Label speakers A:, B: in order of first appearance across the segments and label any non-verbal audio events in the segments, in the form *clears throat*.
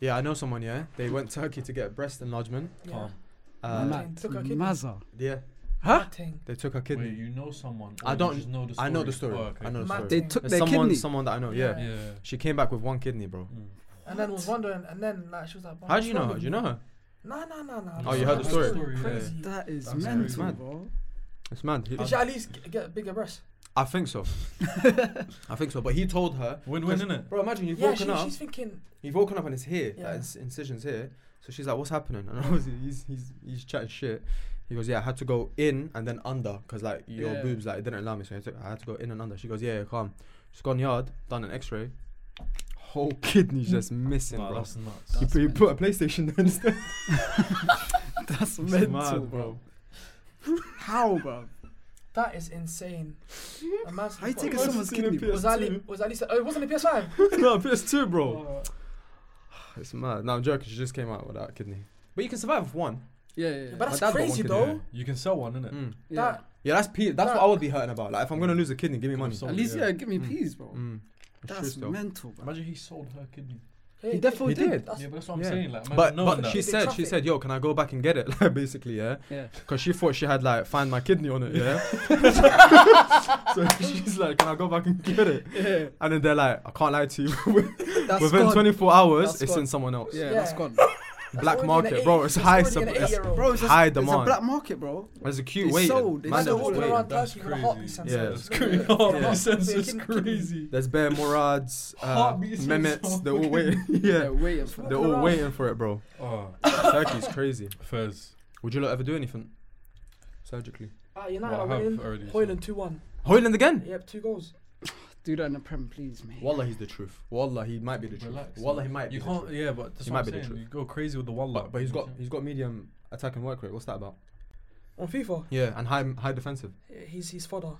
A: Yeah, I know someone. Yeah, they went Turkey to get breast enlargement.
B: Calm.
A: Uh,
B: Mm.
C: Mad.
B: Took our kidney.
C: Mazza.
A: Yeah,
C: Huh?
B: Matting.
A: they took her kidney.
D: Wait, you know someone?
A: I
D: or you
A: don't-
D: Just know the story.
A: I know the story.
D: Oh, okay.
A: I know the
B: Mad
A: story.
C: They
B: thing.
C: took
A: There's
C: their
A: someone,
C: kidney.
A: someone that I know. Yeah.
B: Yeah.
D: Yeah.
A: she came back with one kidney, bro.
D: Mm.
B: And then was wondering, and then like she was like,
A: How do you know her? Do you know her?
B: No, no, no, no.
A: Oh, you heard the story?
B: Crazy.
C: That is
D: That's
C: mental,
A: mad.
C: bro.
A: It's mad. He-
B: Did she at least g- get bigger breasts?
A: I think so. I think so. But he told her.
D: Win-win, innit?
A: Bro, imagine you've
B: Yeah,
A: woken
B: she,
A: up.
B: she's thinking.
A: You've woken up and it's here.
B: Yeah.
A: That inc- incision's here. So she's like, "What's happening?" And *laughs* obviously he's he's he's chatting shit. He goes, "Yeah, I had to go in and then under because like your
D: Yeah.
A: boobs like it didn't allow me, so I had, to, I had to go in and under." She goes, "Yeah, yeah calm." She's gone yard, done an X-ray. Whole *laughs* kidney's just missing,
D: Nah,
A: bro.
D: that's nuts.
A: He,
C: that's
A: put- he put a PlayStation there instead. *laughs* It's
C: That's mental,
A: mad,
C: bro. How, bro?
B: That is
C: *laughs*
B: insane. A man's-
C: How you
B: what-
C: taking
B: was-
C: someone's
A: seen a
C: kidney?
A: PS2?
C: bro?
B: Was *laughs*
C: *laughs*
B: Ali? Was Ali? Oh, it wasn't the
A: *laughs*
B: PS5.
A: no, PS2, bro. It's mad. No, I'm joking. She just came out without kidney. But you can survive with one.
C: Yeah, yeah.
B: But
A: My
B: that's
A: dad got one
B: crazy
A: kidney.
B: though.
D: You can sell one, innit?
A: Mm.
C: yeah.
B: That
A: Yeah, that's pe- that's what I would be hurting about. Like, if I'm gonna lose a kidney, give me money.
D: So-
C: At least,
D: Yeah.
C: yeah, give me
A: Mm.
C: peas, bro.
A: Mm. It's true
C: That's
A: still.
C: mental, bro.
D: Imagine he sold her kidney.
B: hey,
C: He definitely
A: He did.
C: did.
B: That's
D: yeah, but that's what I'm
A: yeah.
D: saying. Like, imagine
A: But
D: knowing
A: but
D: that.
A: she
B: They
A: said she
B: traffic.
A: said, "Yo, can I go back and get it?" *laughs* Like, basically, yeah,
C: Yeah.
A: because she thought she had like find my kidney on it,
D: *laughs*
A: yeah. *laughs* so she's like, "Can I go back and get it?"
C: yeah.
A: And then they're like, "I can't lie to you."
C: *laughs* That's
A: Within
C: gone.
A: 24 hours,
C: That's
A: it's
C: gone.
A: in someone else.
C: Yeah,
B: Yeah.
C: that's gone.
A: Black
B: already
A: market,
B: an
A: bro.
B: eight-
A: It's
B: it's
A: high.
B: already
A: Sub-
B: an
A: it's,
B: eight-year-old.
C: Bro, it's just
A: high
C: It's a
A: demand.
C: black market, bro.
A: There's a queue
C: It's
A: waiting.
C: sold, it's
A: Man,
B: Man's
A: they're
C: sold.
A: just
B: walking
A: waiting.
B: around
D: That's
B: Turkey with a heartbeat
D: crazy.
B: sensor.
A: Yeah.
D: That's
B: Yeah.
D: *laughs* crazy.
B: *laughs* Yeah.
D: Heartbeat
B: Yeah.
D: sensor's
B: Yeah.
D: crazy.
A: There's Bear Murads, uh,
D: Heartbeat sensor.
A: Mehmets. They're all waiting. *laughs* yeah,
C: *laughs* They're waiting for
A: they're
C: it.
A: all
B: around.
A: waiting for it, bro.
D: Oh,
A: Turkey's crazy.
D: Fez.
A: Would you lot ever do anything surgically?
B: Ah,
D: Well,
B: United
D: I
B: are
D: have
B: winning.
D: already.
B: Hoyland two one.
A: Hoyland again?
B: Yep, two goals.
C: Do that in the Prem, please, mate.
A: Wallah, he's the truth. Wallah, he might be the truth.
D: Relax,
A: Wallah, he
D: man.
A: might be
D: You
A: the
D: can't.
A: truth.
D: Yeah, but that's
A: He
D: what
A: might
D: I'm
A: be the
D: saying.
A: truth.
D: You go crazy with the one
A: But, but he's got he's got medium attack and work rate. What's that about?
B: On FIFA,
A: Yeah, and high high defensive.
B: he's he's fodder.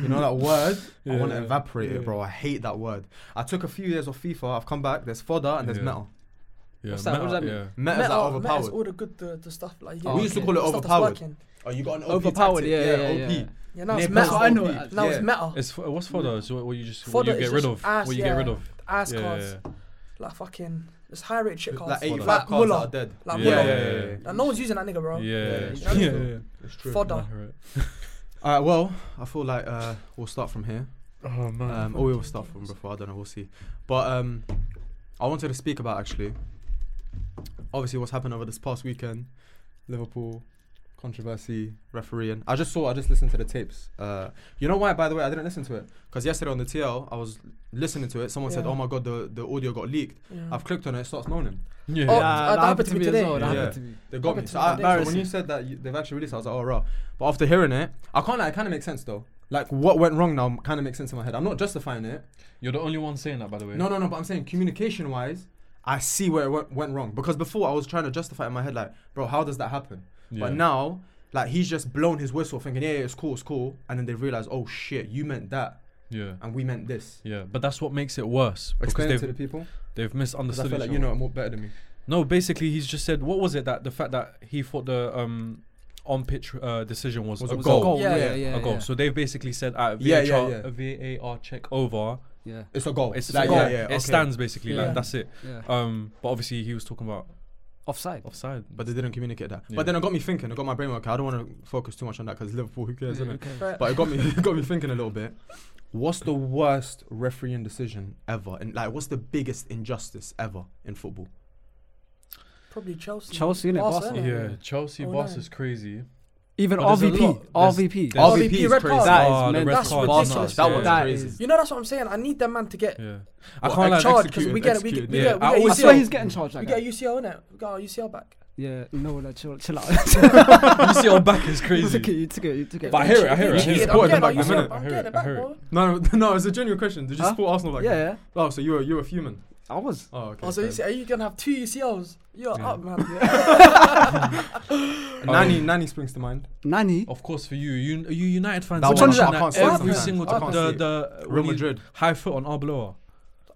A: You know *laughs* that word? I want to
D: Yeah.
A: evaporate
D: Yeah.
A: it, bro. I hate that word. I took a few years off FIFA. I've come back. There's fodder and there's
D: Yeah.
A: metal.
D: Yeah,
C: What's that? What does that mean?
D: yeah.
A: Meta's like
B: Meta- Meta's
A: overpowered.
B: all the good the, the stuff like you
A: Oh,
B: get-
A: we used to
B: the
A: call it
B: stuff that's
A: overpowered.
B: working.
A: Oh, you got an OP
C: Overpowered,
A: tactic.
C: yeah, yeah, yeah,
A: OP.
C: yeah.
B: Yeah, now it's
A: Name
B: meta.
A: plus
C: I know
A: OP.
C: it.
B: Now
A: Yeah.
B: it's meta.
D: It's f- what's
A: Mm-hmm.
D: fodder? It's what, what you just what
B: Fodder
D: you
B: is
D: get rid
B: just
D: of.
B: ass,
D: what you get rid
B: yeah.
D: of.
B: Ass
D: yeah,
B: cards,
D: yeah,
B: like fucking, it's high rate shit cards.
A: Like 85
B: Like
A: cards that
B: Muller.
A: are dead.
B: Like
D: Yeah,
B: Muller.
D: yeah, yeah, yeah.
B: Like, no one's using that nigga, bro.
D: yeah,
A: it's
D: yeah,
A: true.
D: *laughs* yeah, yeah.
A: It's true.
B: Fodder.
A: All right, well, I feel like uh, we'll start from here.
D: Oh man.
A: Um, or we'll start from before. I don't know. We'll see. But um, I wanted to speak about actually, obviously, what's happened over this past weekend, Liverpool controversy, refereeing. I just saw. I just listened to the tapes. Uh, you know why? By the way, I didn't listen to it because yesterday on the TL, I was listening to it. Someone said,
B: Yeah.
A: "Oh my god, the the audio got leaked."
B: Yeah.
A: I've clicked on it. It starts moaning.
D: yeah.
B: Oh,
C: Yeah,
B: uh,
C: that,
B: that
C: happened to me as
B: today.
C: well. That
A: Yeah.
C: happened to me.
A: They got me.
B: Happened to
A: So,
B: me
A: I,
B: today.
A: so when you said that you, they've actually released, it, I was like, "Oh, rah." But after hearing it, I can't. Like, it kind of makes sense though. Like what went wrong now kind of makes sense in my head. I'm not justifying it.
D: You're the only one saying that, by the way.
A: No, no, no. But I'm saying communication wise, I see where it went, went wrong because before I was trying to justify it in my head, like, bro, how does that happen?
D: Yeah.
A: But now, like, he's just blown his whistle, thinking, yeah, yeah, it's cool, it's cool, and then they realize, oh shit, you meant that,
D: Yeah.
A: and we meant this.
D: Yeah, but that's what makes it worse because
A: Explain it to the
D: they've
A: people
D: they've
A: because I
D: misunderstood.
A: feel
D: each
A: like you
D: other.
A: know it more better than me.
D: No, basically he's just said what was it that the fact that he thought the um on pitch uh, decision was,
A: Was
D: a
A: it- was it
D: goal.
A: a goal?
C: Yeah,
A: Yeah,
C: yeah,
A: yeah,
C: yeah.
D: a goal. So they've basically said at VHR,
A: Yeah, yeah,
D: a VAR check over.
C: yeah,
A: It's a goal.
D: It's a
A: Like,
D: goal.
A: Yeah, yeah, okay.
D: It stands basically.
C: Yeah.
D: Like that's it.
C: yeah.
D: Um, but obviously he was talking about
C: Offside.
D: offside.
A: But they didn't communicate that.
D: Yeah.
A: But then it got me thinking. It got my brain working. I don't want to focus too much on that because Liverpool, who cares? innit?
C: okay.
B: But-
A: But it got me, *laughs* it got me thinking a little bit. What's the worst refereeing decision ever? And like, what's the biggest injustice ever in football?
B: Probably Chelsea.
C: Chelsea, innit?
B: Barca,
C: Barca.
B: innit?
D: yeah, Chelsea
B: Oh,
D: boss
B: no.
D: is crazy.
C: Even
D: But there's a
C: RVP.
D: lot. There's-
C: RVP.
D: there's-
B: RVP red card.
C: That
D: Oh,
C: is
D: the
C: men-
D: red
B: that's
D: card.
B: ridiculous.
D: Barca,
A: That
D: yeah.
A: was
C: That
A: crazy.
C: is-
B: You know that's what I'm saying. I need that man to get
D: Yeah, I
A: What, *laughs* like
D: can't lie.
B: charged because we
A: executed,
B: get we get
A: executed.
B: we
D: Yeah.
B: get
D: I
B: we
D: always
C: I
B: get
C: swear
B: UCL.
C: he's getting charged
B: We
C: like
B: get
C: that.
B: UCL in it. We got our UCL back.
C: Yeah, no, like, chill, chill out.
D: you see, our back is
C: you
D: crazy.
C: took it, you took it, you took it.
D: But I hear it. I hear
B: We
D: it.
B: cheated.
A: Support
B: I'm
A: them
B: getting our
A: back, man,
B: UCL.
D: innit? I
B: I'm
D: hear
B: getting
D: it,
B: it
D: I
B: back,
D: hear it.
B: bro.
A: No, *laughs* no, no, it's a genuine question. Did you
C: Huh?
A: support Arsenal like
C: Yeah,
A: that?
C: yeah.
A: Oh, so you were you were fuming.
C: I was.
A: Oh, okay.
B: Oh, so you
A: fair.
B: see, are you gonna have two UCLs? You're
D: Yeah.
B: up, man.
A: Nani Nani springs to mind.
C: Nani.
D: Of course, for you, you you United fans.
A: That
D: are
C: one I
D: watching
C: can't-
A: I
D: that
A: can't see
D: every
B: it.
D: single
B: I can't
D: time.
A: see
D: The
A: it.
D: the
A: Real
D: when you
A: Madrid.
D: high foot on Arbeloa.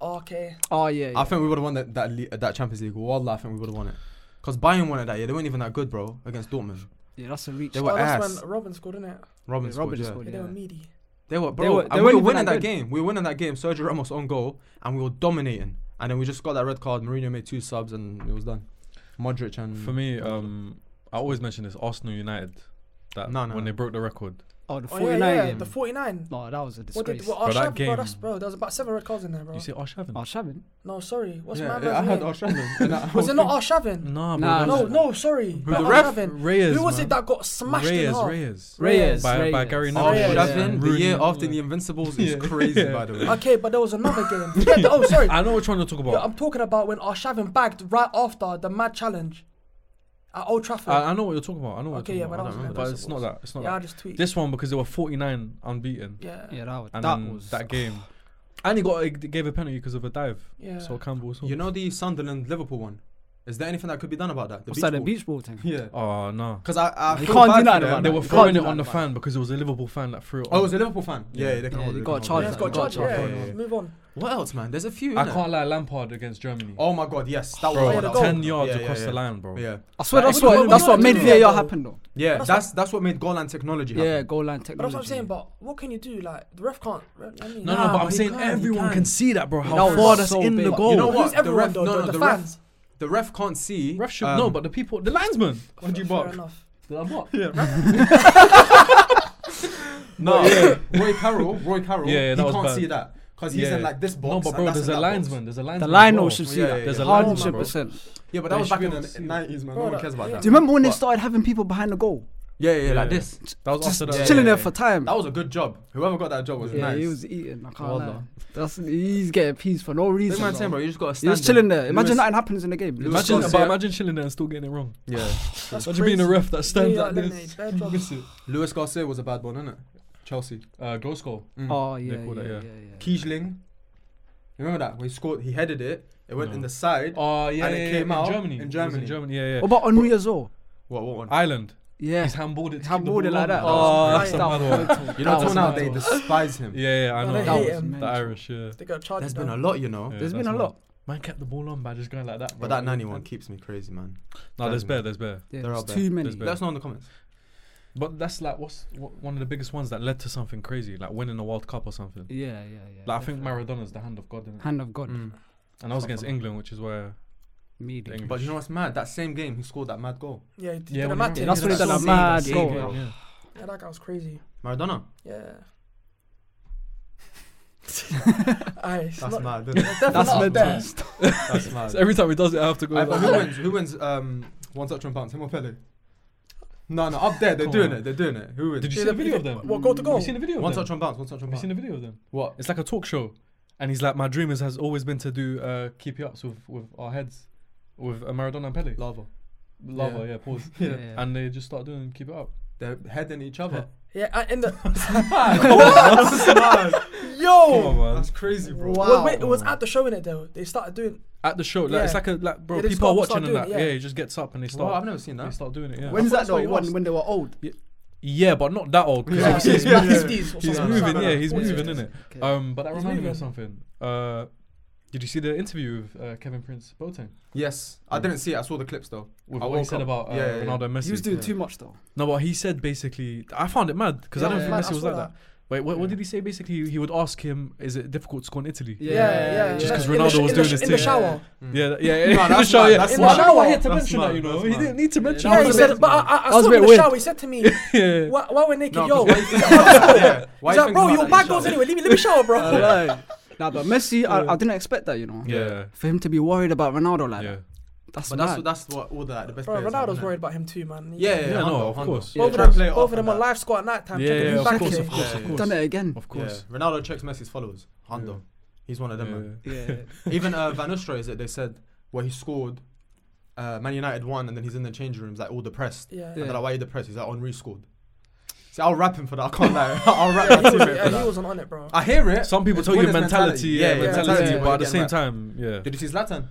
B: Okay.
C: Oh yeah. yeah.
A: I think we would have won that that, le- uh, that Champions League. Wallah, I think we would have won it. Cause Bayern won it that year. They weren't even that good, bro, against Dortmund.
C: yeah, that's a reach.
A: They
B: Oh,
A: were ass.
B: that's when Robin scored, innit?
A: Robin
C: Yeah,
A: scored.
C: Robin
A: yeah.
C: scored.
B: Yeah. They
C: Yeah.
B: were meaty.
A: They were, bro.
C: were-
A: and
C: they
A: we
C: weren't
A: were
C: even
A: winning
C: that
A: that
C: good.
A: game. We were winning that game. Sergio Ramos on goal, and we were dominating. And then we just got that red card. Mourinho made two subs and it was done. Modric and
D: For me, um, I always mention this Arsenal United. That
A: No, no,
D: when
A: no.
D: they broke the record,
C: Oh, the
B: Oh,
C: 49
B: yeah, yeah,
C: game.
B: the 49.
C: no, that was a
B: What did
C: disgrace.
B: well,
D: Bro, that
B: Arshavin, bro,
D: game-
B: that's, bro, there was about seven red cards in there, bro.
D: you see Arshavin?
C: Oh, Shavin.
B: No, sorry. What's
A: yeah,
B: my
A: yeah, I
B: man's
A: had *laughs*
B: name?
A: Arshavin. and I
B: Was it not Arshavin?
D: Nah,
C: Nah,
D: bro,
B: No,
C: Arshavin.
B: no, sorry.
A: Who, the
B: Not
A: ref?
B: Arshavin.
D: Reyes.
B: Who was
D: man.
B: it that got smashed in
D: Reyes,
B: half?
D: Reyes.
C: Reyes.
D: By-
C: Reyes.
D: by Gary
A: Oh,
D: Neville.
B: yeah,
A: Arshavin,
D: yeah.
A: the year
D: Rooney.
A: after the Invincibles is
D: Yeah.
A: crazy,
D: Yeah.
A: by the way.
B: Okay, but there was another game. *laughs* Forget the- oh,
A: *laughs*
B: sorry.
D: I know which one you're talking
B: Yo,
D: about.
B: I'm talking about when Arshavin bagged right after the mad challenge at Old Trafford.
A: Uh,
D: I, I know what you're talking about. I know what
B: Okay,
D: you're
B: yeah,
D: talking
B: but
D: about.
B: that
D: I
B: was-
D: don't remember. it's not that. It's not
B: yeah, I
D: that.
B: just tweeted.
D: This one because they were 49 unbeaten,
B: yeah.
C: Yeah, that was.
D: and
C: that
D: then
C: was.
A: *sighs*
D: that game. And he got he gave a penalty because of a dive.
B: Yeah.
D: So Campbell. Was
A: You know the Sunderland Liverpool one. Is there anything that could be done about that? The
C: What's that? The
A: ball?
C: beach ball thing.
A: Yeah.
D: Oh no.
A: Because I, I
C: You
A: feel
C: can't
A: bad
C: do that,
A: for them.
C: man.
D: They
C: You
D: were
C: can't
D: throwing
C: do
D: it
C: that,
D: on the
C: man.
D: fan because it was a Liverpool fan that threw it.
A: Oh, it
D: on.
A: was a Liverpool fan. Yeah,
D: Yeah.
A: yeah they can
C: Yeah,
A: hold
C: you
A: it, they
C: gotta
A: can
C: charge
A: hold it.
B: Yeah, it's
C: that,
B: got
C: got
B: charged.
C: charged,
B: Yeah,
A: yeah, yeah, yeah.
B: move on.
A: What else, man? There's a few.
D: I
A: innit?
D: can't lie. Lampard against Germany.
A: Oh my god, yes, that
D: bro,
A: was
B: yeah, the goal.
D: ten yards
A: Yeah, yeah,
D: across
A: yeah.
D: the line, bro.
A: Yeah,
C: I swear
D: That
C: that's
D: is
C: what,
D: what-
C: that's
B: what
C: what
B: we
C: made
B: do there,
C: VAR
B: though.
C: happen though.
A: yeah.
B: That's
A: That's that's what made goal line technology.
C: Yeah,
A: happen.
C: goal line
B: But that's what I'm
A: Mm.
C: technology.
B: saying. But what can you do? Like the ref can't. ref- I mean,
D: No,
C: Nah,
D: no, but
C: but
D: I'm
C: he
D: saying
C: can't, he
D: everyone
C: can't.
D: can see that, bro. How
C: That was
D: far that's
C: so
D: in the
C: big.
D: goal.
A: You know what?
B: Who's
A: The
B: everyone
A: ref,
B: though?
A: no,
B: the,
A: no,
B: the
A: the ref-
B: fans.
A: The ref can't see.
D: Ref should
A: um,
D: know, but the people, the linesman.
A: What do you
B: Fair
A: bark?
B: enough.
A: No, yeah.
D: *laughs*
A: Roy Carroll, Roy Carroll.
D: Yeah, yeah, that
A: he
D: was
A: can't
D: bad.
A: see that because he's
D: Yeah.
A: in like this box.
D: No, but
A: and
D: bro,
A: that's
D: there's
A: in
D: a
A: that box.
D: linesman. There's a
C: The
D: linesman.
C: lineman
D: bro.
C: should see
A: Yeah, yeah,
C: that.
A: There's
D: a linesman,
C: hundred
D: bro.
C: percent.
A: Yeah, but
D: They
A: that was
D: should
A: back
D: be
A: in the
D: able to see.
A: nineties, man.
B: Bro,
A: No one
B: that-
A: cares about
B: yeah.
A: that.
C: Do you remember when they
A: But-
C: started having people behind the goal,
A: Yeah, yeah, yeah,
D: Yeah,
A: like
D: yeah.
A: this.
D: That was
C: just
D: after that.
C: chilling
A: yeah,
C: there
A: yeah.
C: for time?
A: That was a good job. Whoever got that job was
C: yeah,
A: nice.
C: he was eating. I can't
D: Wallah.
C: lie. That's he's getting peas for no
A: Big
C: reason.
A: man
C: bro.
A: saying, bro, you just got to
C: He
A: stand.
C: was chilling there. Imagine
A: Lewis-
C: nothing happens in the game.
A: Lewis-
D: Imagine,
A: Scott
D: but
A: Sierra.
D: imagine chilling there and still getting it wrong.
A: Yeah.
D: *laughs*
B: That's
D: Imagine being a
B: crazy.
D: ref that stands
B: Yeah,
D: like
B: yeah,
D: this.
B: Lemonade, bad job.
A: Luis Garcia was a bad one, innit? Chelsea.
D: Uh, goal score.
A: Mm.
C: Oh yeah,
D: They
C: yeah,
D: call it,
C: yeah,
D: yeah.
C: yeah.
A: Kiesling. Remember that? When he scored, he headed it. It went
D: No.
A: in the side.
D: Oh yeah,
A: And
D: yeah,
A: it
D: yeah,
A: came
D: in
A: out
D: Germany.
A: in
D: It was
A: Germany.
D: In Germany, yeah, yeah.
C: What about Henri as well?
A: What, what one?
D: Ireland.
C: Yeah,
D: He's handballed it. to keep the
C: handballed
D: ball
C: it like that.
D: long.
A: Oh,
D: that's a
B: yeah.
D: mad one.
A: you know,
C: That
A: till
C: was
A: now
C: mad
A: they
C: one.
A: despise him.
D: *laughs* Yeah, yeah, I
B: No,
D: know.
B: they
C: That
B: hate
C: was
B: him.
D: The
C: mental.
D: Irish, yeah.
B: They got charged.
A: There's been a
B: down.
A: lot, you know.
D: Yeah,
C: There's been
D: that's
C: a
D: mad.
C: lot.
D: Man kept the ball on by just going like that. Bro.
A: But that 91 keeps me crazy, man.
D: No, there's bear, there's bear.
A: There
C: Yeah, there's
A: are
C: too many.
D: There's
A: Let us know in the comments.
D: But that's like what's what, one of the biggest ones that led to something crazy, like winning the World Cup or something.
C: Yeah, yeah, yeah.
D: Like I think
C: definitely.
D: Maradona's the hand of God, isn't it?
C: hand of God,
A: Mm.
D: and that was against England, which is where the
C: medium.
D: English.
A: But you know what's mad? That same game, he scored that mad goal.
B: Yeah, he did
D: yeah,
B: a
D: when
B: mad
D: he
B: thing.
D: ran-
C: That's
D: yeah,
C: what he
D: that
C: done, a
D: same
C: mad
D: game,
C: goal,
D: yeah,
A: bro.
D: yeah.
B: Yeah, that guy was crazy.
A: Maradona.
B: Yeah. Aye, it's
A: That's
B: not-
A: mad. isn't it?
B: it's definitely
C: That's
B: not up there.
C: mental.
A: That's mad.
D: So every time he does it, I have to go.
A: Alright, but
D: like-
A: who wins? Who wins? Um, one touch, one bounce. Him or Pele? No, no, up there. They're
D: Come
A: doing
D: on.
A: it. They're doing it. Who wins?
D: Did you
B: Yeah,
D: see the
B: they-
D: video of
B: they-
D: them?
B: What goal to
D: Have
B: goal?
D: you seen the video?
A: one
D: of them?
A: touch, one bounce. One touch, one
D: Have you
A: bounce.
D: seen the video of them?
A: What?
D: It's like a talk show, and he's like, "My dream is, has always been to do uh, keep you ups with with our heads, with uh, Maradona and Pele,
A: Lava.
D: lava,
A: yeah.
D: yeah, pause."
A: *laughs* Yeah.
C: Yeah.
D: And they just start doing keep it up.
A: They're heading each other.
B: Yeah, and in the
A: That's mad.
D: Come
B: yo.
D: on, man.
A: Oh, That's crazy, bro.
C: Wow.
B: Well, wait, it was at the show in it though. They started doing.
D: At the show, like, it's
B: Yeah.
D: like a like, bro.
B: Yeah, they
D: people are
B: start-
D: watching
B: start
D: and that.
B: doing it,
D: Yeah.
B: yeah.
D: he just gets up and they
A: Wow,
D: start.
A: I've never seen
D: they
A: that.
D: start doing it. Yeah.
C: When's that
A: That's what
C: though?
A: he
C: When
A: asked.
C: when they were old.
D: Yeah, but not that old. 'cause
A: Yeah.
D: obviously
B: *laughs*
A: Yeah,
D: he's
A: yeah,
D: moving.
A: yeah.
D: He's
A: Yeah.
D: moving, yeah,
A: Yeah.
D: he's
A: Yeah.
D: moving,
A: Yeah.
D: isn't it?
C: Okay.
D: Um, but that
B: He's
D: reminded me of
B: moving.
D: something. Uh, did you see the interview with uh, Kevin Prince Boateng
A: Yes, I didn't see it. I saw the clips though.
D: with
A: I
D: what he
A: woke
D: said
A: up.
D: about uh,
A: Yeah, yeah, yeah.
D: Ronaldo and Messi?
C: He was doing
A: Yeah.
C: too much though.
D: No, but he said basically, I found it mad because I
A: Yeah,
D: don't
A: yeah,
D: think
A: yeah.
D: Messi was
B: I
D: like
B: saw
D: that. Wait, what,
A: Yeah.
D: what did he say? Basically, he would ask him, "Is it difficult to score in Italy?"
C: Yeah,
D: Just
B: like,
D: 'cause
B: in the
D: Ronaldo
B: sh-
D: was
B: in
D: doing
B: the,
D: his
B: sh- in the
D: thing.
B: shower.
D: yeah, that- yeah, yeah.
A: No,
D: in the *laughs*
A: that's
D: shower,
A: mad,
D: yeah.
A: that's
D: in the
B: mad.
D: shower, I had to
A: That's
D: mention
A: mad,
D: that. You know,
A: that's
D: he
A: mad.
D: didn't need to mention.
B: Yeah,
D: that.
B: he
A: was a
B: said,
A: bit-
B: but I, I, I
C: That was
B: saw
C: a
B: him
C: bit
B: in the
C: weird.
B: shower. He said to me,
D: *laughs* yeah.
B: "Why, why we're naked,
A: No, 'cause
B: yo?"
A: why you think about that? *laughs* Yeah. Why
B: He's
A: you
B: like,
A: think
B: "Bro,
A: about
B: your
A: that
B: bag
A: each
B: goes
A: other?
B: anyway. Leave me, leave me shower, bro."
C: Alright. Nah, but Messi, I, I didn't expect that. You know,
D: yeah,
C: for him to be worried about Ronaldo
D: yeah,
C: like
D: yeah.
C: that. That's
A: But
C: mad.
A: that's what, that's what all that the best
B: Bro,
A: players.
B: Ronaldo's
A: are, innit?
B: worried about him too, man.
A: Yeah, yeah,
D: Yeah, no,
A: Hundo,
D: of
A: Hundo.
D: course.
A: Yeah,
B: Both
A: try
B: of
A: and play
B: them,
A: it
B: both
A: off
B: of them
A: on
B: are
A: that.
B: live squad at night time.
D: Yeah,
B: checking
D: yeah,
B: who's
D: of
B: back
D: course,
B: today.
D: of course,
A: Yeah,
D: of
A: yeah.
D: course.
C: done it again.
D: Of course.
A: Yeah, Ronaldo checks Messi's followers. Hundo, he's one of them. Man.
C: Yeah.
A: Even
D: *laughs*
A: uh, Van Nistelrooy, is it? They said where he scored. Uh, Man United won, and then he's in the change rooms like all depressed.
B: Yeah.
A: And
C: Yeah.
A: they're like, "Why are you depressed?" He's like, "Henri scored." See, I'll rap him for that. I can't
D: *laughs*
A: lie. *laughs* I'll rap my
B: Yeah, he, was,
A: teammate for
B: yeah, he
A: that.
B: wasn't on it, bro.
A: I hear it.
D: Some people
A: It's
D: tell you
A: winners
D: mentality, yeah, mentality,
C: yeah.
D: but
A: when
D: at the
A: you're
D: same
A: getting
D: time, yeah,
A: wrapped. did you see Zlatan?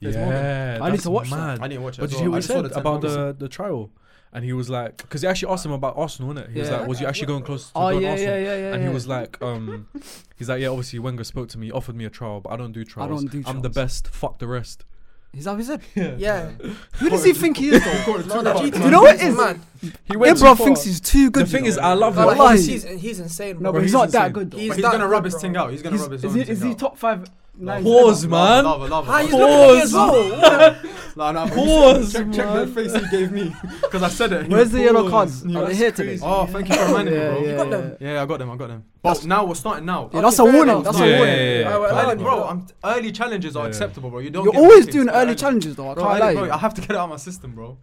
A: There's Morgan.
D: yeah.
C: I need
D: that's
C: to watch that.
D: mad.
A: I didn't watch it.
D: But
A: as
D: did you
A: well. I
D: hear what
A: just
D: he
A: saw
D: said
A: the 10
D: about
A: August.
D: the, the trial? And he was like, because he actually asked him about Arsenal, innit? He was
C: Yeah.
D: like, was you actually going close to
C: Oh
D: going
C: yeah, yeah,
D: Arsenal?
C: yeah, yeah.
D: and he
C: yeah.
D: was like, um, he's like, yeah, obviously Wenger spoke to me, offered me a trial, but I don't do trials.
C: don't do
D: I'm the
C: trials."
D: best. Fuck the rest.
C: Is that what he said?
B: yeah.
C: Who does he think he is though?
B: No, the GT
C: You know what
B: is
C: is-
B: mad.
D: He
C: Your bro thinks he's too good.
D: The thing
C: you
D: is,
C: know?
D: I love
B: No,
D: him.
B: like,
C: Wallahi.
B: he's, he's, he's insane,
C: No,
B: bro.
C: but he's,
D: he's
C: not
D: insane.
C: that good. Though.
B: He's
A: But he's
B: that
A: gonna
B: good,
A: rub his
B: bro.
A: thing out. He's gonna
C: He's-
A: rub his
C: is
A: own
C: he,
A: thing
C: is he
A: out.
C: top five nines
D: Pause,
C: ever.
D: man.
A: Lava, lava,
B: Ah,
A: lava.
B: he's looking as
D: Pause.
B: well.
A: No, no, I'm-
D: Pause,
A: Check, check the
D: man.
A: face he gave *laughs* me because I said it.
C: Where's the yellow cards?
D: Pause.
C: Are they
D: That's
C: here today?
D: crazy.
A: Oh, thank you for reminding
C: yeah,
A: me, bro.
C: yeah,
A: Yeah.
B: got
C: yeah.
B: them?
A: I got them. I got them. But now we're starting now.
C: Yeah, that's a
B: Okay, fair
C: warning.
B: enough.
C: That's
D: Yeah,
C: a
D: yeah,
C: warning.
D: yeah, yeah.
C: Alright,
D: Fair
C: well,
A: Early,
C: alright.
D: enough.
A: bro, I'm, early challenges are
D: Yeah.
A: acceptable, bro. You don't.
C: You're
A: get
C: always
A: picked
C: doing
A: for
C: early challenges though. I
A: Bro,
C: can't
A: early,
C: lie.
A: bro, I have to get it out of my system, bro.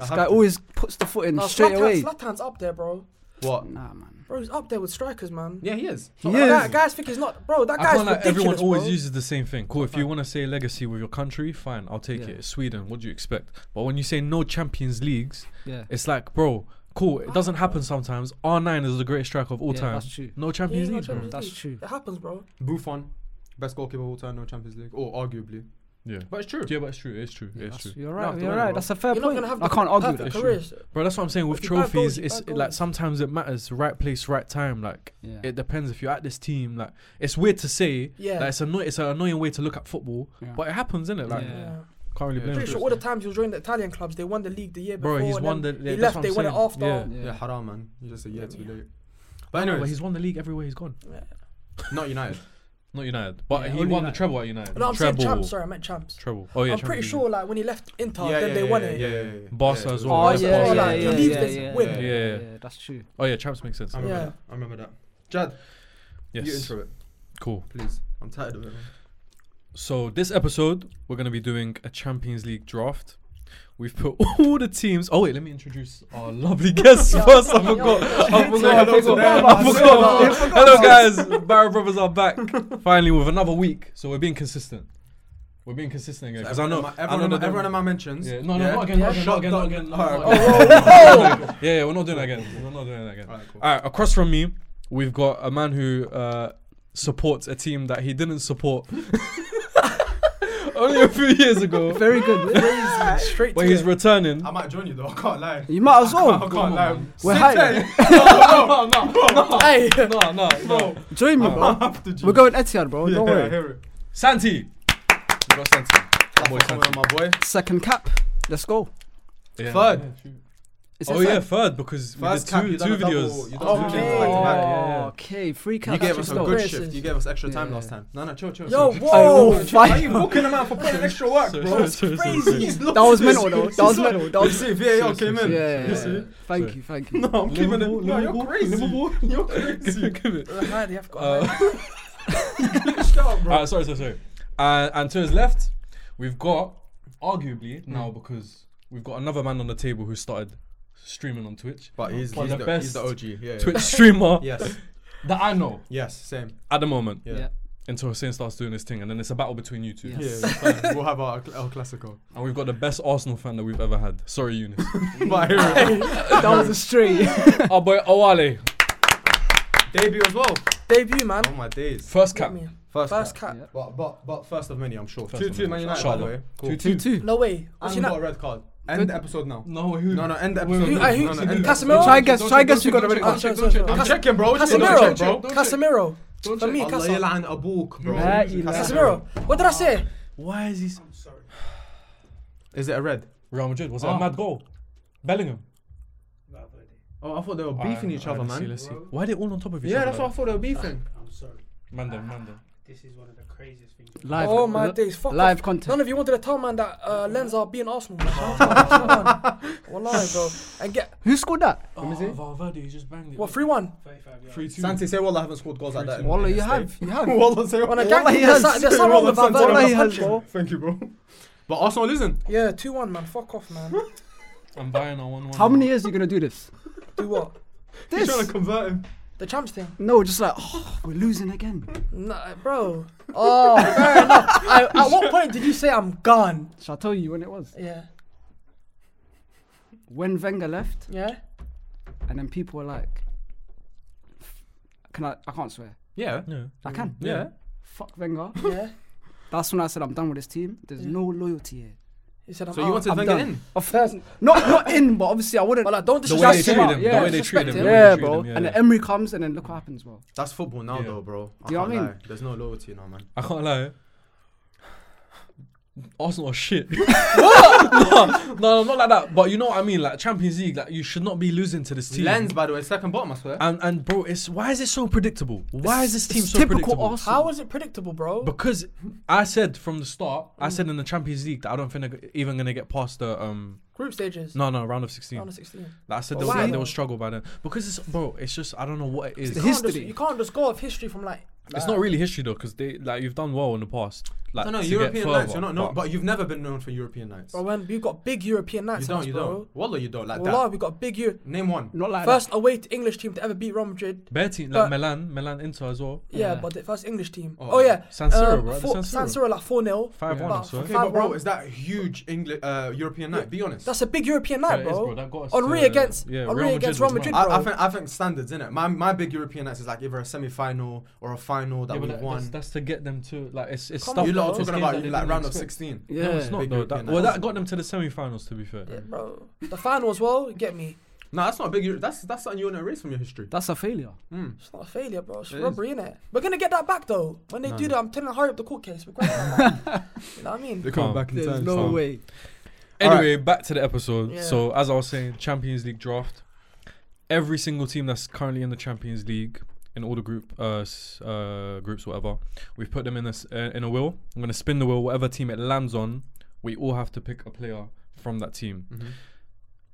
A: I
C: This
A: have
C: guy
A: to.
C: always puts the foot in
B: Nah,
C: straight away.
B: Zlatan- Zlatan's up there, bro.
A: What?
C: Nah, man.
B: Bro, he's up there with strikers, man.
A: Yeah, he is.
C: He
B: Like,
C: is.
B: That guys think he's not, bro. That
D: I
B: guy's
D: can't like everyone
B: ridiculous, bro.
D: always uses the same thing. Cool, if you want to say legacy with your country, fine, I'll take
C: Yeah.
D: it. It's Sweden, what do you expect? But when you say no Champions Leagues,
C: Yeah.
D: it's like, bro, cool, it doesn't happen sometimes. R9 is the greatest striker of all
C: Yeah,
D: time.
C: that's true.
D: No
B: Yeah, he's
D: Champions
B: not
D: Leagues, bro.
B: Champions
C: That's
B: League.
C: true.
B: It happens, bro.
A: Buffon, best goalkeeper of all time, no Champions League, or arguably.
D: Yeah.
A: But it's true.
D: Yeah, but it's true. It's true.
C: Yeah,
D: it's
C: that's-
D: true.
C: You're
A: No,
C: right.
A: I've
C: You're
A: done it,
C: right.
A: bro.
C: That's a fair
B: You're not
C: point.
B: gonna have
C: I
B: the
C: can't argue
B: perfect
C: that.
D: It's true.
B: careers.
D: Bro, that's what I'm saying. With
B: If you buy goals,
D: trophies,
B: you
D: it's
B: buy
D: it, like
B: goals.
D: sometimes it matters. Right place, right time. Like
C: Yeah.
D: it depends if you're at this team. Like it's weird to say.
B: Yeah.
D: Like, it's anno- It's an annoying way to look at football,
C: Yeah.
D: but it happens, innit? Like
C: Yeah.
D: can't really
A: Yeah.
D: blame.
B: Pretty
D: him.
B: sure all the times he was joining the Italian clubs, they won the league the year before.
D: Bro, he's
B: and
D: won
B: then
D: the. Yeah,
B: He
D: that's
B: left.
D: what
B: They
D: I'm
B: won it
D: saying.
B: after.
D: Yeah.
A: Yeah, haram, man. You're just a year too
B: Yeah.
A: late. But
D: No, but
A: anyways,
D: he's won the league everywhere he's gone.
A: not
C: *laughs*
A: United.
D: Not United, but
C: Yeah,
D: he
C: only
D: won
C: United.
D: the treble at United.
B: No, I'm saying
D: treble.
B: champs. Sorry, I meant champs.
D: Treble. Oh yeah.
B: I'm pretty
D: Champions
B: sure, like when he left Inter, then they
A: yeah,
B: won
A: yeah,
B: it.
A: Yeah, yeah, yeah.
D: Barca
A: Yeah,
D: as
A: it
D: well.
C: Oh
A: was-
B: yeah,
C: yeah,
B: yeah,
C: yeah,
B: yeah,
C: yeah,
B: yeah,
C: yeah,
B: yeah,
A: yeah.
D: Yeah.
C: That's true.
D: League. Oh yeah, champs makes sense.
A: I remember
B: Yeah.
A: that. I remember that. Jad, you
D: Yes.
A: intro it,
D: Cool.
A: please. I'm tired of it. man.
D: So this episode, we're gonna be doing a Champions League draft. We've put *laughs* all the teams. Oh wait, let me introduce our
B: *laughs*
D: lovely guests
B: Yeah.
D: first. I
B: Yeah.
D: forgot.
A: Yeah.
B: Oh,
D: I forgot.
A: Yeah.
D: I forgot. I
A: Yeah.
D: forgot.
A: Yeah.
D: Hello guys, Barrow Brothers are back finally with another week. So we're being consistent. We're being consistent again because I know
A: everyone,
D: I know
A: in my-
D: that-
A: everyone in my mentions.
D: Yeah, no, no, not again, not again,
A: Shut
D: not again,
A: down.
D: not again, not
A: Alright,
D: again.
A: cool.
D: yeah, yeah, we're not doing that again. We're not doing that again.
A: Alright, cool.
D: All right, across from me, we've got a man who uh, supports a team that he didn't support *laughs* only a few years ago,
C: Very good.
B: Straight
D: but
B: to
D: he's
B: it.
D: returning.
A: I might join you though. I can't lie.
C: You might as
A: I *laughs*
C: well
A: can't lie.
C: We're
A: Sit
C: hiding.
A: there.
D: no, no, no,
B: Hey,
D: no, no, no.
C: join me, bro.
A: I'm up to
C: We're going Etihad, bro.
A: Yeah,
C: Don't
A: I
C: worry.
A: hear it.
D: Santi. We got Santi. Our boy
A: Come on,
D: Santi.
A: my boy.
C: Second cap. Let's go.
D: Yeah.
A: Third.
C: Is it
D: Oh
C: third?
D: yeah, third because we did
A: First cap,
D: two,
A: you done
D: two
A: a double-
D: videos.
A: you done
B: two
D: Yeah,
B: videos back to
D: yeah,
A: back.
D: yeah.
C: Okay, free cap.
A: You gave
C: that's
A: us a
C: just dope.
A: good
B: Braces.
A: shift. You gave us extra time
C: Yeah.
A: last time. No, no, chill, chill.
B: yo,
A: chill.
C: Oh,
B: whoa.
A: Chill. Why are you
C: fire.
A: booking him out for putting extra work,
D: *laughs* Sorry,
A: bro?
D: sorry, sorry, sorry.
A: Crazy.
C: That was mental, though. That was mental. That
A: You
C: was.
A: see, VAR
D: Sorry, sorry,
A: came
C: Yeah,
A: in.
D: sorry.
C: yeah,
A: You
C: yeah.
A: see?
C: Thank you, thank
A: *laughs*
C: you.
A: No, I'm keeping it.
D: Liverpool,
A: No, you're
D: Liverpool,
A: crazy. You're crazy.
D: *laughs* Give it.
B: Right, you have got-
D: Uh,
A: Glitched out, bro.
D: Uh, sorry, sorry, sorry. Uh, and to his left, we've got arguably now
A: Hmm.
D: because we've got another man on the table who started streaming on Twitch.
A: But he's,
D: But
A: he's,
D: the
A: the, he's the
D: best
A: OG. Yeah, *laughs* yeah.
D: Twitch streamer
A: Yes,
D: that I know
A: yes, same.
D: at the moment
A: Yeah.
D: until Hussein starts doing his thing, and then it's a battle between you two.
A: Yeah,
C: Yeah. Yes.
A: fine. we'll have our El Clasico.
D: And we've got the best Arsenal fan that we've ever had. Sorry, Eunice.
A: *laughs*
D: *laughs*
A: But I hear it.
C: That was a straight.
D: Our boy oh, Owale,
A: *laughs* Debut as well.
B: debut, man.
A: Oh my days.
D: first
B: Get
D: cap.
B: me.
A: First,
B: First
A: cap.
B: cap.
C: Yeah.
A: But but but first of many, I'm sure.
D: First
A: Two
D: of
A: two
D: many.
A: Man United by the
D: Inshallah.
A: way. Cool.
D: Two
C: Two two.
B: No way.
A: And
B: Was he
A: we got a
B: not?
A: red card. End the episode now.
D: No, who?
A: No, no, end the
D: Wait,
A: episode.
D: who-
A: now.
B: uh, who-
A: No, no, end-
B: Casemiro?
C: Try guess. Try guess.
D: Don't
C: You got a
D: check,
C: red
D: don't
C: card.
D: check,
B: card.
D: don't check,
A: I'm
D: don't check.
A: checking, bro. Just
D: Casemiro.
A: check,
B: Casemiro.
A: bro.
D: Don't check.
B: Casemiro.
D: Don't
B: For
D: check.
B: me,
A: Allah
B: Casemiro.
A: يلعن أبوك, bro.
C: لا إله.
B: Casemiro. What did I say?
D: Why is he?
A: Is it a red?
D: Real Madrid was that
A: Oh.
D: a mad goal? Bellingham.
A: Oh, I thought they were beefing
D: Alright,
A: each other,
D: alright, let's see,
A: man.
D: let's see. Why are they all on top of each
A: Yeah,
D: other?
A: that's what I thought they were *laughs* beefing.
E: I'm sorry.
D: Mandem, Mandem.
E: This is one of the craziest things.
C: Live.
B: Oh my days. Fuck off.
C: Live content.
B: None of you wanted to tell man that uh, Lenz are being Arsenal. Man. Shout out to Arsenal, man. Wallahi, bro. And get
C: Who scored that?
A: see.
D: Valverde, he just banged it.
B: what three one
E: 35 yards.
D: Three two.
A: Santi, say Wallah haven't scored goals like that. in-
C: Oh, Wallah,
A: in
C: you
A: this
C: have.
A: day.
C: You
A: *laughs*
C: have.
A: Wallah, say
B: on a
A: Wallah.
B: gang.
C: Wallahi
B: There's,
C: has.
B: there's something wrong with
A: Santi,
C: Wallahi
B: Valverde.
A: I'm
C: has,
A: punching.
C: bro.
A: Thank you, bro. But Arsenal isn't.
B: Yeah, two one man. Fuck off,
D: *laughs*
B: man.
D: I'm buying a one one.
C: How many years are you gonna do this?
B: Do what?
A: He's trying
C: This?
A: to convert him.
B: The champs thing.
C: No, just like oh, we're losing again.
B: Nah,
D: *laughs*
B: bro. Oh, fair enough. I, at what point did you say I'm gone?
C: Shall I tell you when it was?
B: Yeah.
C: When Wenger left,
B: Yeah.
C: and then people were like, "Can I? I can't swear.
A: Yeah.
D: Yeah.
C: I can.
A: Yeah.
C: Fuck Wenger."
B: Yeah.
C: That's when I said I'm done with this team. There's no loyalty here.
B: He said I'm
A: So you
B: out.
A: wanted
C: I'm
A: Wenger
C: done.
A: in?
C: Of course, not not in, but obviously I wouldn't.
B: Well, like, don't
D: The way they
B: disrespect
D: treat
B: him.
D: him.
C: yeah,
D: the way they treat
B: disrespect
D: him. the
B: him.
D: way they
C: yeah,
D: treat
C: bro.
D: him,
C: And
D: yeah.
C: then Emery comes, and then look what happens, bro.
A: That's football now,
D: Yeah.
A: though, bro. I
C: Do you
A: can't
C: know what I mean?
A: lie. There's no loyalty now, man.
D: I can't lie. Arsenal are shit. *laughs* no, no, not like that. But you know what I mean. Like Champions League, like you should not be losing to this team.
A: Lens, by the way, second bottom, I swear.
D: And and bro, it's why is it so predictable? Why is this team
C: It's
D: so
C: typical
D: predictable?
C: Arsenal.
B: How is it predictable, bro?
D: Because I said from the start, I said in the Champions League that I don't think they're g- even gonna get past the um
B: Group stages.
D: no no round of sixteen.
B: Round of 16.
D: Like I said
B: But
D: they, will,
B: why
D: they will
B: though?
D: struggle by then because it's bro. It's just I don't know what it is. It's,
C: the
B: You can't just-
C: history.
B: You can't just go off history from like.
D: not
B: like-
D: really history though because they like you've done well in the past. Like
A: no, no,
D: to get
A: European
D: further,
A: nights. You're not known, but, you've never been known for European nights.
B: Bro, when we got big European
A: you
B: nights,
A: don't,
B: on us,
A: you
B: bro.
A: don't. Wallah, you don't like
B: Wallah,
A: that.
B: we got big Euro.
A: Name one.
C: Not like
B: First away to English team to ever beat Real Madrid.
D: Bare team
B: But-
D: like Milan, Milan Inter as well.
A: Uh,
B: Yeah,
C: Yeah.
B: but the first English team.
A: Oh,
B: Oh, yeah.
D: San Siro,
B: Um,
D: bro.
B: four-
D: San
B: San
D: Siro.
B: Siro, like 4 0.
D: Five
C: Yeah.
D: one. I swear.
A: Okay,
B: Five
A: but bro,
B: one.
A: is that huge Engli- uh, European night? Be honest.
B: That's a big European
D: That
B: night,
D: is,
B: bro.
D: That got us
B: Henri
D: to-
B: against- Henri against Real
D: was mad.
B: Madrid.
A: I, I
B: bro.
A: think I think standards in it. My my big European nights is like either a semi final or a final that
D: Yeah, but
A: we've
D: that-
A: won.
D: that's, that's to get them to like it's it's
B: Come
D: stuff.
B: on,
A: you
B: bro.
A: lot are
D: it's
A: talking
D: games that
A: about
D: they
A: like
D: didn't
A: round of
D: expect.
A: sixteen.
C: Yeah.
D: No, it's not
A: Big
D: though.
A: European
D: That, well,
A: nights.
D: that got them to the semi-finals. To be fair,
B: Yeah, bro. The final as well, you get me.
A: No, that's not a big. Euro- That's that's something you want to erase from your history.
C: that's a failure.
A: Mm.
B: It's not a failure, bro. It's
A: It is.
B: robbery, innit? We're gonna get that back though. When they
A: No,
B: do
A: no.
B: that, I'm telling them hurry up the court case. We're gonna get that back. you know what I mean?
A: coming
D: Calm.
A: back in
C: There's
A: time,
C: no
A: so-
C: way.
D: Anyway, back to the episode.
B: Yeah.
D: So as I was saying, Champions League draft. Every single team that's currently in the Champions League in all the group uh, s- uh groups whatever, we've put them in this uh, in a wheel. I'm gonna spin the wheel. Whatever team it lands on, we all have to pick a player from that team.
A: Mhm.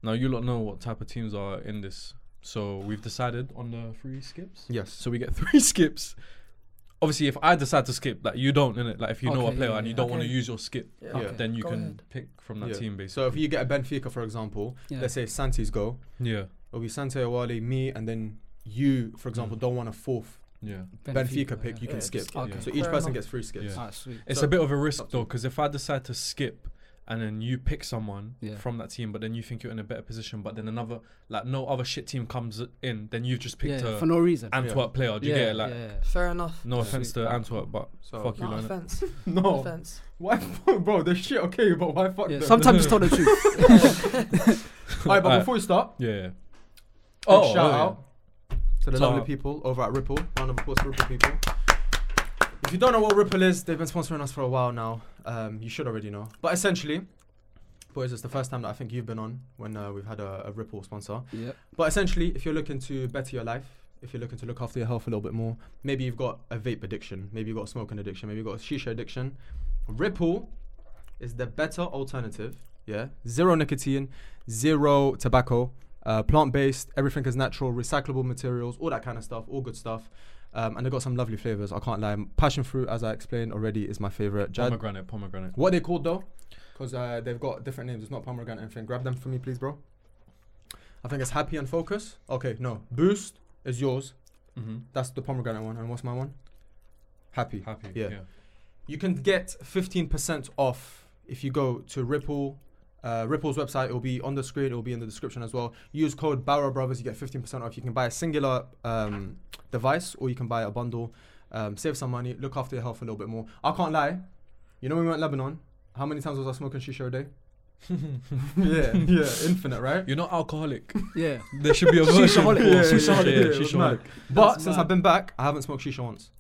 D: Now you lot know what type of teams are in this. So we've decided on the three skips.
A: Yes.
D: So we get *laughs* three skips. Obviously, if I decide to skip, like you don't, innit? Like if you know a
C: Okay,
D: player
C: yeah,
D: and you
C: yeah.
D: don't want to
B: Okay.
D: use your skip,
B: Yeah.
A: Okay.
D: then you
B: go
D: can
B: ahead.
D: pick from that
A: Yeah.
D: team basically.
A: So if you get a Benfica, for example,
C: Yeah.
A: let's say Santi's goal,
D: yeah,
A: it'll be Santi Awali, me, and then you, for example, don't want a fourth
D: yeah.
A: Benfica, pick. You
B: Yeah,
A: can
B: just
A: skip.
B: skip.
C: Okay.
A: So each
B: Fair
A: person
B: enough.
A: gets three skips.
D: Yeah.
C: Ah, sweet.
D: It's
A: So-
D: a bit of a risk
A: Up to
D: though,
A: you.
D: because if I decide to skip and then you pick someone
C: Yeah.
D: from that team, but then you think you're in a better position, but then another like no other shit team comes in, then you've just
C: Yeah,
D: picked
C: yeah,
D: a
C: for no reason.
D: Antwerp player. Do you
C: yeah,
D: get it? Like
C: yeah, yeah.
B: Fair enough.
D: no
C: Yeah.
D: offense
C: Sweet.
D: to Antwerp, but
A: So
D: fuck you,
B: No
D: Lionel.
B: offense. No
A: No,
B: offense.
A: why, *laughs* bro? They're shit. Okay, but why fuck
C: Yeah,
A: them?
C: sometimes just tell the truth.
A: Alright, but
D: Alright.
A: before we start,
D: Yeah. yeah.
A: oh, shout
D: yeah.
A: out to the
D: So-
A: lovely people over at Ripple. Round of applause for Ripple people. If you don't know what Ripple is, they've been sponsoring us for a while now. Um, you should already know. But essentially, boys, it's the first time that I think you've been on when uh, we've had a, a Ripple sponsor.
C: yeah.
A: But essentially, if you're looking to better your life, if you're looking to look after your health a little bit more, maybe you've got a vape addiction, maybe you've got a smoking addiction, maybe you've got a shisha addiction. Ripple is the better alternative. Yeah. Zero nicotine, zero tobacco, uh, plant based, everything is natural, recyclable materials, all that kind of stuff, all good stuff. Um, and they've got some lovely flavors. I can't lie. Passion fruit, as I explained already, is my favorite. Jad,
D: Pomegranate, pomegranate.
A: what are they called though? Because uh, they've got different names. It's not pomegranate and thing. Grab them for me, please, bro. I think it's happy and focus. Okay, no. Boost is yours.
D: hmm
A: That's the pomegranate one. And what's my one? Happy.
D: Happy.
A: Yeah.
D: Yeah.
A: You can get 15% off if you go to Ripple. Uh, Ripple's website it will be on the screen. It will be in the description as well. Use code Barrow Brothers. You get 15% off. You can buy a singular um, device or you can buy a bundle. Um, save some money. Look after your health a little bit more. I can't lie. You know when we went Lebanon, how many times was I smoking shisha
C: *laughs*
A: a day? yeah, yeah, infinite, right?
D: You're not alcoholic. *laughs*
C: Yeah.
D: there should be a version.
C: Shishaholic.
A: Yeah, yeah,
D: Shishaholic,
A: yeah,
D: yeah,
A: it was
D: shishaholic.
A: But
C: *laughs* That's
A: since
C: mad.
A: I've been back, I haven't smoked shisha once.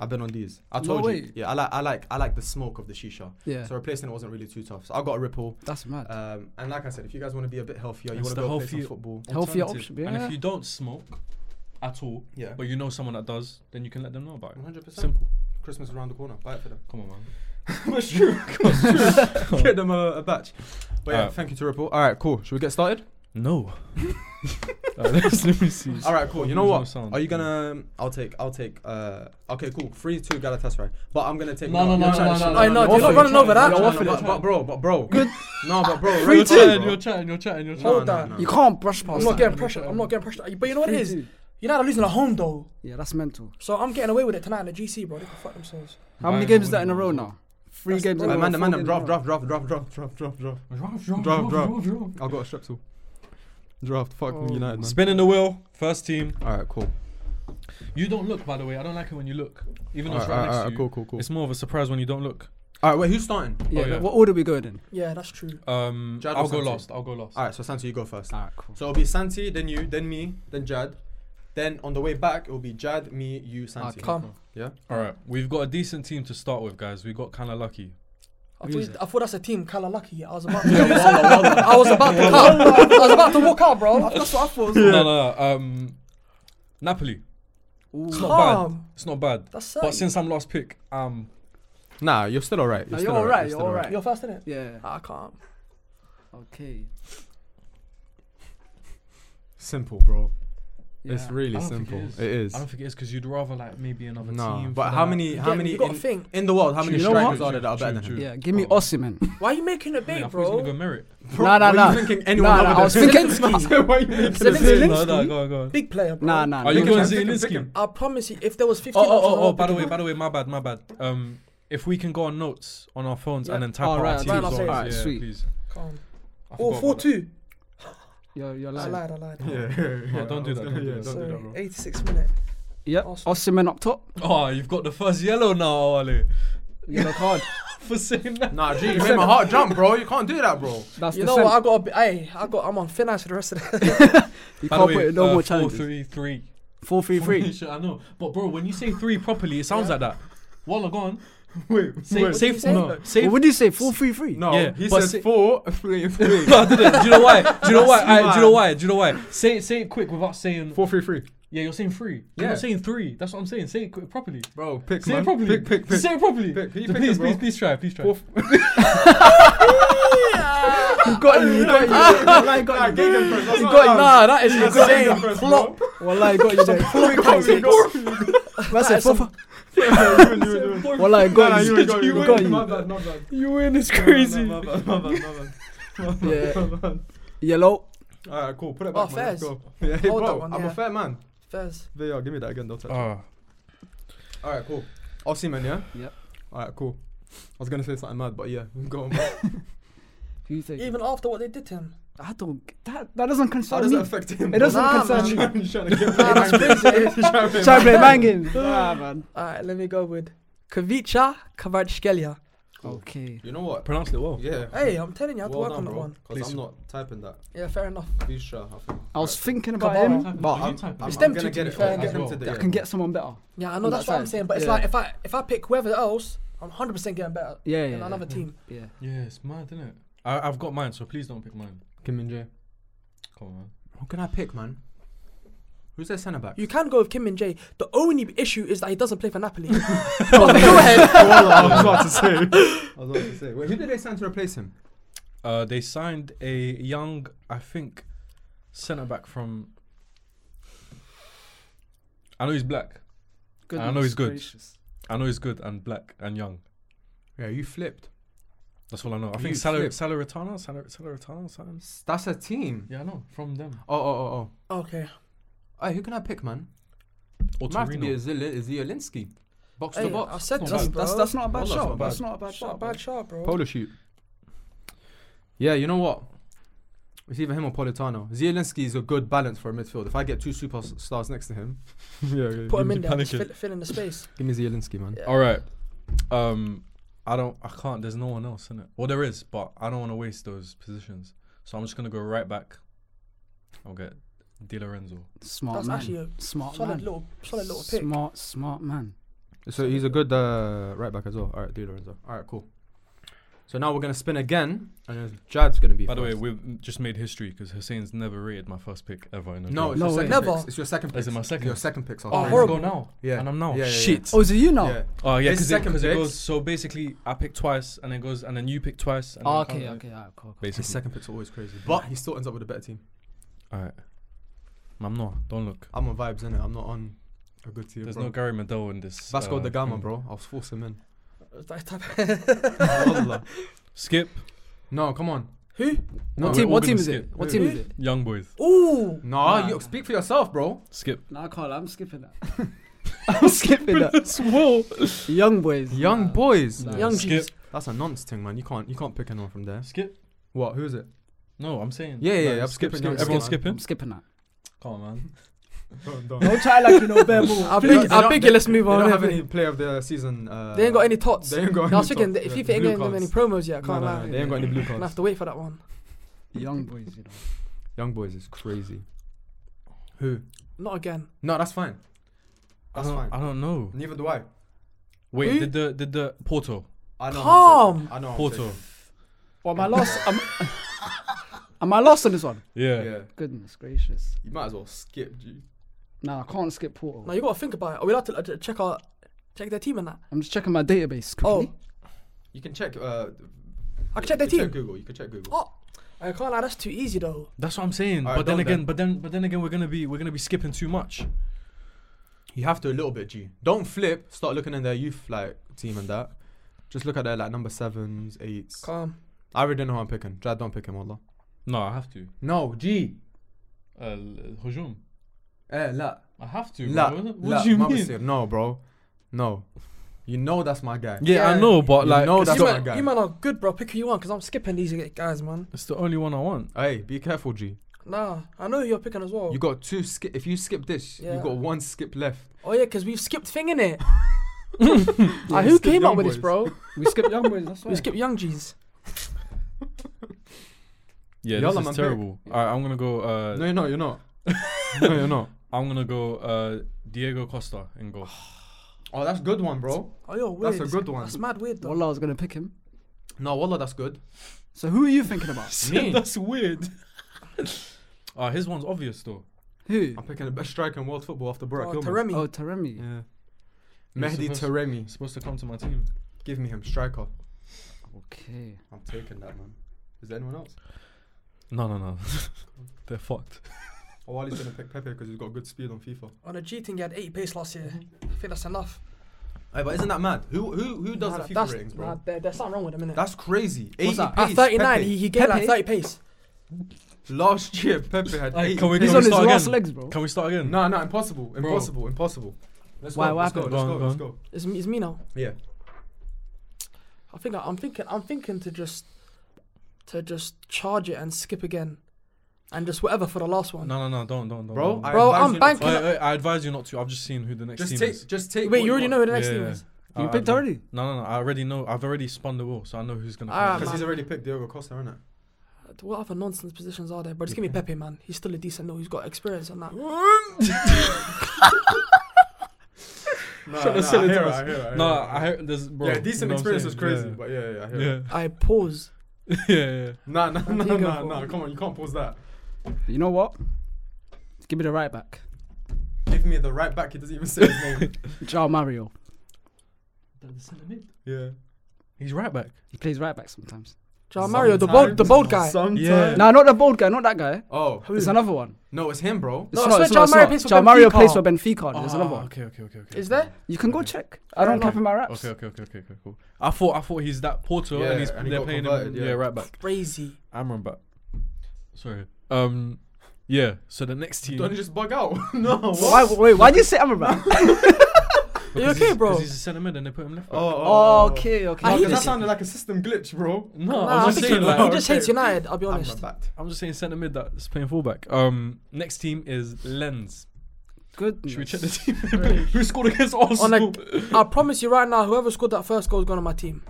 A: I've been on these. I
C: No
A: told you.
C: way.
A: Yeah, I like, I like, I like the smoke of the shisha.
C: Yeah.
A: So replacing it wasn't really too tough. So I got a ripple.
C: That's mad.
A: Um, and like I said, if you guys want to be a bit healthier, you
D: It's
A: want to
D: the
A: go play some
D: healthier-
A: football.
C: Healthier
D: Alternative.
C: option,
D: And
C: yeah.
D: if you don't smoke at all,
A: Yeah,
D: but you know someone that does, then you can let them know about it.
A: one hundred percent.
D: Simple.
A: Christmas around the corner. Buy it for them.
D: Come on, man.
A: That's true. That's true. Get them a, a batch. But yeah,
D: Alright.
A: thank you to Ripple. All right, cool. Should we get started?
D: *laughs* No. Uh, let's, let me see.
A: All right, cool. Oh, You know
D: There's no
A: what?
D: sound.
A: Are you gonna? um, I'll take. I'll take. Uh. Okay, cool. Three two Galatasaray. But I'm gonna take.
D: No, no,
A: you're
D: no, no,
A: trying
D: no,
A: to-
D: no, no, no,
B: no, you're running over that.
A: No,
B: You're
A: no,
B: waffling.
A: but, but bro, but bro. *laughs*
C: Good.
A: No, but bro.
D: You're
A: real talk,
D: chatting,
A: bro.
D: you're chatting, you're chatting, you're
A: No,
D: chatting.
A: no,
B: Hold on.
A: no.
C: you can't brush past
B: I'm not
C: that.
B: getting pressured. I'm not getting pressured. But you know what it is? United are losing at home though.
C: Yeah, that's mental.
B: So I'm getting away with it tonight in the GC, bro. They can fuck themselves.
C: How
D: Bayern
C: many games is that in a
D: winning.
C: row now? Three
B: That's-
C: games in a
A: Alright,
C: row.
A: man,
C: four
A: man,
C: games in a
A: draft,
C: row.
A: draft, draft, draft, draft, draft, draft, draft.
D: Draft,
A: Draft, I got a strepsil. Draft, fuck
C: Oh.
A: United, man.
D: Spinning the wheel, first team.
A: All right, cool.
D: You don't look, by the way. I don't like it when you look, even
A: All
D: though it's
A: right,
D: right next to you.
A: cool, cool, cool.
D: It's more of a surprise when you don't look.
A: All right, wait, who's starting?
C: Yeah,
D: Oh, yeah.
C: what order we going in?
B: Yeah, that's true.
D: Um,
A: Jad or
D: I'll go
A: Santi?
D: last. I'll go last.
A: All right, so Santi, you go first.
C: Alright, cool.
A: So it'll be Santi, then you, then me, then Jad. Then on the way back, it'll be Jad, me, you, Santi.
C: Okay.
B: Come.
A: Yeah. *laughs*
D: All right, we've got a decent team to start with, guys. We got kind of lucky.
B: I
C: Who's
B: thought,
C: it?
B: I thought that's a team, Kala Lucky. I was about to,
A: Yeah, Walla, Walla.
B: I was about to cut. I was about to walk out, bro.
A: That's what I thought.
D: No, no, no. Um, Napoli. It's not bad.
B: Calm.
D: It's not bad.
B: That's sad.
D: But since I'm last pick, um,
A: Nah, you're still alright.
C: No,
A: still
C: you're
A: alright,
C: alright,
A: still
C: you're
A: alright.
C: alright.
B: you're fast, innit?
C: *laughs* Yeah.
B: I can't.
C: Okay.
A: Simple, bro.
C: Yeah.
A: It's really
D: I don't think
A: simple.
D: it is.
A: It is.
D: I don't think it is because you'd rather like maybe another
A: No,
D: team.
A: but
D: for
A: how
D: that.
A: many?
B: You
A: How
B: get-
A: many
B: You gotta
A: in,
B: think.
A: in the world? How many
C: You know what?
A: strikers are there that are better than
D: True,
A: him?
C: yeah. Give me
D: Oh.
C: Osimhen.
B: Why are you making a
D: I mean, I
B: bait,
D: thought he was gonna go
B: bro?
D: merit.
A: Bro,
C: Nah, nah,
A: were
C: nah.
A: You thinking anyone
C: Nah, nah,
A: other
C: I
B: *laughs*
C: was
A: than
B: thinking-
A: I said, why are you making this?
B: Zelensky.
D: No, no, go on, go on.
B: Big player, bro.
C: Nah, nah.
D: Are you
C: Big
D: going
C: chance.
D: Zielinski?
B: I promise you, if there was 15
D: Oh, oh,
B: options, I
D: oh, oh,
B: would
D: by the
B: pick
D: way,
B: him.
D: by the way, my bad, my bad. Um, if we can go on notes on our phones
B: Yeah.
D: and then type
C: Oh,
D: out
C: right,
D: our
C: right,
D: teams,
B: I'll say
D: on-
C: it.
D: yeah,
C: Sweet.
D: please.
B: Calm.
D: I forgot
B: Or
D: about
B: 4
D: that.
B: 2.
C: You're, you're
B: I
C: lying.
B: lied, I lied.
A: Yeah,
D: No, don't do that, don't do
A: yeah,
D: that.
A: don't do
B: Sorry,
A: that, bro.
B: 86 minute.
C: Yep.
B: Arsenal.
C: Osimhen up *laughs* top.
D: Oh, you've got the first yellow now, Ali,
C: Yellow card.
D: *laughs* for saying that.
A: Nah, G, you made my heart jump, bro. You can't do that, bro.
C: That's
B: You
C: the
B: know
C: same.
B: what? I got. A, bi- hey, I got. I'm on thin ice for the rest of the.
C: You
D: By
C: can't
D: the
C: put
D: way,
C: it no
D: uh,
C: more
D: four,
C: challenges.
D: three, three.
C: Four three three.
D: Formation, I know, but bro, when you say three properly, it sounds
B: Yeah.
D: like that. Walla, go on.
A: Wait,
B: *laughs*
D: Say,
B: Wait,
D: say,
B: what did you say?
D: no, *laughs* say.
C: What would you say? Four three three.
A: No,
D: Yeah,
A: he
D: but
A: says
D: si-
A: four, *laughs* three, and three.
D: No, I didn't. *laughs* Do you know why? Do you know
B: *laughs*
D: why?
A: That's
D: I, do you know
A: mad.
D: why? Do you know why? Say it, say it quick without saying.
A: Four, three, three.
D: Yeah, you're saying three. You're
A: Yeah.
D: not saying three. That's what I'm saying. Say it quick, properly.
A: Bro, pick,
D: Say
A: man.
D: it properly.
A: Pick, pick, pick.
D: Say it properly.
A: Pick. Can you
D: Just
A: pick it,
D: please,
A: bro?
D: please, please try. Please try. *laughs*
A: Four,
C: You
A: *laughs*
C: got it. You got
B: *laughs*
C: it.
A: Nah,
C: Wallah, you got it.
A: get them first, that's
C: You
A: not
C: got it.
A: allowed.
C: Nah, that is
A: That's not
C: insane.
A: allowed first,
C: Plop.
D: *laughs*
A: bro.
C: Wallah, you got you there.
A: You got
B: *laughs*
A: it.
C: That's it. Four four.
A: You *laughs* and you and you.
D: *laughs*
C: Wallah, you
A: Nah, nah,
C: got
A: you
C: you.
A: and you, you
C: You
A: and
C: got
A: you. My
C: you.
A: bad, my bad.
D: You win. *laughs* It's
A: My bad, my bad, my *laughs* bad.
C: Yeah. Yellow.
A: Alright, cool. Put it
B: Oh,
A: back, man. Let's
B: fairs.
A: go. *laughs* Yeah, hey,
B: Hold that
A: bro,
B: one,
A: I'm a
B: yeah.
A: fair man.
B: Fairs.
A: VR, give me that again. Don't touch
D: Ah,
A: it. All right, cool. Osimhen, yeah.
C: Yep.
A: All right, cool. I was gonna say something mad, but yeah, *laughs* go on.
C: Who you think?
B: Even after what they did to him.
C: I don't. That that doesn't
A: How
C: concern
A: does that
C: me.
A: affect him?
C: It
A: *laughs*
C: doesn't
B: Nah,
C: concern
B: man.
C: me.
A: Trying to get
B: Nah,
A: *laughs*
B: that's crazy.
C: Try to play banging. Nah, man.
B: All right, let me go with Kavicha Kavachkelia.
C: Okay.
A: You know what?
D: pronounced it well.
A: Yeah.
B: Hey, I'm telling you, I have to
A: well done,
B: work on that
A: bro.
B: one.
A: 'cause
D: Please.
A: I'm not typing that.
B: Yeah, fair enough.
A: Visha, I think.
C: I was
A: Right.
C: thinking about
B: Kabara.
C: him.
A: But
D: Did you
A: I'm,
D: type it?
A: I'm, I'm
B: It's them
A: gonna
B: two, to
A: get
B: be
A: it.
B: fair,
A: I'll
B: I
A: get
D: as
A: them
D: well.
A: today.
C: I can get someone better.
B: Yeah, I
C: On
B: know that's
C: that
B: what I'm
C: side.
B: saying, but it's
C: Yeah.
B: like if I if I pick whoever else, I'm 100% getting better
C: Yeah,
B: than
C: yeah.
B: another team.
C: Yeah.
D: Yeah, it's mad, isn't it? I, I've got mine, so please don't pick mine.
A: Kim and Jay.
D: Come on, man.
A: Who can I pick, man? Who's their centre back?
B: You can go with Kim and Jay. The only issue is that he doesn't play for
C: *laughs*
B: Napoli. But go ahead.
A: I was about to say. I was about to say. Wait, who did they send to replace him?
D: Uh, they signed a young, I think, centre back from. I know he's black. I know he's good. I know he's good and black and young.
A: Yeah, you flipped.
D: That's all I know. I
A: You
D: think Salar-
A: flip.
D: Salaritana, Salar- Salaritana, something.
A: That's a team.
D: Yeah, I know from them.
A: Oh, oh, oh,
B: Okay.
A: oh. Hey, who can I pick, man?
D: Or
A: Might have to be a
D: Torino.
A: Zil- a Zielinski. Box
B: Hey,
A: to
B: I
A: box.
B: said to
C: That's,
B: you, bro.
C: that's, that's not a bad
A: That's
C: shot.
A: not bad.
C: That's not a bad
B: Not a
C: shot.
B: bad shot, bro.
A: Polo shoot. Yeah, you know what? It's either him or Politano. Zielinski is a good balance for a midfield. If I get two superstars next to him, *laughs* yeah, yeah.
B: Put him in
D: He's
B: there, just
D: panicking.
B: fill, fill in the space.
A: give me Zielinski, man.
B: Yeah.
D: All right. Um, I don't. I can't. There's no one else in it. Well, there is, but I don't want to waste those positions. So I'm just gonna go right back. I'll get Di Lorenzo.
C: Smart
B: That's
C: man.
B: actually a
C: smart
B: solid
C: man.
B: little, solid little pick.
C: Smart, smart man.
A: So he's a good uh, right back as well. All right, Di Lorenzo. All right, cool. So now we're gonna spin again, and then Jad's gonna be.
D: By the way,
A: first.
D: we've just made history because Hussein's never rated my first pick ever in a
A: no, it's
D: draft.
A: your
C: No way.
A: second
B: Never.
A: picks. It's your second.
D: Is it
A: picks.
D: my second?
A: Your second picks. are
B: Oh,
A: fine.
D: I
B: horrible.
D: go now.
A: Yeah.
D: and I'm now.
A: Yeah, yeah, yeah.
D: Shit.
C: Oh, is it you now?
A: Yeah.
D: Oh yeah,
A: His
D: because it,
A: second
D: 'cause it
A: pick-
D: goes. So basically, I pick twice, and it goes, and then you pick twice. And
C: Oh,
D: then
C: okay,
D: count it.
C: okay, alright, cool. cool.
D: Basically.
A: His second picks are always crazy, but he still ends up with a better team.
D: All right. I'm not. Don't look.
A: I'm on vibes, innit? I'm not on a good team.
D: There's
A: bro.
D: no Gary Medel in this.
A: Vasco
D: uh,
A: da Gama,
D: thing.
A: bro. I was forcing him
B: That type-
A: in.
C: *laughs*
D: Skip.
A: no, come on.
B: Who?
A: No,
C: what
D: we're
C: team,
D: all
C: what
D: gonna
C: team is
D: skip.
C: it? What
A: Wait,
C: team
A: who?
C: is it?
D: Young boys.
B: Ooh.
A: Nah,
C: Nah.
A: you speak for yourself, bro. *laughs*
D: Skip.
C: Nah, Carl, I'm skipping that. *laughs* I'm
D: *laughs*
C: skipping that.
D: Whoa.
C: Young boys.
A: Young
C: nah.
A: boys.
C: Nah.
B: Young
D: Skip.
B: G's.
A: That's a nonce thing, man. You can't you can't pick anyone from there.
D: Skip.
A: What? Who is it?
D: No, I'm saying.
A: Yeah, yeah,
D: no,
A: yeah, I'm
D: skip,
A: skipping
D: skip.
A: young
D: Everyone's
A: boys, man.
D: skipping.
C: I'm skipping that.
D: Come on, man.
C: Don't try like you
B: *laughs*
C: know bare
B: I
C: ball.
A: They don't-
B: beg,
A: they
B: I
A: don't-
B: beg you, let's move
A: They
B: on.
A: don't have
B: innit?
A: any player of the season. Uh,
B: They ain't got any tots.
A: They ain't got
B: No, I
A: any.
B: was thinking,
A: top- yeah,
B: if FIFA ain't
A: blue
B: getting them any
A: cards.
B: promos yet, I
A: No,
B: can't
A: no,
B: lie.
A: no, they ain't got any blue cards.
B: Gonna have to wait for that one.
C: Young boys, you know.
A: Young boys is crazy. Who?
B: Not again.
A: No, that's fine. That's
D: I don't,
A: fine.
D: I don't know.
A: Uh-huh. Neither do I.
D: Wait,
B: Who?
D: did the did the Porto?
A: I know. how I'm
B: Calm.
A: taking- I know. how I'm
D: Porto.
A: taking-
C: Well, am I lost? am, *laughs* am I lost on this one?
D: Yeah.
A: Yeah.
C: Goodness gracious.
A: You might as well skip G.
C: Nah, I can't skip Porto.
B: Now you gotta think about it. Are we allowed to uh, to check our check their team and that?
C: I'm just checking my database
B: Oh,
C: quickly.
A: You can check. Uh,
B: I can check their
A: you can
B: team.
A: check Google. You can check Google.
B: Oh, I can't lie. That's too easy though.
D: That's what I'm saying.
A: Alright,
D: but then
A: done
D: again,
A: then.
D: but then but then again we're gonna be we're gonna be skipping too much.
A: You have to a little bit, G. Don't flip. Start looking in their youth like team and that. Just look at their like number sevens, eights.
B: Calm.
A: I already know who I'm picking. Jad, don't pick him, Allah.
D: No, I have to.
A: No, G.
D: Uh, l- Hujum.
A: Eh, la,
D: I have to.
A: la,
D: bro. What
A: la,
D: do you
A: Mama
D: mean?
A: said, No, bro. No. You know that's my guy.
D: Yeah, I
B: Yeah.
D: know, but
A: You
D: like
A: know
D: it's,
A: Oh, that's
B: you,
A: my
D: the,
A: not- guy.
B: man, you man are good, bro. Pick who you want, cause I'm skipping these guys, man.
D: it's the only one I want.
A: Hey, be careful, G.
B: Nah, I know who you're picking as well.
A: You got two skip. If you skip this, you
B: Yeah.
A: got one skip left.
B: oh yeah, cause we've skipped thing in
A: *laughs*
B: *laughs* it.
C: Ah,
A: we
C: who
A: skipped
C: came
A: Young
C: up with this,
A: Boys. *laughs*
C: bro? *laughs* We skipped Young Boys. That's
B: We skipped Young G's.
D: Yeah,
A: Yalla,
D: this
A: man,
D: is
A: pick.
D: terrible. Alright, I'm gonna go uh
A: No, you're not. You're not. *laughs* no, you're not.
D: I'm gonna go uh Diego Costa in goal.
A: Oh, that's good one, bro.
B: Oh yo, weird.
A: That's a good one.
B: That's mad weird though.
C: Wallah, I was gonna pick him.
A: No, Wallah, that's good.
C: So who are you thinking about?
D: *laughs*
A: Me?
D: That's weird. uh his one's obvious though.
C: *laughs* Who?
A: I'm picking the best striker in world football after Burak
B: Oh,
A: Yilmaz.
B: Taremi.
C: Oh, Taremi.
A: Yeah.
D: You're
A: Mehdi
D: supposed-
A: Taremi.
D: He's supposed to come to my team.
A: Give me him, striker.
C: Okay.
A: I'm taking that, man. Is there anyone else?
D: No, no, *laughs* no. They're fucked.
A: Oh, Wally's gonna pick Pepe because he's got good speed on FIFA.
B: On a G thing, he had 80 pace last year. I think that's enough.
A: Hey, but isn't that mad? Who who who does
B: Nah,
A: the FIFA
B: that's-
A: ratings, bro?
B: Nah, there- there's something wrong with him, innit?
A: That's crazy. 80
C: that?
B: At
A: pace,
B: 39,
A: Pepe.
B: he, he gave like
C: Pepe?
B: 30 pace.
A: Last year, Pepe had
D: Hey,
A: 80
D: can we-
A: pace.
C: He's
D: can
C: on his
D: start
C: last
D: again?
C: legs, bro.
D: Can we start again?
A: No, no, impossible. Impossible. Impossible. Let's
C: Why,
A: go.
C: what
A: Let's go.
C: happened?
A: Let's
D: Go
A: go.
D: on,
A: Let's
D: go
A: go.
B: It's me, it's me now.
A: Yeah.
B: I think I, I'm thinking I'm thinking to just to just charge it and skip again, and just whatever for the last one.
D: No, no, no, don't, don't, don't.
A: Bro,
D: don't.
A: I
B: Bro,
A: advise you not
B: I'm
A: to-
D: Wait,
B: banking-
D: wait, I advise you not to. I've just seen who the next
A: Just
D: team
A: take,
D: is.
A: just take.
B: Wait,
A: what
B: you already
A: want.
B: know who the next
D: Yeah,
B: team
D: yeah.
B: is.
D: I-
C: You
D: I
C: picked
D: don't-
C: already.
D: No, no, no. I already know. I've already spun the wheel, so I know who's gonna.
B: Ah,
D: come
A: Because
D: in.
A: he's
B: man.
A: already picked Diego Costa, isn't it?
B: *laughs* What other nonsense positions are there? But just give me Pepe, man. He's still a decent no. He's got experience on that.
A: No,
D: Trying to
A: no,
D: sell
A: I
D: it
A: hear
D: to
A: it,
D: us.
A: I hear it, I hear
D: No,
A: it, I
D: I
A: hear it.
D: heard there's bro.
A: yeah, decent
D: you know what I'm
A: experience is crazy,
D: saying?
A: but yeah, yeah, I hear it.
D: Yeah,
B: I pause.
D: yeah, *laughs* yeah. yeah.
A: Nah, nah, nah,
B: Diego
A: nah,
B: for-
A: nah. Come on, you can't pause that.
C: You know what? Give me the right back.
A: Give me the right back. He doesn't even say his
B: *laughs*
A: name.
C: Jao Mario.
A: Yeah.
D: He's right back.
C: He plays right back sometimes.
B: Ja, Mario, the bold, the bold guy.
A: Sometimes.
D: Yeah.
C: No, not the bald guy, not that guy.
A: Oh
C: It's another one.
A: no, it's him, bro.
B: No, I
C: It's not,
B: swear
C: it's
B: Joao
C: not,
B: Mario plays
C: it's not.
B: for
C: Joao Mario
B: Benfica.
C: plays for Benfica. There's another
D: Ah,
C: one.
D: okay, okay, okay, okay.
B: Is there?
C: You can go
D: Okay.
C: check. I don't
B: enough.
C: cap in my raps.
D: Okay, okay, okay, okay, okay, cool. I thought I thought he's that Porto
A: Yeah,
D: and he's
A: and he
D: they're
A: got
D: playing him
A: converted,
D: yeah.
A: yeah.
D: right back.
B: Crazy.
D: Amram back. Sorry. Um, yeah. So the next team. *laughs*
A: Don't just bug out. *laughs* no. What?
C: Why, wait, why did you say Amrabat?
B: Are you okay, bro?
D: Because he's a centre mid and they put him left. back.
A: Oh, oh,
C: Oh, okay, okay.
B: I
A: No,
B: he
A: 'cause that
B: just-
A: sounded like a system glitch, bro.
D: No,
B: Nah,
D: Oh, I'm
B: I'm
D: just
B: thinking
D: saying.
B: he
D: Like,
A: okay.
B: just hates United. I'll be honest.
A: Amrabat.
D: I'm just saying centre mid that's playing fullback. Um, next team is Lens.
C: Good.
D: Should we check
B: *laughs*
D: the team? *laughs* Who scored against
B: On
D: Arsenal?
B: a,
D: *laughs*
B: I promise you right now, whoever scored that first goal is going on my team.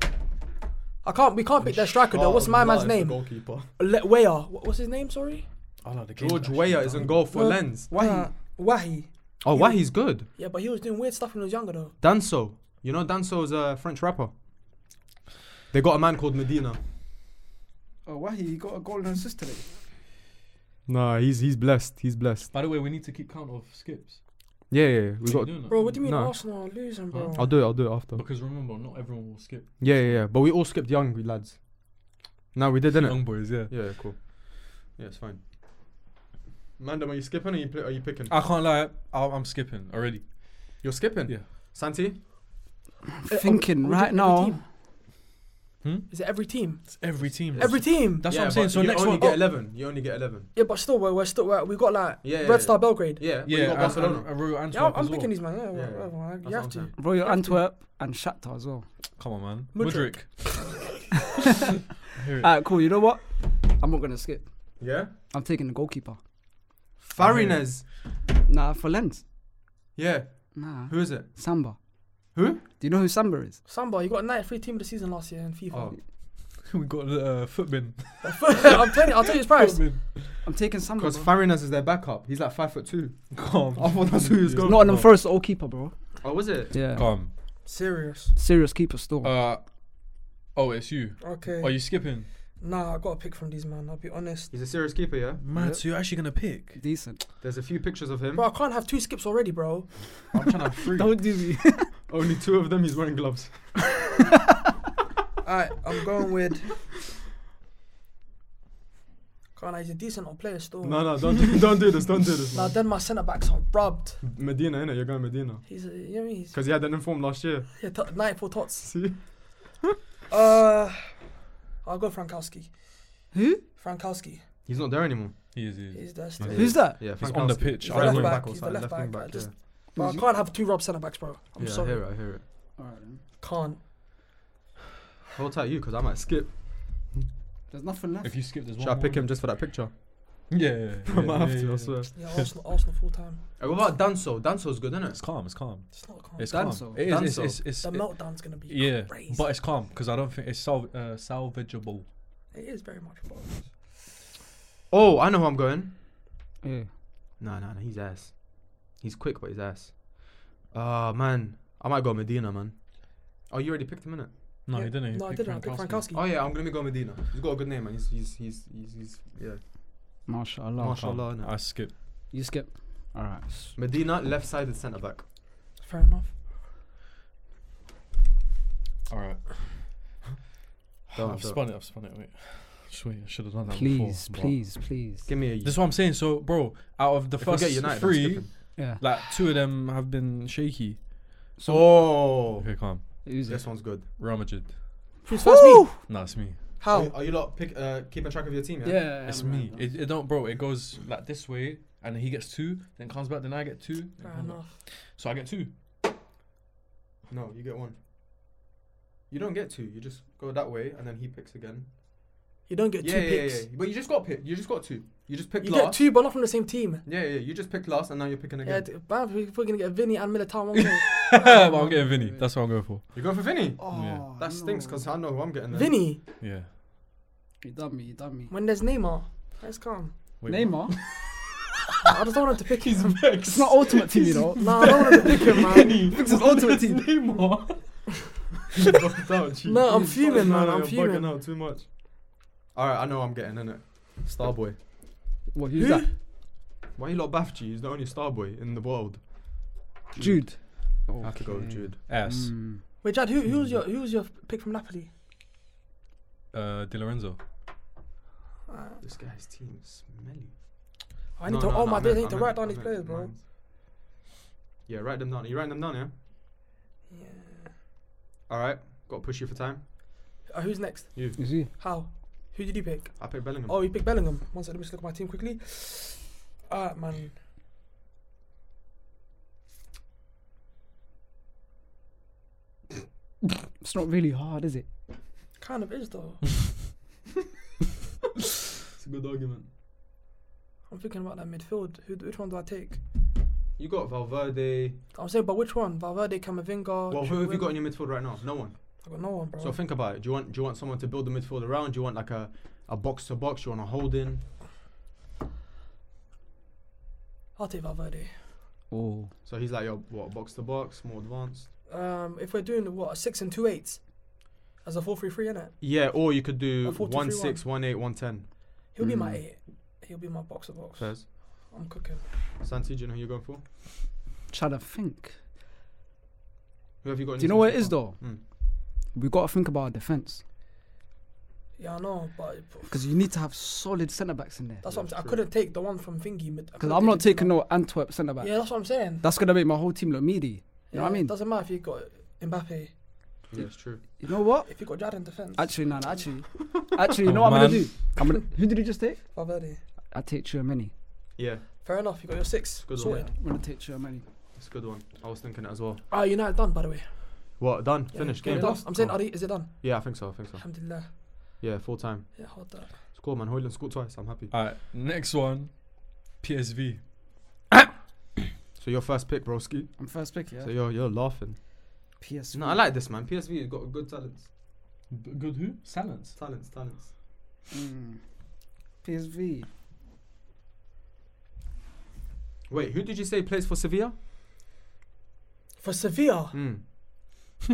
B: I can't. We can't pick their striker though. What's my
A: Allah
B: man's
A: is Oh, the
B: name?
A: Goalkeeper.
B: Le- Weah. What- What's his name? Sorry.
D: Oh, no, the game's
A: George
D: actually
A: Weah is
D: done.
A: in goal for
B: No.
A: Lens.
C: Wahi.
B: Uh, Wahi.
A: Oh, why he's good.
B: Yeah, but he was doing weird stuff when he was younger though.
A: Danso. You know Danso's a French rapper. They got a man called Medina.
C: Oh, Wahi, he got a goal and an assist today.
A: Nah, he's he's blessed. He's blessed.
D: By the way, we need to keep count of skips.
A: Yeah, yeah, yeah.
D: Are
A: We
D: you
A: got.
D: doing that?
B: Bro, what do you mean
A: No. Oh.
B: Arsenal are losing, bro?
A: I'll do it. I'll do it after.
D: Because remember, not everyone will skip.
A: Yeah, yeah, yeah. But we all skipped young we lads. No, we did, didn't
D: Young boys, yeah.
A: Yeah, cool. Yeah, it's fine. Mandam, are you skipping or you pl- are you picking?
D: I can't lie. I, I'm skipping already.
A: You're skipping.
D: Ah. Yeah.
A: Santi.
B: Eh, are-
C: Thinking
B: are we
C: right
B: doing every
C: now.
B: team?
D: Hmm?
B: Is it every team?
D: It's every team.
B: Every team.
D: That's
A: Yeah,
D: what I'm saying.
A: but
D: So
A: you
D: next
A: only
D: one.
A: get eleven. You only get eleven.
B: Yeah, but still, we're, we're still we're, we got like
A: Yeah, yeah,
B: Red
A: yeah.
B: Star Belgrade.
A: Yeah. But
D: yeah, uh,
A: you got
D: and-
A: Barcelona.
D: and, and Royal
B: Yeah, I'm,
D: Antwerp
B: I'm
D: as well.
B: picking these man. Yeah,
A: Yeah, yeah.
B: whatever, man.
A: That's
B: You
A: what
B: have
A: I'm
B: to.
A: saying.
C: Royal Antwerp and Shakhtar as well.
D: Come on, man. Mudrik.
B: Mudryk.
D: I hear it.
C: Alright, cool. You know what? I'm not gonna skip.
A: yeah.
C: I'm taking the goalkeeper.
A: Farines.
C: Nah, for Lens.
A: Yeah.
C: Nah,
A: Who is it?
C: Samba.
A: Who?
C: Do you know who Samba is?
B: Samba, you got a 93 team of the season last year in FIFA.
A: Oh.
D: *laughs* we got uh, Footbin.
B: *laughs* I'm telling you, I'll tell you
A: *laughs*
B: his price.
D: Footbin.
C: I'm taking Samba.
A: Because
C: Bro.
A: Farines is their backup. He's like five foot two.
D: Calm.
A: I thought that's who he was going
C: Not an first goalkeeper, bro.
A: Oh, was it?
C: Yeah.
D: Calm.
B: Serious.
C: Serious keeper still.
D: Uh, Oh, it's you.
B: Okay.
D: Are you skipping?
B: Nah, I got to pick from these, man. I'll be honest.
A: He's a serious keeper, yeah.
D: Man,
C: Yep.
D: so you're actually gonna pick?
C: Decent.
A: There's a few pictures of him.
B: Bro, I can't have two skips already, bro.
A: I'm trying to have three.
C: *laughs* Don't do me.
A: *laughs* Only two of them. He's wearing *laughs* gloves.
B: Alright, *laughs* I'm
A: *laughs*
B: going with. Can't he's a decent on player still.
A: No, no, don't do, don't do this. Don't do this. *laughs*
B: Now
A: man.
B: then, my centre backs are rubbed.
A: Medina, innit? You're going Medina.
B: He's, a, you know, what I mean? he's
A: Because he had an inform last year. *laughs*
B: yeah, t- 94 tots.
A: See?
B: Uh, I'll go Frankowski.
C: Who?
B: Frankowski.
A: He's not there anymore.
D: He is. He is.
B: He's there still.
C: Who's that?
A: Yeah,
D: He's on the
A: Frankowski.
D: pitch.
B: He's
D: I
B: a
D: don't
B: left
D: know.
B: back. He's the left back. I just- But I can't have two rubbed centre backs, bro. I'm
A: yeah,
B: sorry.
A: I hear it, I hear it.
C: Alright then.
B: Can't.
A: Hold tight you, because I might skip.
C: There's nothing left.
D: If you skip, there's one.
A: Should I
D: more,
A: pick him
D: innit?
A: just for that *laughs* picture?
B: *laughs*
D: Yeah. yeah, yeah,
A: I might
D: yeah,
A: have
D: yeah,
A: to,
D: yeah.
A: I swear.
B: Yeah, Arsenal, Arsenal full time.
A: Hey, what about Danso? Danso's good,
D: It's
A: innit?
D: calm. It's calm.
B: It's not calm.
D: It's
C: Danso.
D: calm. It is. It's,
A: Danso.
D: it's, it's,
B: the
D: it-
B: meltdown's gonna be
D: yeah,
B: crazy.
D: but it's calm because I don't think it's salv- uh, salvageable.
B: it is very much. But
A: Oh, I know who I'm going.
C: Yeah.
A: No, no, no, he's ass. He's quick, but he's ass. Ah, man. I might go Medina, man. Oh, you already picked him, innit?
D: No,
B: Yeah.
D: he didn't. He
B: no, I
D: picked
B: didn't. I picked Frankowski.
A: Oh, yeah, I'm going to go Medina. He's got a good name, man. He's, he's, he's, he's, he's yeah.
C: MashaAllah.
A: Mashallah, innit?
D: I skipped.
C: You skip. Alright.
A: Medina, left sided centre back.
B: Fair enough.
D: All right.
A: *sighs* Don't,
D: I've
A: don't.
D: spun it. I've spun it. Wait. Just wait, I should have done that
C: Please,
D: before. but-
C: please, please.
A: Give me a.
D: This is what I'm saying. So, bro, out of the
A: if we
D: first
A: get United, I'm
D: three,
A: skipping.
C: Yeah.
D: like two of them have been shaky.
A: oh,
D: Okay, calm.
C: Who's
A: this one's good.
D: Real Madrid.
B: Who's first? Me.
D: Nah, it's me.
A: Are you,
B: How?
A: are you lot pick, uh, keeping track of your team?
C: Yeah.
A: Yeah.
D: it's me. It, it don't, bro. It goes like this way, and he gets two, then comes back, then I get two. then
B: Fair
D: comes back.
B: enough.
D: So I get two.
A: No, you get one. You don't get two. You just go that way, and then he picks again.
B: You don't get
A: yeah,
B: two
A: yeah,
B: picks.
A: yeah, yeah. But you just got picked. You just got two. You just picked
B: You get
A: last.
B: two, but not from the same team.
A: Yeah, yeah. You just picked last, and now you're picking
B: Yeah,
A: again.
B: d- man, we- we're gonna get Vinny and Militao
D: *laughs*
B: one game.
D: but I'm getting Vinny. That's what I'm going for.
A: You're going for Vinny.
C: Oh,
A: That stinks because I know who I'm getting. Then.
B: Vinny,
D: Yeah.
C: You done me. You done me.
B: when there's Neymar, let's calm.
D: Wait,
A: *laughs*
C: Neymar.
B: *laughs* I just don't want him to pick him.
C: it's not ultimate team,
B: *laughs*
C: you know.
B: Nah, I don't want him to pick
A: *laughs*
B: him, man.
C: Fix his ultimate team.
B: No, I'm fuming, man. I'm fuming.
A: out too much. All right, I know who I'm getting in it. Starboy.
C: What? Who's that?
A: Why you lot baffed you? He's the only Starboy in the world.
C: Jude.
A: I have to go with
C: Okay.
A: Jude.
D: Ass.
C: Mm.
B: Wait, Jad, who
A: Hmm.
B: who's your who's your pick from Napoli?
D: Uh, Di Lorenzo.
B: Uh,
A: This guy's team is smelly.
B: I need
A: No,
B: to.
A: no,
B: oh
A: no,
B: my
A: I
B: days, I
A: meant-
B: need to
A: I meant-
B: write
A: I
B: down these
A: meant
B: players, bro.
A: mines. Yeah, write them down. You write them down, yeah?
B: Yeah.
A: All right. Got to push you for time.
B: Uh, who's next?
A: You.
C: Is he?
B: How? Who did you pick?
A: I picked Bellingham.
B: Oh, you picked Bellingham. One second, let me just look at my team quickly. Ah, man.
C: It's not really hard, is it?
B: Kind of is, though.
A: It's a good argument.
B: I'm thinking about that midfield. Who, which one do I take?
A: You got Valverde.
B: I'm saying, but which one? Valverde, Camavinga.
A: Well, who have you
B: Chilwell?
A: got in your midfield right now? No one.
B: I got no one, bro.
A: So think about it. Do you want do you want someone to build the midfield around? Do you want like a a box to box? You want a holding?
B: I'll take Valverde.
C: Oh.
A: So he's like your what box to box, more advanced.
B: Um, if we're doing what a six and two eights, as a four three three, innit?
A: Yeah, or you could do
B: A 4-2-3-1.
A: one six, one eight, one ten.
B: He'll be my
A: Hmm.
C: Mm.
B: eight. He'll be my boxer box.
A: Fairs.
B: I'm cooking.
A: Santi, do you know who you're going for?
C: Trying to think.
A: Who have you got? in
C: Do you
A: your
C: know
A: team
C: what it
A: so
C: is
A: far?
C: though?
A: Mm.
C: We gotta think about our defense
B: Yeah, I know, but
C: because you need to have solid centre backs in there.
B: that's what I'm
A: That's
B: saying. I
A: true.
B: couldn't take the one from Thingy. mid- I
C: Because
B: couldn't
C: I'm not
B: take the
C: taking
B: Midfielder.
C: no Antwerp centre back.
B: Yeah, that's what I'm saying.
C: That's gonna make my whole team look meaty. You know what I
B: Yeah,
C: mean?
B: Doesn't matter if you got Mbappe.
A: Yeah, it's true.
C: You know what?
B: If you got Jad in defense.
C: Actually, no, no actually, actually, you
D: Oh,
C: know what I'm gonna
D: man.
C: do? I'm gonna. Who did you just take?
B: Valverde.
C: I take Chouamani.
A: Yeah,
B: Fair enough. You got your six.
A: Good one.
B: sorted.
C: I'm gonna take Chouamani.
A: it's a good one. I was thinking it as well.
B: Ah, United done by the way.
A: What done?
B: Yeah,
A: Finished
B: game
A: game.
B: done. I'm saying,
A: Cool.
B: Ari, is it done?
A: Yeah, I think so. I think so.
B: Alhamdulillah.
A: Yeah, full time.
B: Yeah, hold that.
A: Score, man. Hoyland scored twice. I'm happy.
D: All right. Next one. PSV.
A: So your first pick, broski.
C: I'm first pick. Yeah.
A: So you're you're laughing.
C: PS.
A: No, I like this man. PSV has got good talents.
D: B- good who? Silence.
A: Talents, talents.
C: Mm. PSV.
A: Wait, who did you say plays for Sevilla?
B: For Sevilla,
A: Mm. *laughs* Hmm.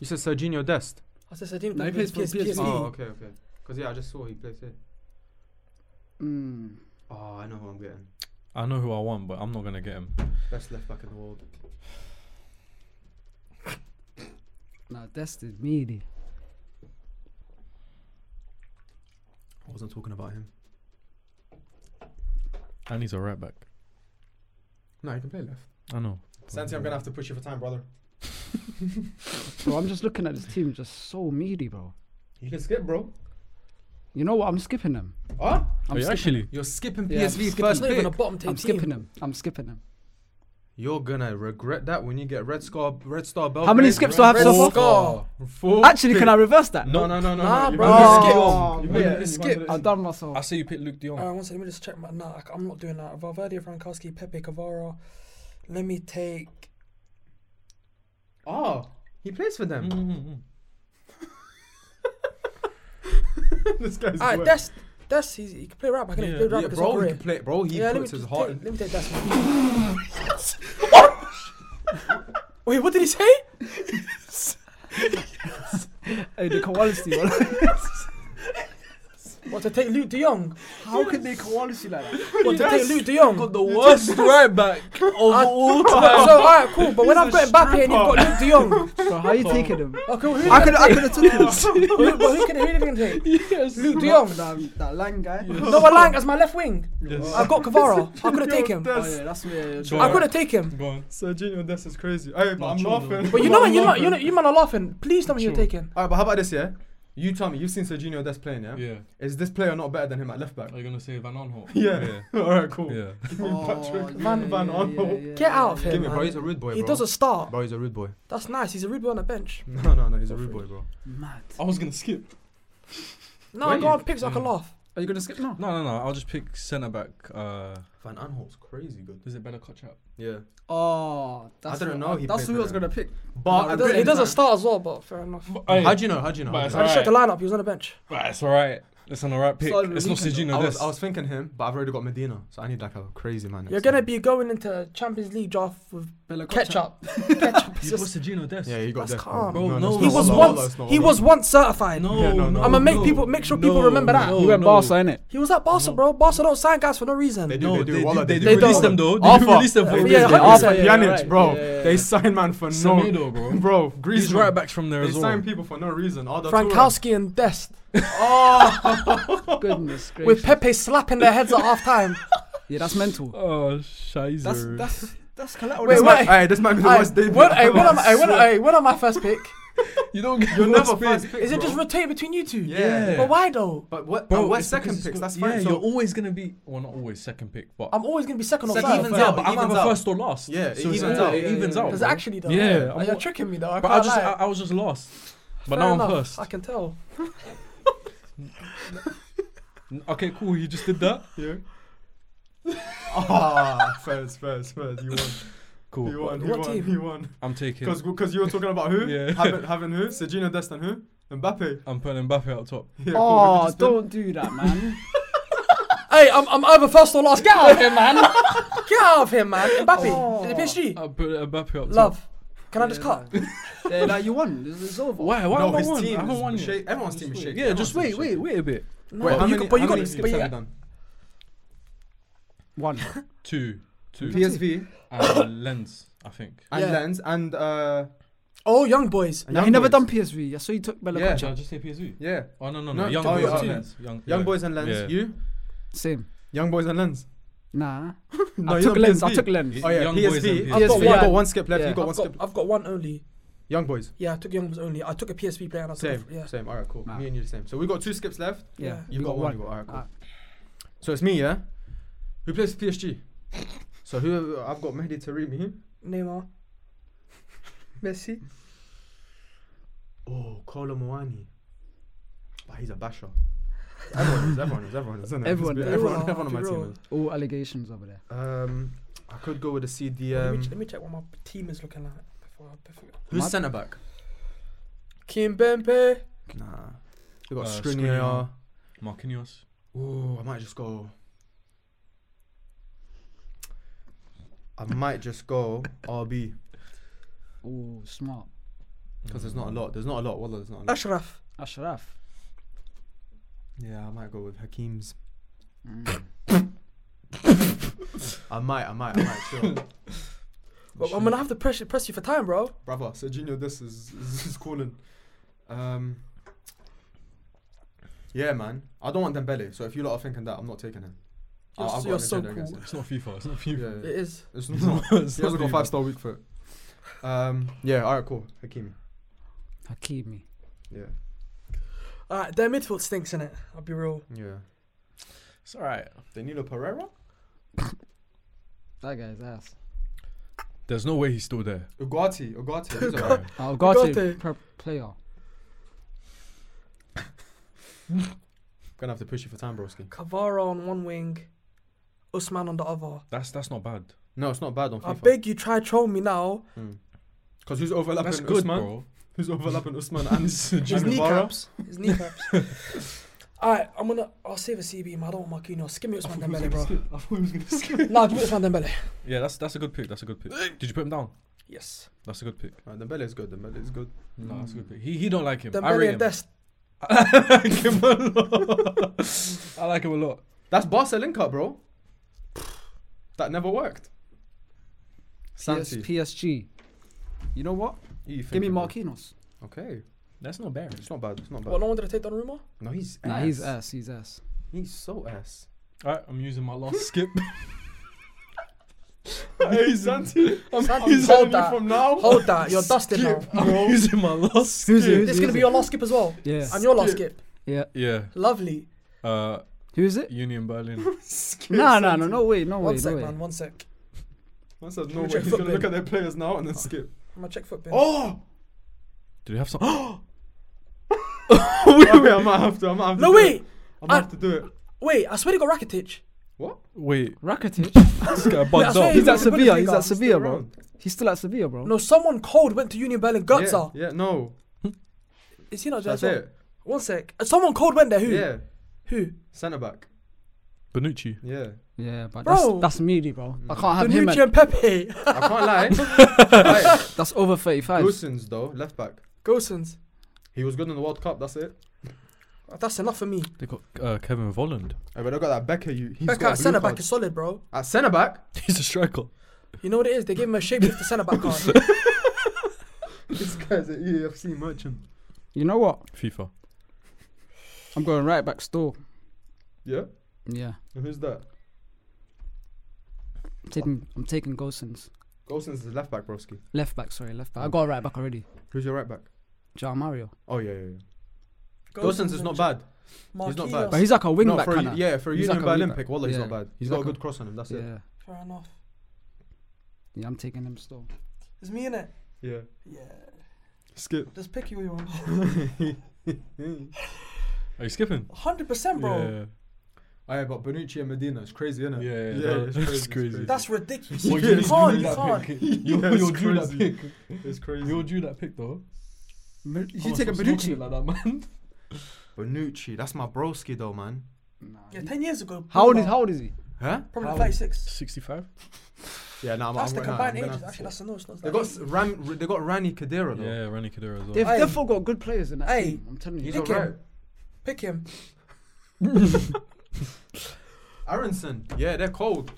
A: you said Serginho Dest.
B: I said Sardini
C: No, he
B: plays
C: plays for
B: PSV.
C: PSV.
A: Oh, okay, okay. Because, yeah, I just saw he plays it.
C: Mm.
A: Oh, I know who I'm getting.
D: I know who I want, but I'm not gonna get him.
A: Best left back in the world.
C: Now that's the meaty.
A: I wasn't talking about him.
D: And he's a right back.
A: No, he can play left.
D: I know.
A: Santi, I'm going to have to push you for time, brother.
C: Bro, I'm just looking at this team, just so meaty, bro.
A: You can skip, bro.
C: You know what? I'm skipping them.
A: Huh?
C: I'm
D: Are you
C: skipping
D: actually?
A: You're skipping
C: Yeah, I'm
A: PSV
C: skipping
B: It's
A: first
B: not even a
A: pick.
B: bottom tier
C: I'm
B: team.
C: skipping them. I'm skipping them.
A: You're gonna regret that when you get red star, red star Belgrade.
C: How many skips do I have
A: red
C: so
A: star.
C: far?
B: Scar.
A: Four.
C: Actually, can
A: *laughs*
C: I reverse that?
A: Oh, No, no, no, no.
B: Nah,
A: no.
B: bro.
C: Oh,
A: You
C: man.
A: made a skip.
C: I've done myself.
D: I say you pick Luke De Jong.
B: Alright, Uh, one second. Let me just check my. Nah, I- I'm not doing that. Valverde, Frankowski, Pepe, Cavara. Let me take.
A: Oh, he plays for them.
D: Mm-mm-mm.
A: *laughs* this guy's
B: Alright,
A: weird.
B: Des. Des, he's, he can play right back. innit? He
D: Yeah.
B: played right
A: yeah,
B: back his whole
A: bro, he
B: career.
A: can play. Bro, he
B: yeah, let me
A: puts his
B: just
A: heart.
B: take,
A: in
B: let me take Des. Wait, what did he say?
C: Hey, the
A: *laughs*
C: quality. one.
B: What to take Luke De Jong?
C: How can they quality like that?
B: What to take Luke De Jong?
A: the worst right back of
B: I-
A: all
B: so alright, cool. But when
A: He's
B: I've
A: a
B: got Mbappe and you've got Luke De Jong,
C: Bro, how are you taking them?
B: okay, well, who?
C: I could, I could have taken them.
B: who, but who can who can take? Luke De Jong.
C: That, that Lang guy.
B: No, but Lang as my left wing.
D: Yes.
B: I've got Cavara. I could have
A: Yo,
B: taken him.
C: Oh yeah, that's me. Yeah, yeah,
D: Sure.
B: I could have taken him.
D: Go on.
A: Sergio Des is crazy. Hey, but
C: No,
A: I'm
C: chill,
A: laughing.
C: though.
B: But you
A: I'm
B: know what? You know,
A: laughing.
B: you know, you man are laughing. Please tell me you're
D: Sure.
B: taking.
A: All right, but how about this? Yeah, you tell me. You've seen Sergio Des playing, yeah?
D: Yeah.
A: Is this player not better than him at left back?
D: Are you gonna say Van Aanholt?
A: Yeah. all right, cool.
D: Yeah. yeah.
A: Give me Patrick
C: Oh,
A: oh.
C: yeah,
A: Van Van
C: yeah,
A: Arnold.
C: yeah, yeah,
B: Get out of
C: yeah,
B: here,
A: Give me,
B: man.
A: bro. He's a rude boy.
B: He
A: bro.
B: does a start.
A: Bro, he's a rude boy.
B: That's nice. He's a rude boy on the bench.
A: No, no, no. He's a rude boy, bro.
C: Mad.
D: I was gonna skip.
B: No,
A: Were
B: I go
A: you?
B: on picks. I can
D: Yeah.
B: laugh.
C: Are you gonna skip now?
D: No, no, no. I'll just pick centre back. Uh,
A: Van Aanholt's crazy good.
D: is it better Kotchap?
A: Yeah.
C: Oh, that's
A: don't
C: what-
A: know, he
C: That's
A: played
C: who I
A: for
C: was
A: them.
C: gonna pick.
A: But
C: No,
A: at the
B: It does,
A: same
B: it does
A: time-
B: a start as well, but fair enough.
A: How do you know? How do you know?
D: But
A: How'd
D: it's
A: you
B: I
A: know?
B: just
D: Alright.
B: checked the lineup. He was on the bench.
D: Right, it's alright. It's an alright pick.
C: Sorry,
D: it's not
C: we can-
D: Sergino
A: I
D: Des.
A: was, I was thinking him, but I've already got Medina, so I need like a crazy man.
B: You're
A: next
B: gonna
A: time.
B: be going into Champions League draft with
C: Bella Kocha.
B: ketchup. ketchup. is
D: You
B: just-
D: put Sergino Des.
A: Yeah, you got
B: That's
A: that.
B: calm.
D: Bro, no,
B: He
D: It's
B: was
D: not
B: once. He was once certified.
D: No,
A: Yeah, no, no.
B: I'ma make
D: no,
B: people- make sure
D: no,
B: people remember that.
A: Oh,
D: No,
C: You went
D: no.
A: *laughs*
C: Barca, innit?
B: He was at Barca,
D: No.
B: bro. Barca don't sign guys for no reason.
A: They do,
D: No,
A: they
D: they
A: do.
D: did-
A: Wallah, they
D: they did
A: do.
D: release
A: Wallah.
D: them though. They
A: Alpha.
D: did release them for
B: Yeah,
D: a
B: yeah,
D: reason.
B: yeah,
A: Alpha
B: yeah,
A: Pjanic,
C: right.
A: bro.
C: Yeah, yeah,
A: They
C: yeah.
A: sign man for no,
D: Semedo, bro.
A: bro.
D: These
A: Greece
D: right backs from there
A: They
D: as well.
A: sign people for no reason. All
B: Frankowski and Dest
C: Goodness gracious.
B: with Pepe slapping their heads at
A: *laughs*
B: half time.
C: Yeah, that's mental.
D: Oh, shizer.
C: That's that's that's collateral.
B: Wait,
A: This
B: wait.
A: might, hey, this might be the
B: Aye,
A: worst debut.
B: when, aye,
A: I've
B: when, am,
A: ever
B: aye, when,
A: seen.
B: aye, when am I first
A: *laughs*
B: pick?
D: *laughs* you don't get
A: You're
D: first
A: never
D: pick.
A: first pick.
B: Is it just
A: bro.
B: rotate between you two?
A: Yeah.
B: But why though?
A: But what?
D: Bro,
A: and what
D: it's
A: second
D: because
A: picks?
D: it's
A: That's
D: got-
A: fine.
D: Yeah,
A: so-
D: you're always gonna be well, not always second pick, but
B: I'm always gonna be second or
A: Second
B: third.
A: even
D: yeah,
A: out,
D: but
A: it
D: I'm
A: evens
D: either
A: out.
D: first or last.
A: Yeah, it
D: so it's
A: evens
D: all-
A: out.
D: It
A: Yeah,
D: evens
A: yeah,
D: out.
B: Does it
D: bro.
B: actually though?
D: Yeah,
B: Like,
D: I'm
B: you're
D: wa-
B: tricking me though. I
D: But
B: can't
D: I just,
B: lie.
D: I, I was just lost.
B: Fair
D: But now
B: enough,
D: I'm first.
B: I can tell.
D: Okay, cool. You just did that.
A: Yeah. Ah, first, first, first. You won. You
D: Cool.
A: won.
B: What
A: You won.
B: team?
A: You won.
D: I'm taking.
A: Because because you were talking about who?
D: Yeah.
A: Having having who? Sergino Dest and who? Mbappe.
D: I'm putting Mbappe up top.
A: *laughs* Yeah, cool. Have
C: Oh,
A: you just been-
C: don't do that, man. *laughs*
B: Hey, I'm, I'm either first or last. Get out of here,
A: *laughs*
B: man. Get out of here, man. Mbappe,
C: Oh.
B: PSG.
D: I'm putting uh, Mbappe up top.
B: Love. Can I
C: Yeah,
B: just cut?
C: no. yeah, like you won. It's, it's over.
D: Why? Why
A: no,
D: have I
A: his
D: won?
A: team
D: I haven't
A: is
D: won
A: shake-
D: yet.
A: Everyone's team is shaking.
D: Yeah, just
A: Everyone's
D: wait,
A: team is
D: wait,
A: shaking.
D: wait a bit.
B: No,
A: Wait,
B: but
A: how
B: you
A: many?
B: got- but you
A: how
B: got-
A: many
B: but
A: skips have
B: yeah.
A: you done?
C: *laughs* One.
D: Two, two,
A: PSV
D: and Lens. I think.
A: and
B: Yeah.
A: Lens and uh.
B: Oh, young boys.
A: and
C: No,
A: Young
C: he never
A: Boys.
C: done PSV. I saw you took Bella
A: Yeah.
D: Did I
C: Kocha.
D: just say PSV?
A: Yeah,
D: Oh no no
A: No,
D: no. Young
A: oh,
D: boys.
A: yeah,
D: and
A: yeah.
D: Lens. Young,
A: Young
D: yeah.
A: Boys and Lens.
D: Yeah.
A: You?
C: Same.
A: Young Boys and Lens.
C: Nah.
A: No,
C: I
A: you
C: took
A: done
C: lens. I
A: PSV.
C: took lens.
A: Oh yeah,
D: Young Boys
A: PSV.
D: and
A: PSV.
B: I've got
A: you got
B: one.
A: one skip left.
C: Yeah.
A: You got
B: I've
A: one
B: got,
A: skip.
B: I've got one only.
A: Young Boys.
B: Yeah, I took young ones only. I took a PSV player and I took
A: Same,
B: A, yeah.
A: same. All right, cool.
C: Nah.
A: Me and you the same. So we got two skips left.
C: Yeah.
A: You
C: we
A: got, one. You got all right, cool.
C: Alright.
A: So it's me, yeah. Who plays for PSG? so who? I've got Mehdi Taremi. *laughs*
B: Neymar. Messi.
A: Oh, Kolo Muani. But he's a basher. Everyone is. Everyone is. Everyone is. Isn't it?
C: Everyone
A: Let's be-
C: is.
A: Everyone.
B: Yeah,
A: Everyone on my
B: bro.
A: team is.
C: All allegations over there.
A: Um, I could go with a CD.
B: let, me,
A: Um,
B: ch- let me check what my team is looking like before. I- before.
A: who's
C: Mad-
A: centre back?
B: Kim Bempe.
A: Mm. Nah. We got
D: Uh,
A: Skriniar.
D: Marquinhos.
A: Ooh, I might just go. I might just go RB.
C: Oh, smart.
A: because there's
D: Mm.
A: not a lot. There's not a lot. Wallah, there's not a lot.
B: Ashraf.
C: Ashraf.
A: Yeah, I might go with Hakim's.
C: Mm.
A: I might, I might, I might.
B: *laughs*
A: Sure.
B: Well, I'm gonna have to press press you for time, bro.
A: Brother, Serginho, this is this is calling. Um. Yeah, man. I don't want Dembele. So if you lot are thinking that, I'm not taking him. I-
B: You're,
A: I've
B: s-
A: got
B: you're
A: a
B: so
A: contender against
B: cool.
D: It's not FIFA. *laughs* It's not
A: Yeah,
D: FIFA.
A: yeah,
B: *laughs* It is.
A: It's not.
D: It's
A: He hasn't got
D: FIFA.
A: five star week for it. Um. Yeah. All right. Cool. Hakimi.
C: Hakimi.
A: Yeah.
B: Alright, their midfield stinks in it. I'll be real.
A: Yeah.
D: It's alright.
A: Danilo Pereira.
C: That guy's ass.
D: There's no way he's still there.
A: Ugati. Ugati. He's alright.
D: Alright.
C: Oh, got
B: Ugarte.
C: it. Pro player.
A: Gonna have to push you for time, broski.
B: Cavara on one wing, Usman on the other.
D: That's that's not bad.
A: No, it's not bad on
B: I
A: FIFA. Hmm.
B: beg you, try troll me now.
A: Cause who's overlapping
D: That's good,
A: Usman?
D: bro.
A: Who's overlapping Usman and
B: His
A: Serginho? Dara?
B: kneecaps.
A: *laughs*
B: His kneecaps. Alright, I'm gonna. I'll save a CB, man. I don't want Marquinhos. Give me Usman Dembele, bro.
A: I thought he was gonna skip.
B: nah, give me Usman Dembele.
D: Yeah, that's that's a good pick. That's a good pick. Did you put him down?
B: Yes.
D: That's a good pick.
A: Right, Dembele is good. Dembele is good.
D: No, that's a good pick. He he don't like him. I
B: Dembele
D: rate
B: and
D: him.
B: Dest.
D: *laughs* I like him a lot. I like him a lot.
A: That's Barca link up, bro. That never worked.
C: PS-
A: Santi.
C: PSG. You know what?
A: You
C: Give me
A: thinking, bro?
C: Marquinhos.
A: Okay,
D: That's not bad.
A: it's not bad. It's not bad.
B: What, no one did I take down rumor?
A: no, he's
C: Nah,
A: ass.
C: he's ass. He's ass.
A: He's so ass.
D: Alright, I'm using my last
A: *laughs*
D: skip.
A: hey Santi, I'm *laughs* *laughs*
B: Santi,
A: he's
B: hold
A: on you
B: that.
A: from now.
B: Hold that. You're dusted now.
D: *laughs* I'm using
A: *laughs*
D: my last skip.
C: Who's it?
B: This is gonna be your last skip as well.
C: Yeah.
B: And your last skip.
C: Yeah.
D: Yeah.
B: Lovely.
D: Uh,
C: Who is it?
A: *laughs*
D: Union Berlin.
C: No, no, no, no way, no way,
B: One
C: no
B: sec,
C: way.
B: man. One sec.
A: I said,
B: Can
A: no
B: we
A: way.
B: check
A: He's gonna
B: footbin?
A: look at their players now and then skip.
B: I'm gonna check footbin.
A: *laughs* Oh,
D: Do they have some? *gasps*
A: wait, wait, I might have to. I might have to.
B: No,
A: do it.
B: wait.
A: I might
B: I-
A: have to do it.
B: Wait, I swear he got Rakitic.
A: What?
D: Wait,
C: Rakitic.
A: *laughs*
D: this
B: Wait,
D: guy
B: I
D: bugged
B: swear
D: up.
B: he
C: He's at
B: was a
C: Sevilla. He's
B: Bundesliga.
C: at Sevilla, bro.
A: Around.
C: He's still at Sevilla, bro.
B: No, someone cold went to Union Berlin. Götze.
A: Yeah, yeah, no.
B: Is he not there?
A: That's
B: as well?
A: it.
B: One sec. Uh, Someone cold went there. Who?
A: Yeah,
B: Who?
A: centre back.
D: Benucci.
A: Yeah.
C: Yeah, but
B: Bro.
C: that's that's meaty, bro. I can't have him.
B: Benucci
C: At,
B: and Pepe.
A: I can't lie. hey,
C: that's over thirty-five.
A: Wilson's though, left back.
B: Gosens.
A: He was good in the World Cup. That's it.
B: Uh, That's enough for me.
D: They got uh, Kevin Volland.
A: Hey, but I got that Becker. You. He's
B: Becca
A: got a
B: at
A: blue
B: centre
A: card.
B: back is solid, bro.
A: At centre back,
D: *laughs* He's a striker.
B: You know what it is? They gave him a shapelifter centre
A: *laughs*
B: back card.
A: this guy's an EFC merchant.
C: You know what?
D: FIFA.
C: I'm going right back store.
A: Yeah,
C: Yeah,
A: and who's that?
C: I'm taking I'm taking Gosens.
A: Golson's the left back, broski.
C: Left back, sorry, left back. I got a right back already.
A: Who's your right back?
C: Joao Mario,
A: Oh yeah, yeah. yeah. Gosens is not bad. He's not bad.
C: but he's like a wing
A: no,
C: back
A: for a,
C: kind of.
A: yeah, for a
C: He's
A: Union
C: like a
A: Berlin
C: wing-back.
A: pick. Wallah, he's
C: Yeah.
A: not bad. he's
C: He's
A: got a
C: like
A: good
C: a-
A: cross on him. That's it.
C: yeah,
B: Fair enough.
C: yeah. I'm taking him still.
B: It's me in it.
A: Yeah.
B: Yeah.
A: *laughs*
B: *laughs*
A: Skip.
B: Just pick who you want.
A: Oh,
D: Are you skipping?
B: 100%, bro.
A: Aye, but Bonucci and Medina, it's crazy, isn't it?
D: Yeah, yeah,
A: yeah,
D: that-
A: it's
D: that's
A: crazy, it's
D: crazy.
A: crazy.
B: That's ridiculous.
D: Well,
B: you
D: you
A: didn't
B: can't.
A: do
B: You
A: that *laughs*
B: can't.
D: You,
A: Yeah,
D: you'll
A: it's
D: do that
A: crazy.
D: pick.
A: It's crazy.
D: You'll do that pick though.
A: you take a Bonucci.
D: like that, man.
A: Bonucci, that's my broski though, man.
C: Nah.
B: Yeah, 10 years ago.
C: How old
B: Pogba,
C: is How old is he?
A: Huh?
B: Probably
D: How-
B: 36.
D: *laughs* Sixty-five.
A: Yeah, nah, I'm,
B: That's
A: I'm,
B: the
A: nah, I'm
B: combined
A: gonna
B: ages.
A: have to-
B: Actually, that's a no. It's not
A: They
B: that
A: got
B: age.
A: s- Ram. They got Rani Kadira though.
D: Yeah, Rani Kadira as well.
C: They've,
B: Aye.
C: they've all got good players in that
B: Aye.
C: team. I'm telling you.
A: he's
B: Pick
A: alright.
B: him. Pick him.
A: Aronson. Yeah, they're cold.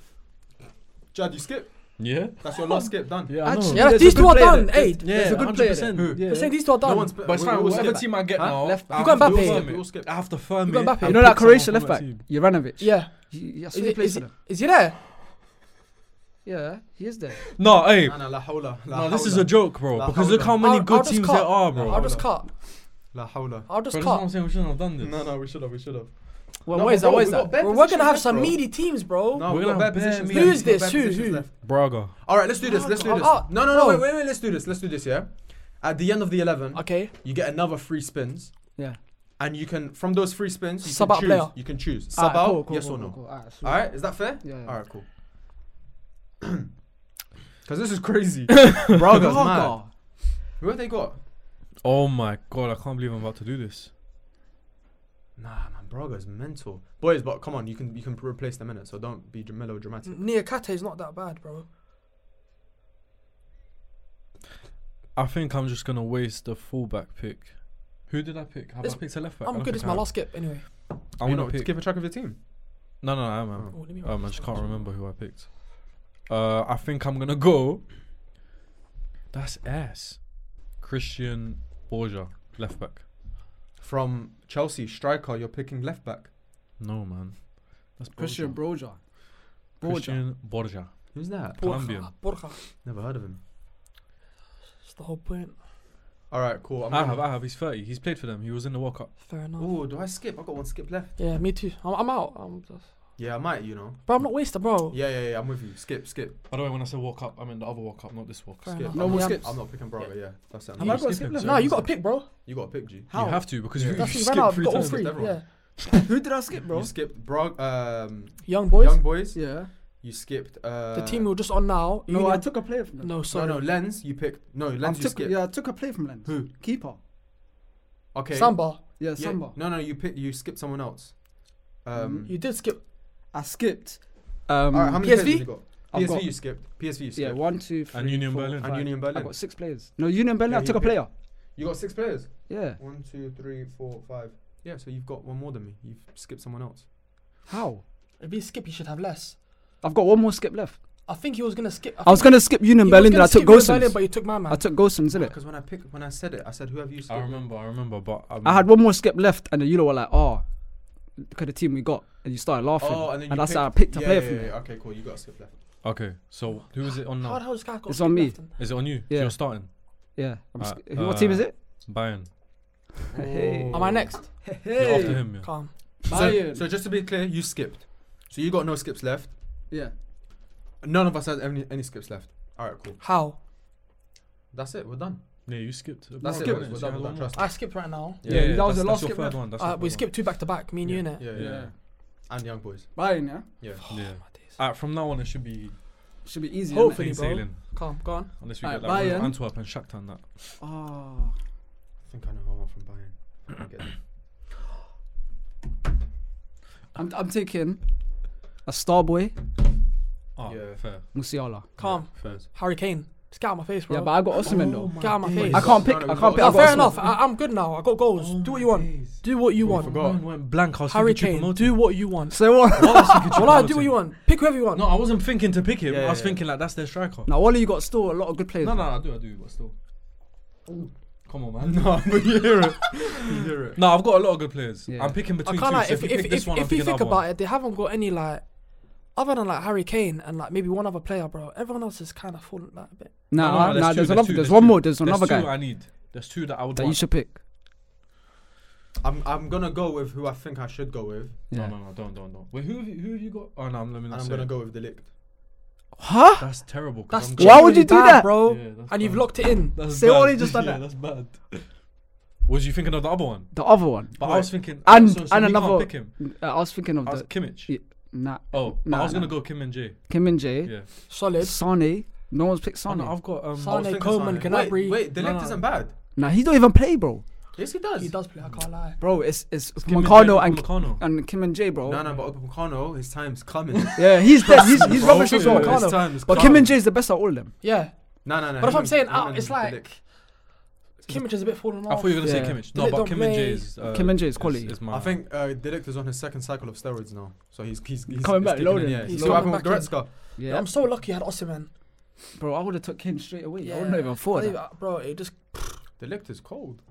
A: Jad, you skip.
D: yeah.
A: That's your last skip done.
D: Yeah, I know.
C: Actually,
B: Yeah,
C: there's a
B: these
C: good
B: two are
C: player
B: done.
C: there.
B: Hey,
D: yeah,
C: there's a good player
D: 100%.
C: there.
D: Yeah.
B: we're saying these two are done.
A: No one's.
D: But it's
A: we-
D: fine.
A: we all
D: Whatever
A: skip.
D: team I get
A: Huh?
D: now,
C: Left
D: I
B: back.
D: have
B: You got
D: to
B: Mbappe.
D: firm it.
A: We all skip.
D: I have to firm
B: You got
D: it.
B: Mbappe.
D: and
C: You know that
D: pick someone
C: Croatian
D: from
C: left
D: that
C: back,
D: team.
C: Juranovic.
B: yeah.
C: He- I saw
B: Is
C: he
B: he,
C: plays
B: is,
C: for
B: he,
C: them.
B: is he there?
C: Yeah, he is there.
D: No, hey.
A: Nah, nah, la hawla, la
D: No, this is
A: hawla,
D: a joke, bro.
A: La
D: Because look
A: hawla.
D: how many
B: I'll-
D: good
B: I'll just
D: teams
B: cut.
D: there are,
A: La
D: bro.
B: I'll just cut.
A: La hawla.
B: I'll just
D: Bro, that's what I'm
B: cut.
D: saying. We shouldn't have done this.
A: No, no, we should have. We should have.
C: Well,
A: No,
C: where is
A: but
C: that? Where
A: bro,
C: is
A: we got
C: that?
A: bare
B: Bro, we're
A: positions
B: gonna have
A: left,
B: some
A: bro.
B: meaty teams, bro.
A: No,
D: We're
A: we
D: gonna
A: got bare
D: have bare
A: positions.
D: meaty
A: left,
B: teams.
A: we got
B: Who is
A: bare
B: this? Who-
A: positions
B: who?
A: left.
D: Braga. All
A: All right, let's do this. Let's do this.
B: Ah,
A: No, no, no.
B: bro.
A: Oh, Wait, wait, wait. Let's do this. Let's do this. Yeah. At the end of the eleven,
B: Okay.
A: you get another three spins,
C: Yeah.
A: and you can from those three spins you
B: Sub
A: can
B: out a
A: choose.
B: player.
A: You can choose sub out,
C: Oh,
A: yes or no. All right, is that fair?
C: Yeah, yeah.
A: All right, cool. *clears throat* Cause this is crazy. Braga's mad. Who have they got?
D: Oh my god, I can't believe I'm about to do this.
A: Nah, man, Braga's mental. Boys, but come on, you can you can replace them in it, so don't be melodramatic.
B: Nia Kate is not that bad, bro.
D: I think I'm just gonna waste the fullback pick. Who did I pick? Have
B: It's-
D: I picked a left back? I
B: I'm
D: don't
B: good.
D: think
B: It's
D: I
B: my
D: have.
B: last skip anyway.
D: I
A: you
D: want
A: know,
D: to
A: just
D: pick.
A: give a track of your team.
D: No, no, I am. I am.
A: Oh.
B: Oh, let me
D: Um, I just can't remember who I picked. Uh, I think I'm gonna go. That's ass. Christian Borja, left back.
A: From Chelsea, striker, you're picking left back.
D: No man, that's
C: Christian
D: Borja.
C: Broja. Broja.
D: Christian Borja.
A: Who's that?
D: Colombian.
B: Borja. Borja.
A: Never heard of him.
B: That's the whole point.
A: All right, cool.
B: Oh,
A: I'm
D: I
A: gonna-
D: have. I have. He's 30. He's played for them. He was in the World Cup.
B: Fair enough.
A: Ooh, do I skip? I got one skip left.
B: Yeah, me too. I'm, I'm out. I'm just,
A: Yeah, I might. You know.
B: bro, I'm not wasted, bro.
A: Yeah, yeah, yeah. I'm with you. Skip, skip,
D: By the way, when I said World Cup, I meant the other World Cup, not this World
B: Fair
D: Cup.
A: skip.
B: enough.
A: I'm,
B: Yeah.
A: not, I'm not picking Braga. Yeah, that's it. I'm
D: You
A: not-
D: got a skip left.
B: No, you got to pick, bro.
A: You got a pick, G.
B: How?
D: You have to because
A: Yeah.
D: you, you
B: That's you ran
D: skipped
B: out.
D: three
B: Got all
D: times.
B: three.
A: Everyone.
B: Yeah.
C: Who did I skip, bro?
A: You skipped Braga. Um,
B: Young boys.
A: Young boys.
C: Yeah.
A: You skipped. Uh,
B: the team we were just on now.
C: No,
B: Union-
C: I took a player from them.
B: No,
A: No,
B: sorry.
A: no. Lens. You picked. No,
C: I
A: Lens. You
C: took,
A: skipped.
C: yeah, I took a player from Lens.
A: Who?
C: Keeper.
A: Okay.
B: Samba.
C: Yeah,
A: Yeah,
C: Samba.
A: No, no. You picked. You skipped someone else. Um.
B: You did skip.
C: I skipped. Um,
A: all right. How many
B: PSV?
A: players have you got?
C: I've
A: PSV.
C: got-
A: You skipped. PSV. You skipped.
C: yeah, one, two, three,
D: And Union
C: four,
D: Berlin.
A: and
C: five.
A: Union
C: I
A: Berlin.
C: got six players. No, Union Berlin.
A: Yeah,
C: I
A: you
C: took a
A: picked-
C: player.
A: You got six players.
C: Yeah.
A: One, two, three, four, five. Yeah, so you've got one more than me. You've skipped someone else.
C: How?
B: If he skip, he should have less.
C: I've got one more skip left.
B: I think he was gonna skip.
C: I was gonna skip Union
B: He was
C: Berlin, then
B: gonna
C: I took
B: skip Union Berlin,
C: Gosens.
B: but you took my man.
C: I took Gosens, innit?
A: Because when I pick, when I said it, I said who have you
D: I
A: skipped?
D: remember. I remember. But um,
C: I had one more skip left, and then you lot were like, "Oh, look at the team we got," and you started laughing.
A: Oh, and then you
C: that's
A: picked,
C: how I picked a
A: yeah,
C: player
A: yeah,
C: from
A: yeah,
C: there.
A: Okay, cool. You got a skip left.
D: Okay, so who is it on
B: How
D: now?
B: the hell this guy got
C: It's
B: skip
C: on me.
B: left then?
D: Is it on you?
C: Yeah.
D: You're starting.
C: Yeah. I'm
D: Uh,
C: sk- who- what team is
D: uh,
C: it?
D: Bayern.
C: Hey.
B: Am I next?
D: You're after him. Yeah.
B: Calm.
A: So, so just to be clear, you skipped. So you got no skips left.
C: *laughs* yeah.
A: None of us has any, any skips left. All right, cool.
B: How?
A: That's it. We're done.
D: Yeah, you skipped.
A: That's
D: Skipped.
A: it.
D: You
A: We're
D: had
A: done. We're
D: one
A: done.
D: more.
A: Trust. me.
B: I skipped right now.
D: Yeah, yeah,
C: that
D: that's-
C: was the
D: that's
C: last
D: your
C: skip
D: third
C: left.
D: one. That's your
B: Uh, we
D: third
B: skipped two back to back. Me and you
D: Yeah.
B: innit?
A: Yeah, yeah, yeah.
C: Yeah.
A: And young boys.
C: Bayern. Yeah.
A: Yeah.
D: one. Yeah.
B: My days.
D: Alright, from now on it should be
C: Should be easy.
B: Hopefully.
D: plain
B: bro.
D: sailing.
B: Calm. Go on.
D: Unless we
C: Alright,
D: get like
C: Bayern.
D: Bayern. Antwerp and Shakhtar and that.
C: innit? Oh.
A: I think I know who I want from Bayern. I'll get them.
C: I'm I'm taking a star boy
D: Oh,
A: Yeah.
D: fair.
C: Musiala.
B: Calm.
A: Fair.
B: Harry Kane. Just get out of my face, bro.
C: Yeah, but I got Osimhen though.
B: Get out of my face.
C: I can't pick.
A: No, no,
C: I
A: we
C: can't
A: got-
C: pick.
B: Nah,
C: I
A: No,
C: got
B: fair
C: Osimhen.
B: enough. I, I'm good now. I got goals. Do what you want. Do what you want.
A: forgot.
D: Mine went blank. I was
B: Harry
D: thinking
B: Kane.
D: Choupo-Moting.
B: Do what you want.
C: Say what?
B: *laughs*
C: *laughs*
B: Wallah, do what you want. Pick whoever you want.
D: No, I wasn't thinking to pick him.
A: Yeah,
D: I was
A: yeah,
D: thinking like that's their striker.
C: Now, all of you got still a lot of good players.
D: no, no, I do, I do, but still. Come on, man. *laughs*
A: No, but you hear it. You hear it.
D: No, I've got a lot of good players.
C: Yeah.
D: I'm picking
B: I
D: between
B: can't
D: two.
B: like
D: so
B: if
D: if, you
B: if
D: pick this
B: if,
D: one, I'm
B: if you
D: picking
B: think
D: that
B: about
D: one.
B: it, they haven't got any like other than like Harry Kane and like maybe one other player, bro. Everyone else is kind of falling like a bit.
C: Nah,
D: No, no,
C: nah.
D: two,
C: There's another.
D: two,
C: There's one
D: two.
C: more. There's another
D: There's two
C: guy
D: I need. There's two that I would
C: that you
D: want.
C: should pick.
A: I'm I'm gonna go with who I think I should go with,
D: No,
C: Yeah.
D: no, no, don't, don't, don't. Wait, who have you, who have you got? Oh no, I'm, let me
A: and
D: not
A: I'm
D: say
A: gonna
D: it.
A: go with Delict.
C: Huh?
D: That's terrible. 'cause
B: That's
D: I'm
C: Why would you do
B: genuinely bad,
C: that?
B: bro?
D: Yeah, that's
B: and you've
D: bad.
B: locked it in.
D: That's
C: Say
D: bad.
C: all he just done
D: yeah,
C: that.
D: that's bad. was you thinking of the other one?
C: The other one.
D: But I was thinking.
C: And-
D: so, so
C: and
D: we can't
C: another-
D: Pick him.
C: Uh, I was thinking of
D: I was
C: the
D: Kimmich.
C: Yeah. nah.
D: Oh, but
C: Nah,
D: I was gonna
C: nah.
D: go Kim and Jay.
C: Kim and Jay.
D: Yeah.
B: Solid.
C: Sonny. No one's picked
D: Oh,
C: Sonny.
D: no, I've got um.
B: Son- Mane, Coleman, Gnabry.
A: Wait, wait Delict
D: No, no.
A: isn't bad.
C: nah, he don't even play, bro.
A: Yes, he does.
B: He does play. I can't lie.
C: Bro, it's it's
D: Kim
C: Moncano
D: and
C: and
D: Jay, Meccano.
C: and Kim and Jay, bro.
A: No, no, but Upamecano, his time's coming.
C: Yeah, he's dead. He's,
D: *laughs*
C: he's
A: Bro,
C: rubbish with
A: yeah,
C: Moncano.
A: his time is
C: But Kim
A: coming.
C: and Jay is the best out of all of them.
B: Yeah,
A: No, no, no.
B: but if
A: him
B: I'm saying
A: and- him
B: out,
A: and
B: it's
A: Delict.
B: like Kimmich is a bit falling
D: I
B: off.
D: thought you were gonna
C: Yeah.
D: say Kimmich. No,
B: They
D: but
B: don't
D: Kim and Jay
B: play-
D: is. Uh,
C: Kim and Jay is quality.
D: Is, my
A: I think uh, Delict is on his second cycle of steroids now, so he's he's, he's
C: Coming
A: he's
C: back
A: kicking
C: loaded.
A: in, Yeah,
C: He's
A: he's still
B: coming
A: having with
B: back in.
A: Goretzka.
C: Yeah,
B: Yeah, I'm so lucky I had Osimhen.
C: bro, I would have took Kane straight away. I
B: Yeah.
C: wouldn't have even thought of
B: Believe
C: that.
B: it, Bro, it just
A: Delict is cold.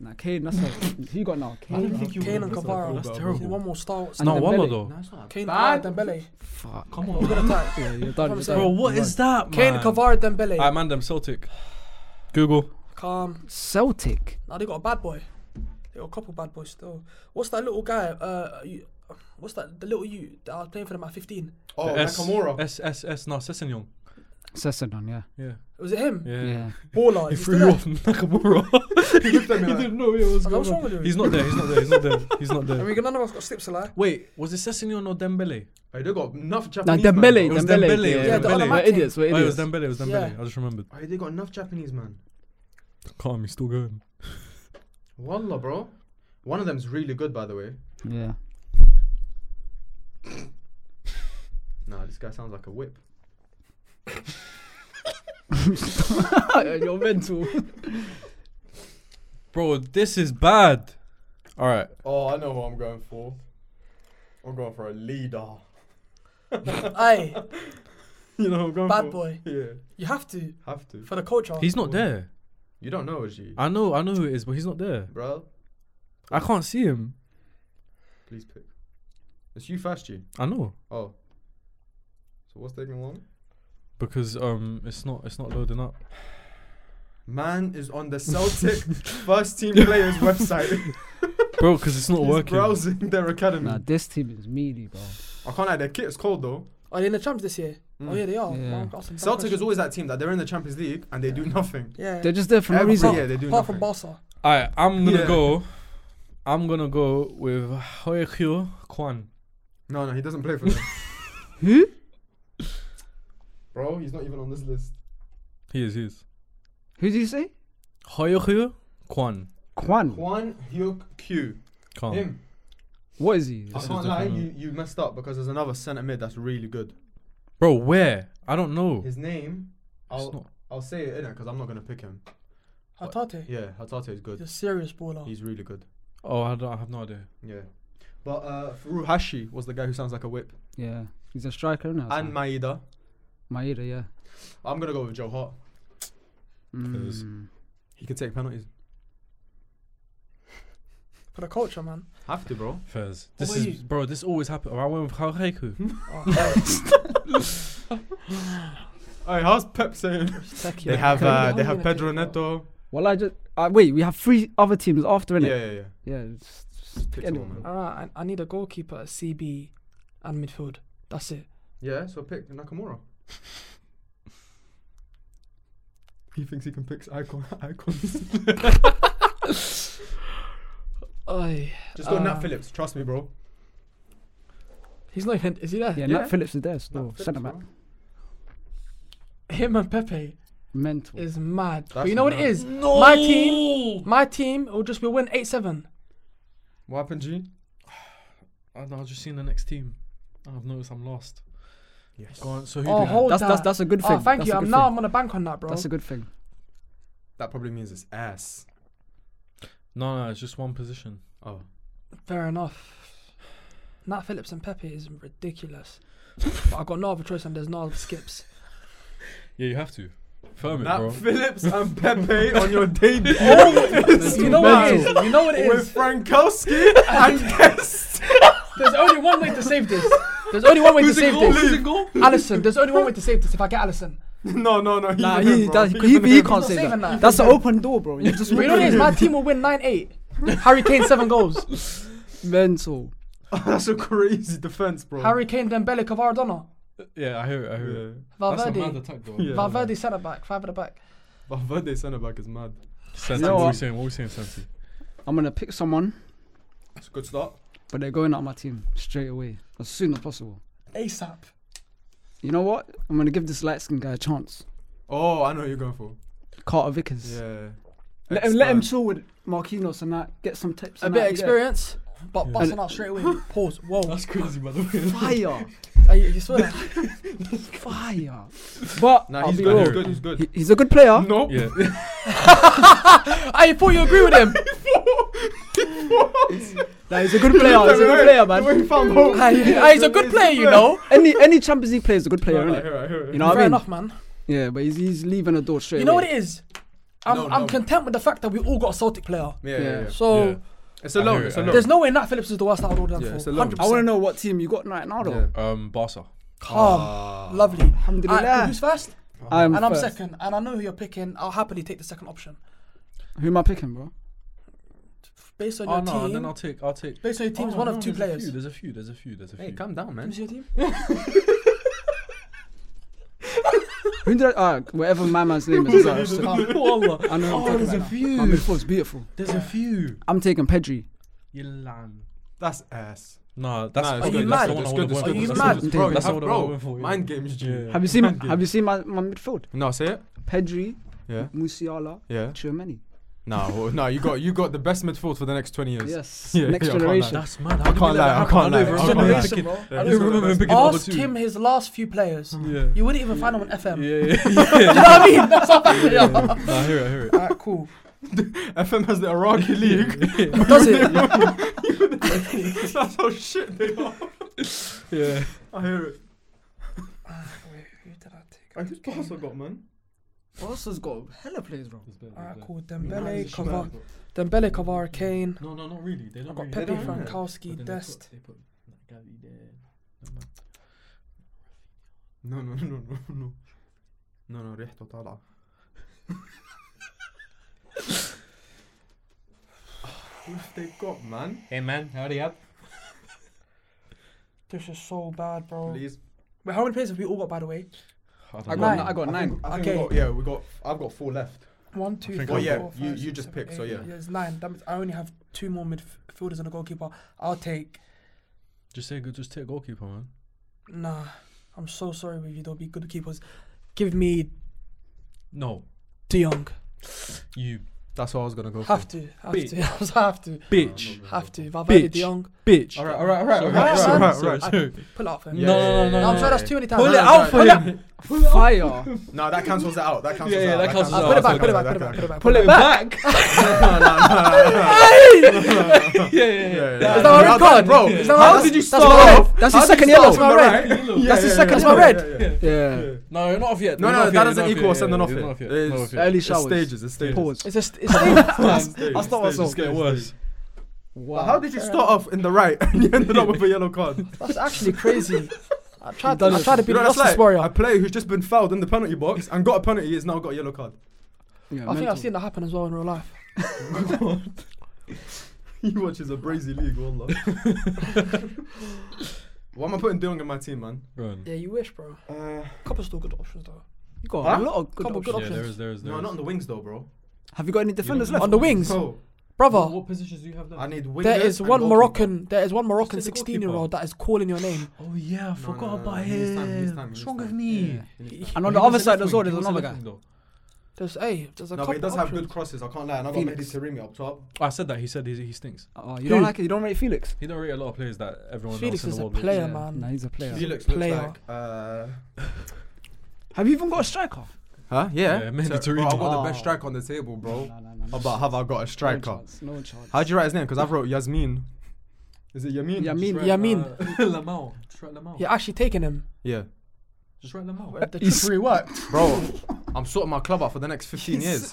C: Nah, Kane, that's not. *laughs* Who you got now?
A: I don't
C: Kane.
A: think you
B: Kane
A: would
B: and
A: have said
B: Cavara.
A: That's
D: terrible.
B: One more star.
C: And
D: No, one
C: Dembele.
D: more though.
A: it's not.
B: Kane,
C: Bad.
B: Cavara, Dembele.
C: Fuck.
D: Come
B: We're
D: on.
A: *laughs*
B: gonna tie.
C: Yeah, you're done.
B: I'm
C: You're
B: saying-
C: done.
D: Bro, what
C: You're
D: is
C: done.
D: that, man?
B: Kane, Cavara, Dembele.
D: Alright, man, them Celtic. Google.
B: Calm.
C: Celtic.
B: Now they got a bad boy. They got a couple bad boys still. What's that little guy? Uh, you, what's that? The little you that I was playing for them at 15.
A: Oh,
D: The S- *laughs*
A: Nakamura.
D: S S S. No, Sessegnon.
C: Sessegnon, yeah.
D: Yeah.
B: Was it him?
D: Yeah.
C: Yeah.
B: Baller.
D: He
B: He's
D: threw
B: still
D: you
B: there.
D: off *laughs* Nakamura. he
A: looked at me like-
D: didn't know it was
B: I was like,
D: going
B: what's wrong
D: on.
B: with him?
D: He's not there. He's not there. He's not there. He's not
B: I *laughs*
D: there.
B: mean, none of us got slips to lie.
D: Wait, was it Sessegnon or Dembele?
A: Hey, they got enough
C: Nah,
A: Japanese. man,
C: Dembele.
A: bro.
D: was
C: Dembele.
D: Dembele, it was
B: Yeah, the other
C: We're
B: Dembele. man came.
C: idiots. We're
D: Oh, it was
C: idiots.
D: Dembele. It was Dembele.
B: Yeah.
D: I just remembered.
A: Hey, they got enough Japanese man.
D: Calm. He's still going.
A: Wallah, bro. One of them's really good, by the way.
C: Yeah.
A: Nah, this guy sounds like a whip.
C: You're mental.
D: Bro, this is bad. All right.
A: Oh, I know who I'm going for. I'm going for a leader. *laughs*
B: Aye,
A: You know who I'm going
B: bad boy.
A: Yeah,
B: You have to
A: have to.
B: for the culture.
D: He's not there.
A: You don't know, G.
D: I know, I know who it is, but he's not there.
A: Bro,
D: I can't see him.
A: please pick. It's you first, G.
D: I know
A: Oh. So what's taking long?
D: because um, it's not, it's not loading up.
A: Man is on the *laughs* Celtic first team players *laughs* website.
D: Bro, because it's not
A: He's
D: working.
A: browsing their academy.
C: nah, this team is meaty, bro.
A: I can't lie, their kit is cold though.
B: Are they in the champs this year? Oh
A: Mm.
B: yeah, they are.
C: Yeah.
B: Wow, I've got some bad
A: Celtic is
B: questions.
A: always that team that they're in the Champions League and they do nothing.
B: Yeah.
C: They're just there for no
A: Every
C: reason.
A: year they do
B: Apart
A: nothing.
B: from Barca.
D: Alright, I'm gonna
A: Yeah.
D: go. I'm gonna go with Hoekyo Kwan.
A: No, no, he doesn't play for *laughs* them.
C: Who?
A: Bro, he's not even on this list.
D: He is, he is.
C: Who do you say?
D: Hoekyo Kwan.
C: Kwan.
A: Juan Hyuk Q.
D: Kwan.
A: Him.
C: What is he?
A: I
D: is
A: can't
D: different,
A: lie,
D: man.
A: you, you messed up because there's another centre mid that's really good.
D: Bro, where? I don't know.
A: His name,
D: It's
A: I'll,
D: not.
A: I'll say it in it because I'm not going to pick him.
B: Hatate.
A: Yeah, Hatate is
B: He's
A: good.
B: a serious baller.
A: He's really good.
D: Oh, I, don't, I have no idea.
A: Yeah. But uh, Ruhashi was the guy who sounds like a whip.
C: Yeah, he's a striker now.
A: And Maeda.
C: Maeda, yeah.
A: I'm going to go with Joe Hart.
D: Cause-
C: Mm.
A: He can take penalties.
B: For the
A: *laughs*
B: culture, man.
A: Have to, bro.
D: Fairs.
B: What
D: This
B: about
D: is,
B: you?
D: bro, this always happens. I went with Hoekyo.
B: Oh,
A: Hey, how's Pep saying?
C: Tech,
A: They
C: yeah.
A: have uh, they
B: Yeah.
A: have Pedro Neto.
C: Well, I just uh, wait. We have three other teams after,
A: Yeah,
C: innit?
A: yeah, yeah.
C: Yeah. it's- it's
A: Just pick
C: any-
A: someone, man.
B: Alright, I, I need a goalkeeper, a CB, and midfield. That's it.
A: Yeah, so pick Nakamura. *laughs* he thinks he can pick icon *laughs* icons.
B: Aye.
A: Just go Nat
B: Uh,
A: Phillips. Trust me, bro.
B: He's not even. Is he there?
C: yeah,
A: Yeah.
C: Nat Phillips is there still.
A: Nat
C: Centre back.
A: Phillips,
B: Him and Pepe
C: Mental.
B: is mad. but
A: That's
B: you know what
A: mad.
B: it is? No! My team. My team will just be win 8 7.
A: bro. What happened, G?
D: I know, I've just seen the next team. I've noticed I'm lost.
A: Yes.
D: Go on, so who do
B: Oh,
D: you have?
B: hold
C: that's,
B: that.
C: that's that's a good thing.
B: Oh, thank
C: that's
B: you.
C: A
B: I'm
C: good
B: now
C: thing.
B: I'm gonna bank on that, bro.
C: That's a good thing.
A: That probably means it's ass.
D: No, no, it's just one position.
A: Oh.
B: Fair enough. Nat Phillips and Pepe is ridiculous. but I've got no other choice and there's no other *laughs* skips.
D: Yeah, you have to. Firm it,
A: Nat
D: bro.
A: Phillips and Pepe on *laughs* your debut.
B: you know what it is? You know what it
A: With
B: is?
A: Frankowski and Guest.
B: There's only one way to save this. There's only one way to
D: Who's in
B: save
D: goal?
B: this.
D: Who's in goal?
B: Allison, there's only one way to save this if I get *laughs* Allison.
A: No, no, no. He's
C: Nah,
A: in,
C: he,
A: bro.
C: that,
A: He's *laughs*
C: he,
A: in
C: he
A: the-
C: can't
B: not
C: say
B: saving
C: that.
B: that.
C: That's an open door, bro. You just
B: But you know what it is? My team will win 9 *laughs* 8. Harry Kane, 7 *laughs* goals.
C: mental.
A: That's a crazy defense, bro.
B: Harry Kane, Dembele, Cavardona.
D: Yeah, I hear it, I hear it.
A: Yeah.
D: That's a mad
B: Valverde.
D: attack, though.
A: Yeah.
B: Valverde, centre back, five at the back.
A: Valverde centre back is mad.
D: Santi,
C: You know
D: what are we
C: what?
D: saying? What are we saying, Santi?
C: I'm gonna pick someone,
A: It's a good start.
C: but they're going out my team straight away as soon as possible.
B: ASAP.
C: You know what? I'm gonna give this light skinned guy a chance.
A: Oh, I know what you're going for.
C: Carter Vickers.
A: Yeah.
C: Let him let him
A: Expert.
C: chill with Marquinhos and that. Get some tips.
B: A
C: and
B: bit of
C: that,
B: experience, but
D: Yeah.
B: busting out *laughs* straight away. Pause. Whoa.
D: That's crazy, by the way.
C: Yeah.
B: *laughs*
C: Fire,
B: Are you, you saw *laughs* that?
C: fire. But
A: Nah,
C: I'll
A: he's
C: be
A: good,
C: real.
A: he's good. He's good.
C: He- he's a good player.
A: Nope.
D: Yeah.
B: I thought you agree with
A: *laughs*
B: him.
C: Nah, he's a good player. he's a good player, man.
A: Where he found hope.
B: Ah, he- ah, he's a good player, you know.
C: Any any Champions League player is a good player,
A: Right,
C: isn't
A: right,
C: it?
A: right, right, right.
C: You know what
B: Fair
C: I mean?
B: enough, man.
C: Yeah, but he's he's leaving the door straight.
B: You know what
C: away.
B: it is? I'm,
A: No,
B: I'm
A: no.
B: content with the fact that we all got a Celtic player.
A: Yeah, yeah, yeah.
B: So
D: Yeah.
A: It's a
D: I
A: loan.
D: hear
A: It's
D: it,
A: a loan.
D: I hear
B: there's no way Nat Phillips is the worst I would have done
A: Yeah,
B: for.
A: it's a loan.
B: 100%.
C: I want to know what team you got right now, though.
A: Yeah.
D: Um, Barca.
B: Calm.
D: Ah.
A: Ah.
B: Lovely.
C: Alhamdulillah.
B: Alright, who's first?
C: I'm
B: and I'm
C: first.
B: second. And I know who you're picking. I'll happily take the second option.
C: Who am I picking, bro?
B: Based on
D: Oh
B: your
D: no, and
B: team.
D: then I'll take, I'll take.
B: Based on your team, it's
D: Oh,
B: one
D: no,
B: of two
D: there's a
B: players.
D: few, there's a few. There's a few. There's a few.
A: Hey, calm down, man.
B: Who's your team?
C: Who did I? Uh, whatever my man's name
A: *laughs*
C: is. I know.
D: Wallah. Oh,
C: I know. who I'm
D: there's
C: talking
D: a
C: about.
D: few.
C: My midfield's beautiful.
D: There's a few.
C: I'm taking Pedri.
D: Yilan.
A: That's ass. Nah,
D: Nah, that's, nah,
A: it's
D: that's,
B: good,
D: that's
B: that's
D: the
B: good,
D: one I
A: it's
D: want
A: good, it's
D: to
B: good,
D: win.
B: it's
D: That's
B: good,
D: the
B: it's
D: one-
C: good.
D: That's
A: Bro,
D: the
A: you have-
D: one I want to win for. yeah.
A: Mind games, G.
D: Yeah.
C: Have you seen?
A: Thank you.
C: Have you seen my, my midfield?
A: No, say it.
C: Pedri,
A: Yeah.
C: Musiala,
A: Yeah.
C: Tchouameni.
A: No, well, no, you got you got the best midfield for the next twenty years.
C: Yes.
A: *laughs* Yeah,
C: Next
A: yeah, I can't
C: generation.
D: That's mad.
A: I can't lie, I can't lie, I can't lie.
D: Picking,
B: bro.
D: I
B: I
D: don't
B: don't
D: remember him picking
B: Ask
D: Aubameyang.
B: him his last few players.
D: Yeah.
B: You wouldn't even find them on FM.
D: Yeah, *laughs* yeah,
B: *laughs*
D: yeah.
B: Do you know what I mean? That's how bad they are.
D: Nah, I hear it, I
B: *laughs*
D: hear it.
B: Alright, cool.
A: FM has the Iraqi *laughs* league.
B: Does it?
A: That's how shit they are.
D: Yeah.
A: I hear it.
B: Wait, who did I take?
A: And who's Barca got, man?
C: Barca's got hella players, bro.
B: Alright,
D: No,
B: cool.
A: Nice.
B: Dembele, Kavar, Dembele, Kavar, Kane.
D: no, not really. They
B: I
D: don't
B: got
D: really.
A: They
B: Pepe,
A: don't have it.
D: But
B: Frankowski,
D: then they put-
B: Dest.
D: they put Gavi there.
A: No, no, no, no, no. No, no, ريحته طالعة. Who have they got, man?
D: Hey man, howdy up.
B: This is so bad, bro.
A: Please.
B: Wait, how many players have we all got, by the way?
C: I
B: Nine.
C: got, I got
A: I
C: nine.
A: think- I think we
B: Okay.
A: got- yeah, we got. I've got four left.
B: One, two,
D: think
B: three,
A: Oh,
B: four,
D: I've got-
A: yeah, you-
B: five,
A: you
B: six,
A: just
B: seven,
A: picked, so
B: eight,
A: yeah.
B: nine. It's nine. That means I only have two more midfielders and a goalkeeper. I'll take.
D: Just say, just take goalkeeper, man.
B: Nah, I'm so sorry with you. There'll be good keepers. Give me
D: No,
B: De Jong.
D: you
A: That's what I was gonna go
B: Have to, have
D: Bitch.
B: to, *laughs* have to,
D: bitch,
B: have to. Valverde,
D: Bitch.
B: De Jong.
D: bitch.
A: All right, all right, all right, all
D: Sorry,
A: right,
B: Sorry,
A: all right, all
D: sorry,
A: right.
B: I-
D: sorry.
B: Pull it out for him.
D: Yeah, No, no, no, no,
B: I'm
D: no,
B: sure
A: yeah,
B: that's too many times.
D: Pull it
B: No, no,
D: out for
B: no, no.
D: him.
C: Fire.
A: yeah. No, that cancels it out. That cancels
D: Yeah,
A: it
D: yeah,
A: out.
D: that cancels
B: Ah,
D: it
B: put it
D: out.
B: back, put it
D: okay,
B: back, put it back, put it back.
C: Pull it back.
A: No, no, no, no, no, no, no, no, no, yeah, yeah.
B: Is that what
A: Yeah,
B: I've got?
A: bro,
B: Is that
A: how
B: what-
A: did you
B: that's
A: start
B: my red.
A: off?
C: That's
A: How
C: his
A: did
C: second
A: you
C: yellow.
A: start? That's my red.
B: *laughs*
C: That's his second
A: yeah,
C: yellow.
A: yeah,
B: red.
A: yeah, yeah.
C: Yeah.
D: No, you're not off yet.
A: No,
D: You're
A: no,
D: not
A: that
D: off yet,
A: doesn't
D: you're
A: equal
D: not
A: a sending
D: yet,
A: off
D: you're
A: it.
D: not off yet,
A: It's-
D: you're not off yet.
C: Early
A: It's
C: showers.
A: stages, it's stages.
C: Pause.
B: It's just, it's
D: *laughs*
B: dangerous.
A: Stages,
C: I start
A: stages,
C: myself.
A: stages,
D: It's getting worse.
A: stages.
C: Wow.
A: How did you start off in the right and you ended *laughs* up with a yellow card?
B: That's actually crazy. I tried,
C: done
B: I
C: it.
B: tried to be
A: You
B: the
A: know, that's
B: justice
A: like a
B: warrior.
A: player who's just been fouled in the penalty box and got a penalty has now got a yellow card.
C: Yeah,
B: I think
C: mental.
B: I've seen that happen as well in real life.
A: he watches a brazy league, *laughs* wallah. Why am I putting De Jong in my team, man?
D: Go on.
B: Yeah, you wish, bro.
A: Uh,
B: Couple still good options though.
C: You got
A: Huh?
C: a lot of good
B: Couple good
C: options.
D: Yeah, there is, there is, there
A: no,
D: is.
A: not on the wings though, bro.
C: Have you got any defenders
D: don't-
C: left?
B: On the wings,
A: Bro,
D: What,
B: brother.
D: what positions do you have left?
A: I need wingers.
B: There is
A: and
B: one
A: goalkeeper.
B: Moroccan. There is one Moroccan
D: Just say the
B: 16 year old that is calling your name.
D: oh yeah, I
A: no,
D: forgot
A: no, no,
D: about
A: he
D: him.
A: needs time, he needs time, he
D: What's
A: needs
D: wrong with
A: time.
D: me?
C: And on the other side as well, there's another guy.
B: There's hey, there's a
A: No,
B: couple
A: but he does have
B: options.
A: good crosses. I can't lie. And I got Mehdi
C: Phoenix.
A: Taremi up top.
D: I said that. He said he, he stinks.
C: Oh, you don't
B: Who?
C: like it? You don't rate Felix?
D: He don't rate a lot of players that everyone
B: Felix
D: else in
B: is
D: the
B: a
D: world. rates.
B: player,
C: Yeah,
B: man.
C: Nah, he's a player.
A: Felix looks
B: Player.
A: like. Uh,
C: Have you even got a striker?
A: huh?
D: Yeah, Mehdi
A: So-
D: Taremi.
A: Bro, I've got the best
C: Oh.
A: striker on the table, bro.
C: Nah, nah, nah, nah.
A: About have I got a
C: No
A: striker?
C: chance. No chance.
A: How'd you write his name? Because I wrote Yasmin. Is it Yamin?
C: Yamin.
B: Yeah, I mean-
D: Uh, Lamau. Just write Lamau.
B: You're actually taking him.
A: Yeah.
D: Just write Lamau.
B: The
C: *laughs*
B: trickery worked.
A: Bro, I'm sorting my club out for the next 15 years.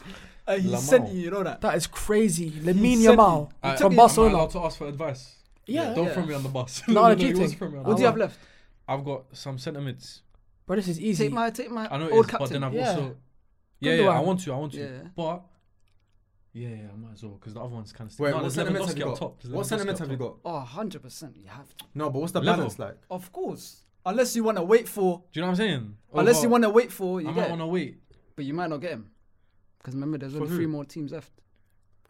C: he
D: Lamar.
C: uh, sent you, you know that.
B: That is crazy. Lamine
C: sent
B: Yamal
D: I-
B: from
D: am I
B: Barcelona.
D: allowed to ask for advice.
B: Yeah,
D: Don't
C: yeah.
D: throw me on the bus.
B: No,
D: you
B: cheating.
D: always throw me on
C: What
D: the
C: do you
D: bus.
C: have left?
D: I've got some sentiments.
B: Bro, this is easy.
C: Take my, take my
D: I know it
C: old
D: is,
C: captain.
D: but then I've
B: Yeah.
D: also. Yeah, yeah,
B: Gundogan.
D: I want to, I want to.
C: Yeah.
D: But. Yeah, yeah, I might as well, because the other one's kind of.
A: Wait, what sentiments have you got?
D: Top. There's
A: what
D: Lewandowski
A: sentiment
D: up
A: have you
D: top.
A: got?
C: Oh, 100%. You have to.
A: No, but what's the
D: Level.
A: balance like?
C: Of course. Unless you want to wait for.
D: Do you know what I'm saying?
C: Oh, unless
D: Over-
C: you want to wait for. You
D: Oh, I
C: get
D: might
C: it.
D: want to wait.
C: But you might not get him. Because remember, there's
D: For
C: only
D: who?
C: three more teams left.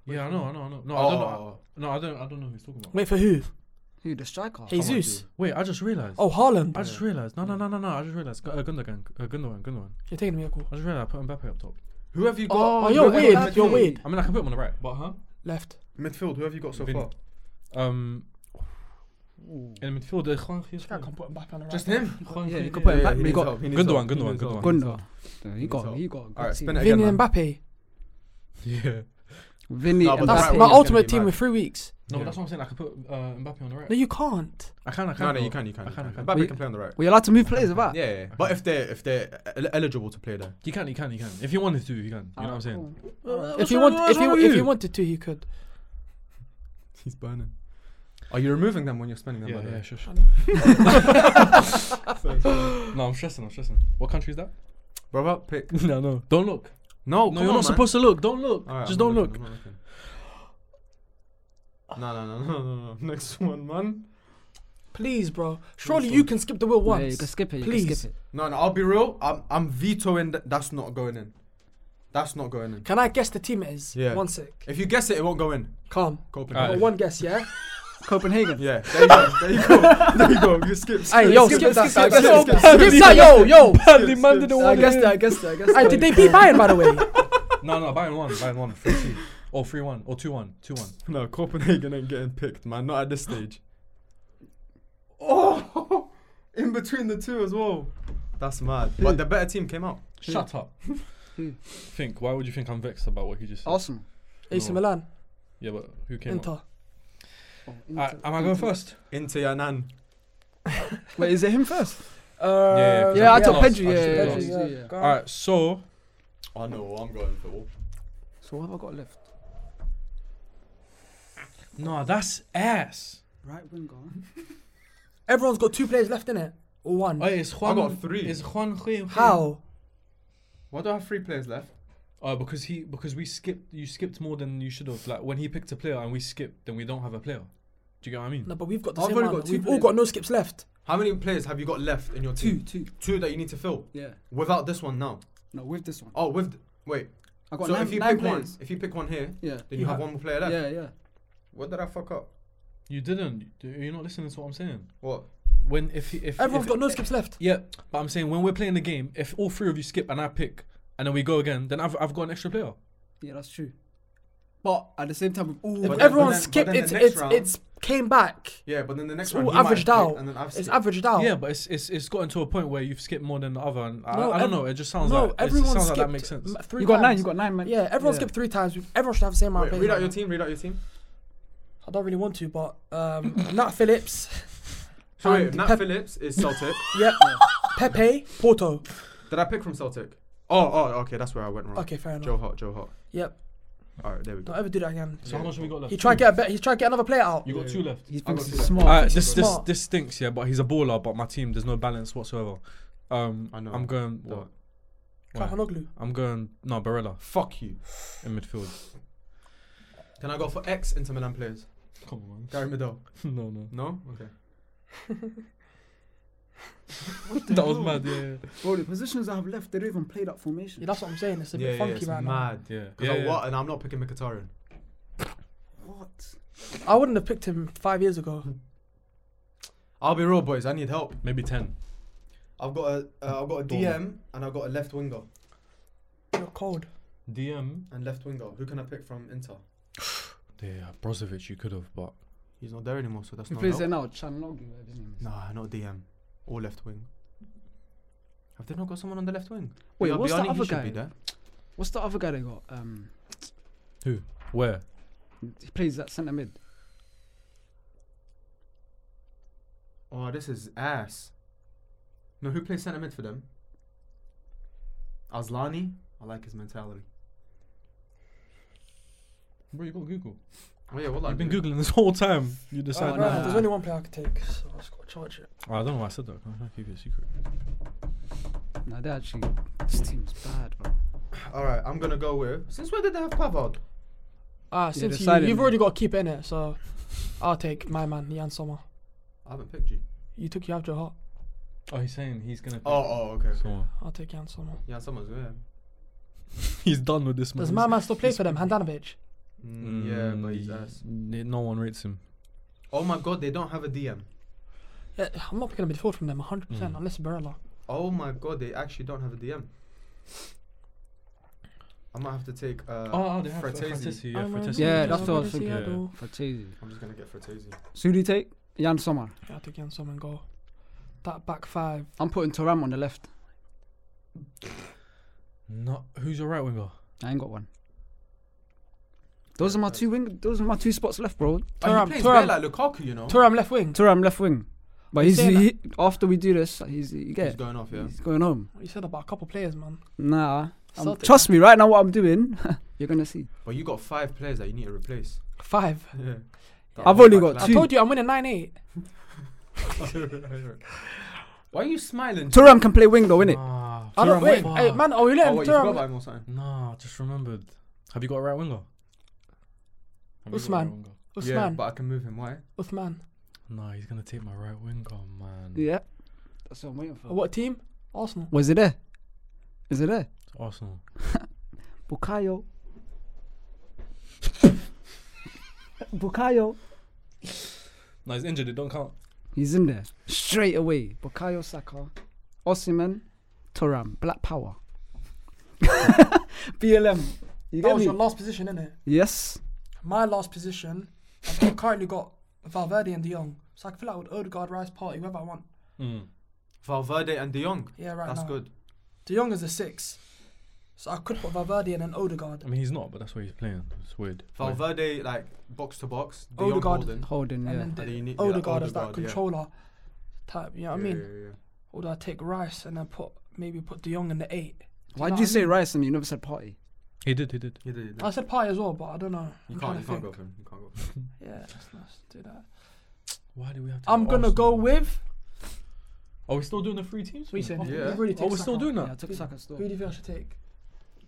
D: Yeah, I know, I know, I know. No, I don't
A: Oh.
D: know. No, I don't. I don't know who he's talking about.
B: Wait for who?
C: Who? The striker?
B: Jesus.
D: Wait, I just realized.
B: Oh, Haaland.
D: I just realized. No, no, no, no, no. I just realized. Uh, Gundogan, uh, Gundogan, Gundogan.
B: You're taking me, yeah, cool.
D: I just realized I put Mbappe up top.
A: Who have you got?
B: Oh, you're
C: you're
B: weird.
C: Mbappe.
B: You're weird.
D: I mean, I can put him on the right, but huh?
B: Left.
A: Midfield, who have you got so
D: Vin-
A: far?
D: Um, in the midfield, uh, Juan Gil-
B: I can put Mbappe on the right.
A: Just him?
D: Juan
C: Yeah,
D: Gil-
C: you could put him back.
A: he
C: You
A: needs
C: got
A: help, he needs
D: Gundogan,
A: help, he
D: Gundogan,
A: needs help.
D: Gundogan.
C: Gundo. He got,
A: out.
C: he got a good
A: Alright,
C: team.
A: spin it
B: Vinny
A: Again,
B: and Mbappe.
D: Yeah.
C: Vinny
A: No,
C: and
A: but
B: That's
A: right
B: my
C: Mbappe.
A: wing is gonna
B: ultimate
A: be
B: team
A: mad.
B: with three weeks.
D: No,
A: Yeah.
D: that's what I'm saying. I could put uh, Mbappe on the right.
B: No, you can't.
D: I can, I can.
A: No, no, you
D: though.
A: can, you can.
D: I Ah.
A: You
D: can, I
A: can.
D: can.
A: Mbappe
C: Wait.
A: can play on the right.
C: We're allowed to move players about.
A: Yeah, yeah, yeah. But if they're if they're el- eligible to play there,
D: You can, you can, you can. If you wanted to, you can. You know what I'm saying?
C: Oh.
B: If you want, if you if you wanted to, you could.
A: he's burning. Are you removing them when you're spending them?
D: Yeah,
A: by the
D: yeah,
A: way?
D: sure,
B: I
D: sure.
B: know.
D: No, I'm stressing, I'm stressing. What country is that?
A: Brother, pick.
D: no, no. Don't look.
A: No,
D: No,
A: come
D: you're
A: on,
D: not
A: man.
D: supposed to look. Don't look.
A: Alright,
D: Just
A: I'm
D: don't
A: not
D: look.
A: looking, I'm not looking. No, no, no, no, no, *laughs* no. Next one, man.
B: Please, bro. Surely you can skip the wheel
C: Yeah, you
B: once.
C: can skip it. You can
B: Please.
C: skip it.
A: No, no. I'll be real. I'm I'm vetoing. Th- that's not going in. That's not going in.
B: Can I guess the team it is?
A: Yeah.
B: One sec.
A: If you guess it, it won't go in.
B: Calm.
D: Alright.
A: Copenhagen.
B: Got one guess, yeah.
C: *laughs* Copenhagen.
A: Yeah, there you go. *laughs* There you go. There you go. You skip. skip
B: Hey, yo,
A: skip,
B: skip
A: skip,
B: that.
A: skip, skip,
B: Skip
A: skip,
B: that.
A: skip,
B: Skip
A: skip,
B: that.
A: skip.
B: Yo, yo.
D: Badly man didn't
C: I
D: want
C: guessed it.
D: it.
C: I guessed it. I guessed it.
B: Hey, did they beat Bayern by the way?
D: No, no, Bayern won. Bayern won. 3-2. or 3 1 or 2 1. 2 1.
A: No, Copenhagen ain't getting picked, man. Not at this stage. Oh, *laughs* in between the two as well. That's mad. But the better team came out.
D: Shut up.
C: Who?
D: Think, why would you think I'm vexed about what he just said?
C: Arsenal.
B: AC
D: No.
B: Milan,
D: Yeah, but who came out?
B: Inter.
C: Oh,
D: Uh,
C: Inter-
D: am I going first?
A: Inter Yanan.
C: Oh, Wait, is it him first?
B: Uh,
D: yeah,
C: Yeah, I
D: just
C: took
D: lost.
C: Pedri.
D: I just
C: Yeah, yeah,
D: lost.
C: yeah, yeah, yeah.
B: Go on.
D: All right, so
A: I know. I'm going for all.
C: So what have I got left?
D: no, that's ass.
C: Right winger.
B: Everyone's got two players left in it or one.
D: Oh, it's
A: I
D: Juan.
A: got three.
D: It's Juan. Gil-
B: How?
A: Why do I have three players left?
D: Oh, because he because we skipped. You skipped more than you should have. Like when he picked a player and we skipped, then we don't have a player. Do you get what I mean?
B: No, but we've got the
A: I've
B: same
A: only got
B: amount.
A: two
B: We've all
A: players.
B: got no skips left.
A: How many players have you got left in your
C: Two,
A: team?
C: two.
A: Two that you need to fill
C: Yeah.
A: without this one now.
C: No, with this one.
A: Oh, with wait.
C: I got
A: so
C: nine,
A: if you
C: nine
A: pick
C: players.
A: one, if you pick one here,
C: Yeah.
A: then you,
B: You
A: have
B: have-
A: one more player left.
C: Yeah, yeah.
A: What did I fuck up?
D: You didn't. You're not listening to what I'm saying.
A: What?
D: When if if
B: Everyone's
D: if,
B: got no skips left.
D: Yeah, but I'm saying when we're playing the game, if all three of you skip and I pick, and then we go again, then I've I've got an extra player.
C: Yeah, that's true.
B: But
C: At the same time, we've all
B: if
A: But then-
B: everyone
A: but then- but
B: skipped,
A: then the
B: it's
A: next
B: it's
A: round-
B: it's came back.
A: Yeah, but then the next
B: It's
A: one
B: all
A: he might have
B: averaged
A: picked
B: out.
A: and then I've
B: It's
A: skipped.
B: averaged out.
D: Yeah, but it's it's it's gotten to a point where you've skipped more than the other, and I,
B: No,
D: I don't
B: ev-
D: know. It just sounds
B: no,
D: like it
B: everyone
D: sounds like
B: skipped
D: that makes sense.
B: m- three
C: You got nine.
B: times.
C: You got nine, man.
B: Yeah, everyone skipped three times. We- Everyone should have the same amount
A: Wait,
B: of
A: read
B: players.
A: out your team. Read out your team.
B: I don't really want to, but
A: *laughs*
B: um, Nat Phillips,
A: So wait,
B: And
A: Nat
B: Pep-
A: Phillips is
B: *laughs*
A: Celtic.
B: yeah, Pepe, Porto.
A: Did I pick from Celtic? Oh, oh, okay, that's where I went wrong.
B: Okay, fair enough.
A: Joe Hart, Joe Hart.
B: Yep.
A: All right, there we go.
B: Don't ever do that again.
D: So how much have we got left?
B: He tried to get a bet. He tried to get another player out.
D: You got two left.
C: He
A: got
C: thinks
A: two
C: he's
A: left.
C: smart.
D: Uh, this this
B: Smart.
D: this stinks, yeah. But he's a baller. But my team, there's no balance whatsoever. Um,
A: I know.
D: I'm going.
A: Don't.
D: What? Why?
B: Kahanoglu.
D: I'm going. No, Barella
A: Fuck you.
D: in midfield.
A: Can I go for ex Inter Milan players?
D: Come on,
A: Gary Medel.
D: man. *laughs* no, no.
A: No. Okay.
D: *laughs* That was mad. Yeah, yeah.
C: Bro, the positions I have left, they don't even play that formation.
B: Yeah, that's what I'm saying. It's a
A: yeah,
B: bit funky
A: yeah, it's
B: right now.
A: mad.
D: yeah.
A: Cause
D: yeah,
A: I,
D: yeah.
A: what? And I'm not picking Mkhitaryan.
C: What?
B: I wouldn't have picked him five
A: *laughs*
B: years ago.
A: I'll be real, boys. I need help.
D: Maybe ten.
A: I've got a, uh, I've got a
D: Don't.
A: DM and I've got a left winger
B: You're cold.
D: DM.
A: and left winger. Who can I pick from Inter?
D: Yeah, Brozovic. You could have, but
A: He's not there anymore, so that's
C: Who
A: not help.
C: plays there now? Chanloglu, whatever his name is.
A: Nah, not DM or left wing. Have they not got someone on the left wing?
C: Wait,
A: Bia-
C: what's that
A: Biani, he
C: other
A: should
C: guy?
A: Be there.
C: What's the other guy they got? Um,
D: where?
C: he plays at centre mid.
A: Oh, this is ass. No, who plays centre mid for them? Aslani. I like his mentality.
D: Bro, you got Google.
A: Oh yeah, what like?
D: You've been googling this whole time. You decide.
C: Oh,
B: Right,
C: no.
B: There's only one player I could take, so I just got to charge it.
D: Oh, I don't know why I said that. I'm trying to keep it a secret.
C: Nah, they actually. This team's bad, bro.
A: All right, I'm gonna go with. Since when did they have Pavard?
B: Ah,
C: they
B: since you,
C: signed him.
B: you've already got to keep in it, so I'll take my man Jan Sommer.
A: I haven't picked you.
B: You took Yav Hart.
D: Oh, he's saying he's gonna.
A: Oh, oh, okay. okay.
D: So
B: I'll take Jan Sommer.
A: Yeah, someone's yeah.
D: *laughs* he's done with this.
B: Does
D: man.
B: my man still play for them, Handanovic?
A: Mm, yeah, but he's
D: Mm,
A: ass.
D: n- No one rates him.
A: Oh my god, they don't have a DM.
B: Yeah, I'm not picking a midfield from them 100%
D: Mm.
B: unless Barella.
A: Oh my god, they actually don't have a DM. I might have to take
B: Oh,
A: uh,
D: Oh,
A: Fratesi.
D: Yeah,
B: I'm
D: Fratesi.
B: ready
C: Yeah,
B: to
C: that's what I was
B: see
C: thinking.
B: I do.
C: Fratesi.
A: I'm just gonna get Fratesi.
C: So who do you take? Jan Sommer.
B: Yeah, I'll take Jan Sommer and go. That back five.
C: I'm putting Turam on the left.
D: No, who's your right winger?
C: I ain't got one. Those
A: Yeah,
C: are my
A: fair.
C: two wing. Those are my two spots left, bro.
A: Oh,
B: Thuram,
A: he plays
B: Thuram.
A: bare like Lukaku, you know.
B: Turam left wing.
C: Turam left wing, but
B: He's
C: he's
B: saying
C: he, after we do this, he's you
A: He's
C: get
A: going off, yeah.
C: he's going home.
B: You said about a couple players,
A: Um,
B: man.
C: Nah, I'm-
B: Celtic,
C: trust
B: man.
C: me. Right now, what I'm doing, *laughs* you're gonna see.
A: But you got five players that you need to replace. *laughs*
B: Five.
A: Yeah.
C: I've only got
B: I
C: Two.
B: told you I'm winning 9 8.
A: two. Why are you smiling?
C: Turam can play wing though, innit?
D: Nah,
B: I don't
D: Thuram,
B: Oh, wait.
D: wait.
B: Hey, man, are we
A: Oh,
B: letting
A: wait, you forgot
B: Thuram?
A: about him or something.
D: Nah, I just remembered. Have you got a right winger? Have you got a
B: Usman.
D: right winger?
A: Yeah,
B: Uthman.
A: but I can move him. Why?
B: Uthman.
D: Nah, he's gonna take my right winger, man.
C: Yeah, that's what I'm waiting for.
B: Uh, What team? Arsenal.
C: Was it there? Is it there?
D: It's Arsenal.
C: Bukayo. *laughs* Bukayo.
D: Nah, he's injured. It don't count.
C: He's in there straight away. Bukayo Saka, *laughs* Osimhen, Turam, Black Power, BLM. You
B: That
C: get
B: was
C: me?
B: your last position, innit?
C: Yes.
B: My last position, I've got- currently got Valverde and De Jong. So I can fill out with Odegaard, Rice, Party, whoever I want.
D: Mm.
A: Valverde and De Jong.
B: Yeah, right
A: That's
B: now.
A: good.
B: De Jong is a six. So I could put Valverde in and Odegaard.
D: I mean, he's not, but that's what he's playing. It's weird.
A: Valverde like box to box. De Jong
B: Odegaard.
A: holding.
C: Holding, yeah.
B: And then
A: And then you need-
B: De-
A: yeah, like
B: Odegaard as that
A: Odegaard, yeah.
B: controller type, you know what
A: Yeah,
B: I mean?
A: yeah, yeah.
B: Or do I take Rice and then put maybe put De Jong in the eight?
C: Why
B: know
C: did you
B: what I
C: say
B: mean?
C: rice and you never said party?
D: He did, he did.
A: He did, he did.
B: I said Party as well, but I don't know.
A: You can't,
B: I'm trying
A: you
B: to
A: can't go
B: think.
A: for him. You can't go.
B: Yeah, let's, let's do that.
D: Why do we have to?
B: I'm gonna
D: Arsenal?
B: go with.
D: Are we still doing the three teams?
B: What you saying?
A: Yeah.
B: You've already
D: Oh,
B: taken
D: we're still
B: Saka.
D: doing
C: Yeah, I
D: that.
C: took Saka still.
B: Who do you think I should take?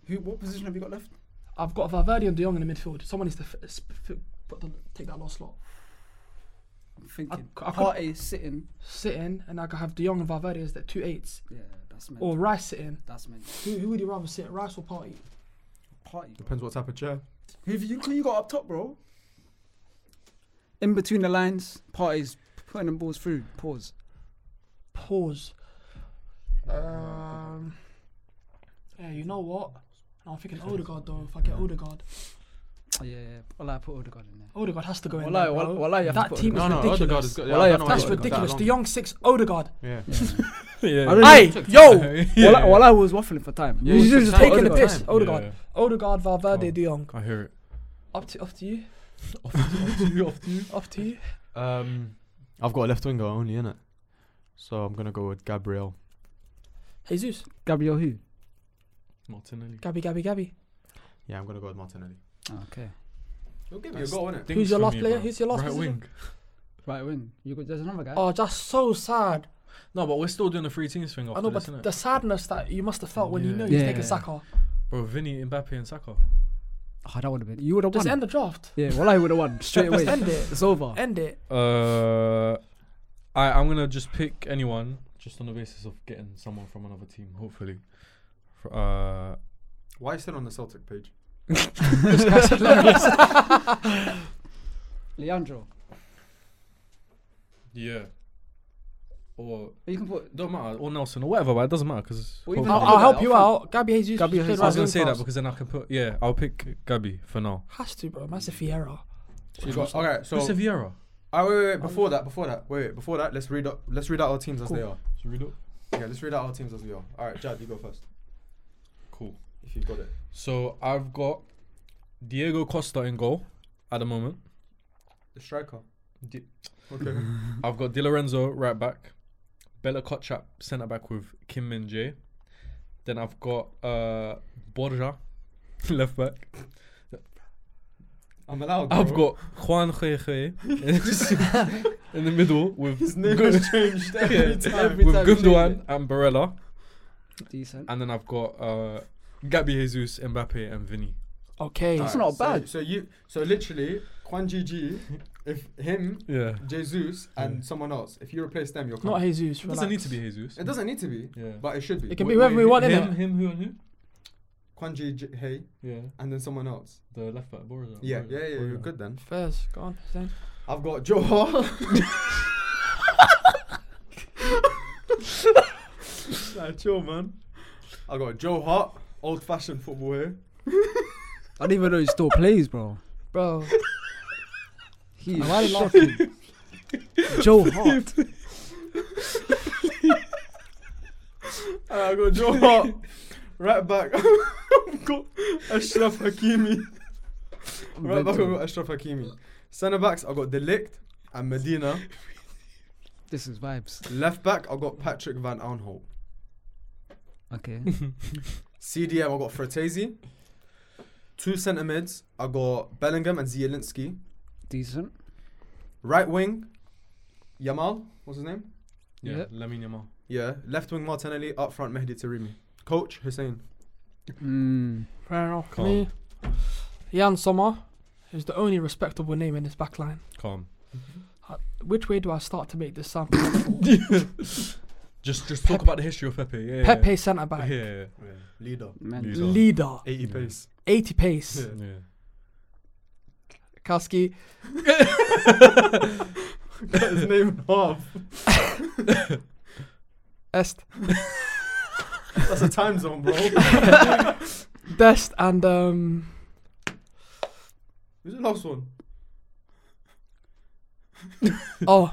C: Who, what position have you got left?
B: I've got Valverde and De Jong in the midfield. Someone needs to f- sp- f- put the, take that last slot.
C: I'm thinking.
B: I could-
C: party sitting.
B: Sit in, and I could have De Jong and Valverde as the two eights,
C: Yeah, that's meant.
B: or Rice sit in.
C: that's meant.
B: Who, who would you rather sit, Rice or Party?
C: Party.
A: Depends what type of chair.
C: Who have you, who you got up top, bro? In between the lines, parties putting them balls through. Pause.
B: Pause.
C: Uh,
B: Um. Yeah, you know what? I'm thinking Odegaard though. If I get Odegaard,
C: Oh, yeah, yeah. Well, I put Odegaard in there.
B: Odegaard has to go in.
C: Wallah,
B: there, bro.
C: wall- wallah, you have to
B: that
C: put
B: team is
A: No, no,
B: ridiculous.
A: Odegaard is good. Yeah,
C: Well,
A: I
C: I
A: don't know why
C: have
B: That's
A: he took that
B: ridiculous.
A: long.
B: De Jong six, Odegaard.
A: Yeah.
C: *laughs*
D: *laughs* yeah.
C: I don't
B: Hey,
A: took
B: yo!
D: Yeah.
C: While, I, while I was waffling for time,
A: Yeah,
C: you
A: you
C: just
A: took
C: taking
B: Taking the
A: Odegaard.
B: piss.
D: Yeah.
B: Odegaard. Odegaard, Valverde,
D: Oh.
B: De Jong.
D: I hear it.
B: Up to, up to you. *laughs* Up to you.
A: Um, I've got a left winger only in it, so I'm gonna go with Gabriel.
B: Jesus.
C: Gabriel who?
D: Martinelli.
B: Gabby, Gabby, Gabby.
A: Yeah, I'm gonna go with Martinelli.
C: okay.
A: You'll give
D: me a goal,
A: innit?
B: Who's your last player? Who's your last
D: right
B: position?
D: wing?
C: Right wing. You got, there's another guy.
B: Oh, that's so sad.
D: No, but we're still doing the three teams thing. After
B: I know,
D: this,
B: but
D: innit?
B: the sadness that you must have felt when you
D: Yeah.
B: know you're
C: Yeah.
B: taking Saka.
D: Bro, Vinny, Mbappe, and Saka.
C: Oh, that would have been. You would have
B: Just
C: won.
B: end the draft.
C: yeah, well, I would have *laughs* won straight away.
B: Just end it.
C: It's over.
B: End it.
D: Uh, I I'm gonna just pick anyone just on the basis of getting someone from another team, hopefully. For, uh,
A: Why are you still on the Celtic page?
C: *laughs* Leandro.
D: yeah. Or
C: You can put.
D: don't matter, or Nelson, or whatever. But it doesn't matter because
C: Well, even
B: I'll,
C: Yeah,
B: I'll help
C: I'll
B: you
C: think-
B: out. Gabby Jesus.
C: Gabby
B: played
C: Jesus.
D: I
B: right
D: was gonna
B: wing
D: say
B: for us.
D: that because then I can put yeah, I'll pick Gabby for now.
B: Has to, bro. Massive Fiera.
A: So you got, all right. So
D: Who's the Vieira?
A: Ah, wait, wait, wait, before that, before that, wait, wait, before that, let's read out, let's read out our teams as they are.
D: Should we look?
A: Yeah, let's read out our teams as we are. All right, Jad, you go first
D: Cool.
A: if you've got it.
D: So I've got Diego Costa in goal at the moment.
A: The striker.
D: Di-
A: Okay.
D: I've got Di Lorenzo right back, Bella Kotchap centre back with Kim Min Jae. Then I've got uh, Borja *laughs* left back.
A: *laughs* I'm allowed. Bro.
D: I've got Juan Jeje *laughs* in the middle with
A: His name
D: Gun-
A: has changed every
D: Yeah,
A: time.
C: every
D: with
C: time you change
D: Gundogan and Barella,
C: Decent.
D: and then I've got uh, Gabi Jesus, Mbappe, and Vinny.
B: Okay.
A: All
C: That's not
A: so-
C: bad.
A: So you, so literally, Kwan Gigi, if him,
D: Yeah,
A: Jesus, and someone else, if you replace them, you're
B: Not
A: covered.
B: Jesus.
D: it doesn't need to
B: relax.
D: be Jesus.
A: It doesn't need to be,
D: Yeah,
A: but it should be.
B: It can be whoever we want,
D: him,
B: innit?
D: him, who and who?
A: Kwan Gigi, hey,
D: Yeah,
A: and then someone else.
D: the left back Borja.
A: Yeah, Oh, yeah,
D: Borja,
A: Oh, yeah. You're
D: Borja.
A: good then.
B: Fairs. Go on. Hussein.
A: I've got *laughs* Joe. nah, chill, man. I got Joe Hart, old fashioned football here.
C: I don't even know he still plays, bro.
B: Bro.
C: He's shocking. Joe Hart.
A: And Uh, I got Joe Hart, *laughs* right back. *laughs* I've got Ashraf Hakimi. Right back, I've got Ashraf Hakimi. Centre backs, I've got Delict and Medina.
C: This is vibes.
A: Left back, I've got Patrick Van Aanholt.
C: Okay.
A: CDM, I've got Fratesi. Two centre mids, I've got Bellingham and Zielinski.
C: Decent.
A: Right wing, Yamal, what's his name?
D: Yeah,
C: Yeah.
D: Lamine Yamal.
A: Yeah, left wing Martinelli, up front Mehdi Tarimi. Coach
B: *laughs*
A: Hussein.
C: Mm.
B: Fair enough.
D: Calm.
B: Me. Jan Sommer is the only respectable name in this back line.
D: Calm.
B: Which way do I start to make this sound? presentable?
D: *laughs* Just just talk
B: Pep-
D: about the history of Pepe. Yeah, yeah.
B: Pepe centre back.
D: Yeah, yeah,
A: Leader.
C: Man.
D: Leader.
B: Leader.
A: 80
D: Yeah. *laughs*
A: pace. *laughs*
B: 80 pace.
A: Yeah.
D: yeah.
B: Kaski.
A: Cut his name *laughs* in half.
B: Est.
D: *laughs*
B: *laughs*
A: That's a time zone, bro.
B: Dest and um
A: Who's the last one?
B: oh,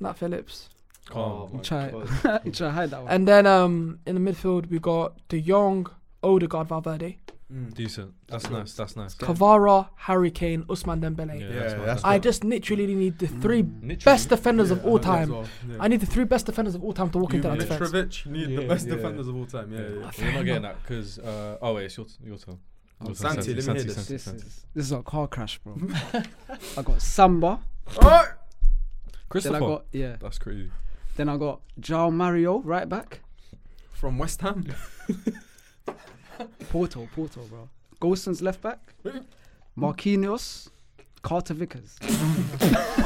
B: Nat Phillips.
D: Oh,
A: my
C: try it.
A: God.
C: you *laughs* try to hide that one.
B: And then um in the midfield we got De Jong, Odegaard, Valverde,
A: Mm.
D: decent. That's
A: Good.
D: nice. That's nice.
B: Kavara, Harry Kane, Usman Dembele.
A: Yeah,
D: mad.
A: that's
B: I
A: good.
B: just literally need the three
A: Mm.
D: Literally.
B: best defenders
A: Yeah,
B: of
A: I
B: all
A: heard that as
B: time.
A: well, yeah.
B: I need the three best defenders of all time to walk
A: You
B: into that defense.
A: Mitrovic, you need the
D: Yeah,
A: best
D: yeah.
A: defenders of all time. Yeah, yeah.
D: We're not getting that because. Uh, oh wait, it's your t- your turn.
A: Oh,
D: Your turn,
A: Santi, let me hear this.
C: This
D: Santi.
C: is this is a car crash, bro. I got Samba. Then
D: Christopher.
C: I got yeah.
D: That's crazy.
C: Then I got João Mario right back.
A: From West Ham.
C: Porto, Porto, bro. Golson's left back. Marquinhos. Carter Vickers.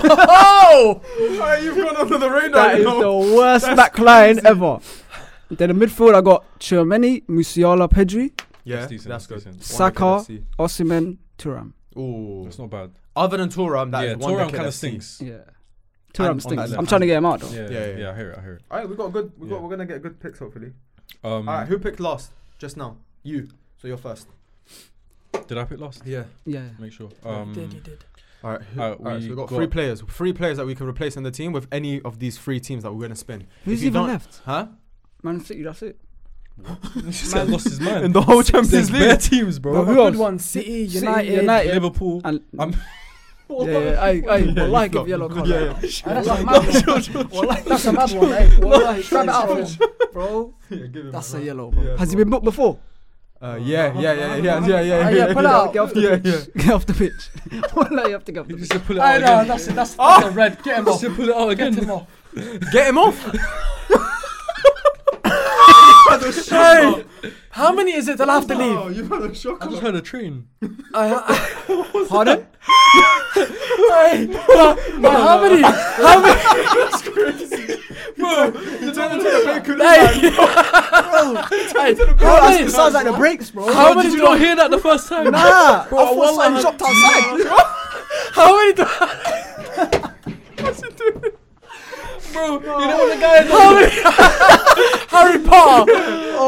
B: Oh!
A: Hey, You've gone under the radar.
C: *laughs* that
A: you
C: is
A: know.
C: the worst back line ever. Then in midfield I got Chirmeni, Musiala, Pedri,
A: Yeah,
D: That's decent,
A: that's
D: that's
A: good.
D: decent.
C: Saka. Osimhen, Turam.
A: Ooh.
D: It's not bad.
A: Other than Turam, that is
D: yeah,
A: one
D: Toram
A: wicket
D: kind of
A: FC.
D: stinks. Yeah,
C: Yeah.
A: on
C: Turam
A: that
C: stinks.
A: left
C: I'm trying
A: hand.
C: to get him out though.
D: yeah,
A: Yeah, yeah.
D: yeah. I hear it. I hear it.
A: All right, we got a good. We
D: Yeah.
A: got. We're gonna get good picks hopefully.
D: Um,
A: All right, who picked last just now? You. So you're first.
D: did I pick last?
A: Yeah.
C: Yeah.
D: Make sure.
B: You
D: Um,
B: did, you did.
A: All right. Who,
D: Uh,
A: all right. So
D: we
A: we got,
D: got-
A: three players. Three players that we can replace in the team with any of these three teams that we're gonna spin.
C: Who's
A: you
C: even
A: don't-
C: left?
A: Huh?
C: Man City, that's it.
D: *laughs*
A: *laughs*
D: He said lost his mind.
A: In the whole
D: There's
A: Champions
D: bare
A: League.
D: teams,
C: Bro,
D: bro. *laughs*
C: who
B: a good
C: else?
B: one. City,
C: City,
B: United.
C: United.
D: *laughs* Liverpool.
C: And
D: I'm-
B: Yeah, yeah, I, I,
A: Yeah,
B: well,
A: you
B: like give
A: flop.
D: *laughs*
B: yellow card.
A: *laughs* Yeah, yeah.
B: Ah, that's, a mad one. Wallahi, that's a mad one, eh? Wallahi, grab it out of him. Bro,
A: Yeah, give him
B: that's
A: that.
B: a yellow, bro.
A: Yeah.
C: has he been booked before?
A: Uh, yeah, yeah, *laughs* yeah, yeah, yeah,
B: Ah,
A: Oh, yeah.
B: yeah, pull out.
C: Get off *laughs* the
A: Yeah,
C: pitch. Get off the *laughs* pitch. Wallah, you have to get off the
D: You
C: pitch.
D: just said pull it
B: I
D: out
B: know,
D: again.
B: that's, that's, that's a red. Get him
D: You
B: off.
D: just said pull it out
B: Get him
D: again.
B: off.
A: Get him off.
B: *laughs* Hey, how many is it that I have to leave?
A: Oh, you've had a shock.
D: I just heard a train.
B: I, *laughs* I, pardon? *laughs* hey, no, no, how many? How many? *laughs*
A: You turned into the baker.
B: Hey, *laughs* hey, how many?
C: Oh, sounds like the breaks, bro.
B: How many do I
D: hear that the first time?
C: Ah, I
B: Bro,
C: thought
B: Wallah,
C: someone dropped outside.
B: How many? Do,
D: bro. You know when the guy.
B: how many? Harry Potter.
C: Oh,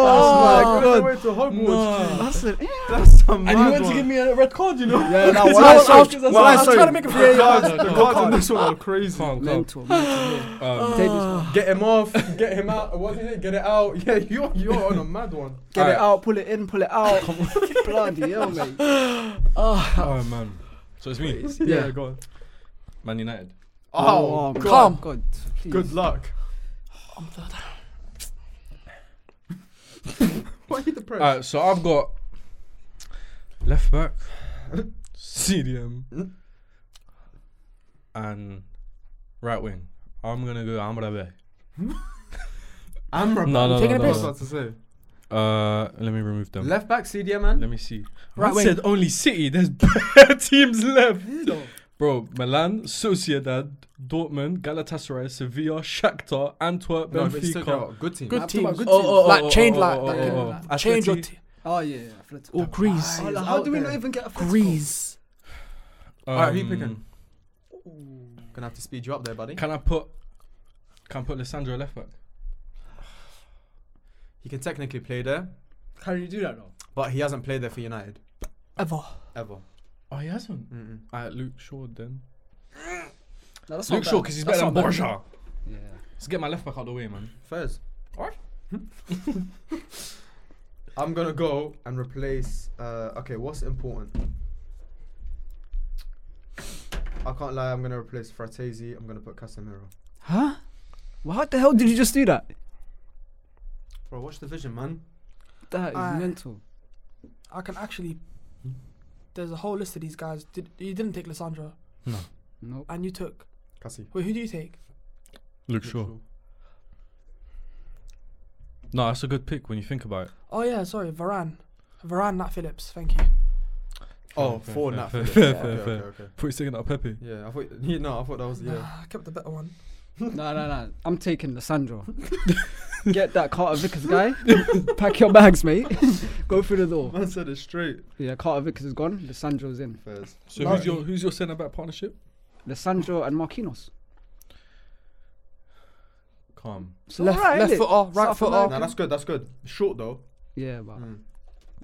C: my god.
A: to
D: Nah.
C: That's it. Yeah,
A: That's some
D: And you went to give me a red card, you know. *laughs*
C: yeah, now
B: I was- I was- I was
C: I
B: trying to make a free-
A: the cards, the cards in
C: Can't.
A: this one are crazy.
D: Can't, can't.
C: Mental.
D: Um,
C: Take this one.
A: Get him off. Get him out. What is it? Get it out. Yeah, *laughs* you're you're on a mad one.
C: Get it
D: Alright.
C: out, pull it in, pull it *laughs* out. Bloody hell, mate.
D: oh man. So it's me.
C: Yeah.
A: go on.
D: Man United.
A: Oh,
C: my
B: Come.
C: God, please.
A: good luck. *laughs* Why are you depressed?
D: Alright, so I've got left back, CDM, and right wing. I'm gonna go Amrabe.
A: I'm
D: No, no,
B: taking
D: no,
B: a
A: I was
B: piss.
D: no, no.
A: about to say.
D: Uh, let me remove them.
A: Left back CDM man.
D: Let me see.
B: Right
D: I
B: wing.
D: said only City. There's *laughs* bare teams left. Bro, Milan, Sociedad, Dortmund, Galatasaray, Sevilla, Shakhtar, Antwerp,
A: No, but still,
D: Benfica.
A: good team.
B: Good
C: Talk about
B: teams.
C: good
B: Oh,
C: teams.
B: oh, oh, like change,
D: oh,
B: like,
D: oh,
B: like,
D: oh,
B: uh,
D: oh.
B: change your
D: Atleti.
B: team.
C: Oh, yeah, yeah. Flit.
B: Or Greece.
C: Wallah,
A: He's
C: Ah, How
A: out
C: do we
A: there.
C: not even get a Atletico?
B: Greece.
A: Alright, who you
D: Um,
A: picking? Gonna have to speed you up there, buddy.
D: Can I put? Can I put Lissandro left back?
A: He can technically play there,
C: Can you do that though?
A: but he hasn't played there for United
B: Ever.
A: ever.
D: Oh, he hasn't.
A: Mm-mm.
D: Uh, Luke Shaw then.
C: No, that's
D: Luke
C: not
D: Shaw,
C: bad.
D: because he's
C: That's
D: better than
C: not bad.
D: Borja.
C: Yeah.
D: Let's get my left back out the way, man.
A: Fez. *laughs* I'm gonna go and replace. Uh, okay, what's important? I can't lie. I'm gonna replace Fratesi. I'm gonna put Casemiro.
C: Huh? Well, how the hell did you just do that?
A: Bro, watch the vision, man.
C: That is
B: Uh,
C: mental.
B: I can actually. There's a whole list of these guys. Did, you didn't take Lissandro,
C: *laughs* Nope.
B: and you took.
A: Cassie.
B: Wait, who do you take?
D: Luke Shaw. No, that's a good pick when you think about it.
B: Oh yeah, sorry, Varane. Varane, Nat Phillips. Thank you.
A: Oh, for
D: Fair, fair,
A: Nat.
D: fair,
A: Phillips.
D: *laughs*
A: Yeah,
D: fair, fair,
A: okay,
D: fair.
A: okay, okay.
D: Put sticking out Pepe.
A: Yeah, I thought. *laughs* Yeah, no, I thought that was yeah.
B: Nah, *sighs* I kept the better one.
C: no, no, no. I'm taking Lissandro. *laughs* Get that Carter Vickers *laughs* guy. Pack your bags, mate. *laughs* Go through the
A: *laughs*
C: door.
A: Man said it straight.
C: Yeah, Carter Vickers is gone. Lissandro's in.
A: Fez.
D: So
A: Like-
D: who's your who's your centre back partnership?
C: Lissandro and Marquinhos.
D: Calm.
C: So left,
B: Alright,
C: left
B: innit?
C: footer, right
B: South
C: footer.
B: America.
A: Nah, that's good. That's good. Short though.
C: Yeah, but
A: Mm.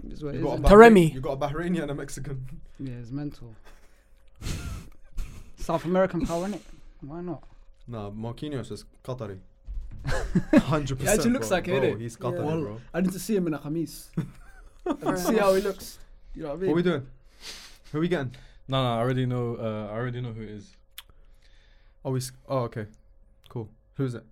C: it's what it
A: You
C: is.
A: got a
C: innit?
A: Bahrain-
B: Taremi.
A: You got a Bahraini and a Mexican.
C: Yeah, it's mental. *laughs* South American power, innit? Why not?
A: Nah, Marquinhos is
D: *laughs*
A: Qatari. 100%.
C: He actually looks
A: bro.
C: like it,
A: Bro,
C: innit?
A: He's
B: Yeah.
A: Qatari,
C: Well,
A: bro.
C: I need to see him in a chemise.
B: Fair
C: see
B: enough.
C: how he looks. You know what I mean?
A: What we doing? Who we getting?
D: No, no, I already know. Uh, I already know who it is.
A: Oh, we. s- Oh, okay. Cool. Who's it?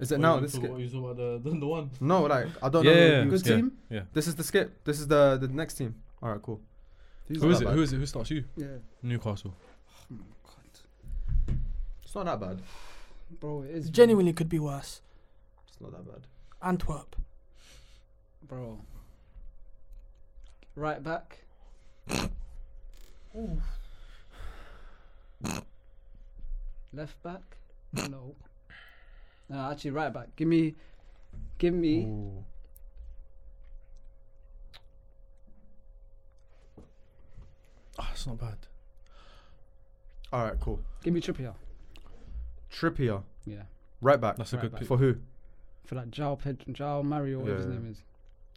A: Is it
D: Wait,
A: now?
D: you
A: This
D: talk-
A: skit?
D: you talk about the, the, the one.
A: No, like I don't
D: Yeah,
A: know.
D: yeah,
A: who
D: yeah.
A: you-
C: Good
D: Yeah.
C: team.
D: Yeah.
A: This is the skip. This is the the next team. All right, cool. These
D: Who
A: are
D: is it?
A: not
D: Who
A: bad.
D: is it? Who starts you?
C: Yeah.
D: Newcastle.
C: Oh my god,
A: It's not that bad.
C: bro, it is
B: Genuinely could be worse.
A: It's not that bad.
B: Antwerp.
C: bro. Right back. Left back. No. No, actually, right back. Give me, give me.
A: Ooh.
D: Ah, it's not bad.
A: All right, cool.
C: Give me Trippier.
A: Trippier,
C: Yeah,
A: right back.
D: That's a
C: Right
D: good
C: back.
D: pick.
A: For who?
C: for that Jao Ped Jao Mario, whatever his
A: Yeah.
C: name is.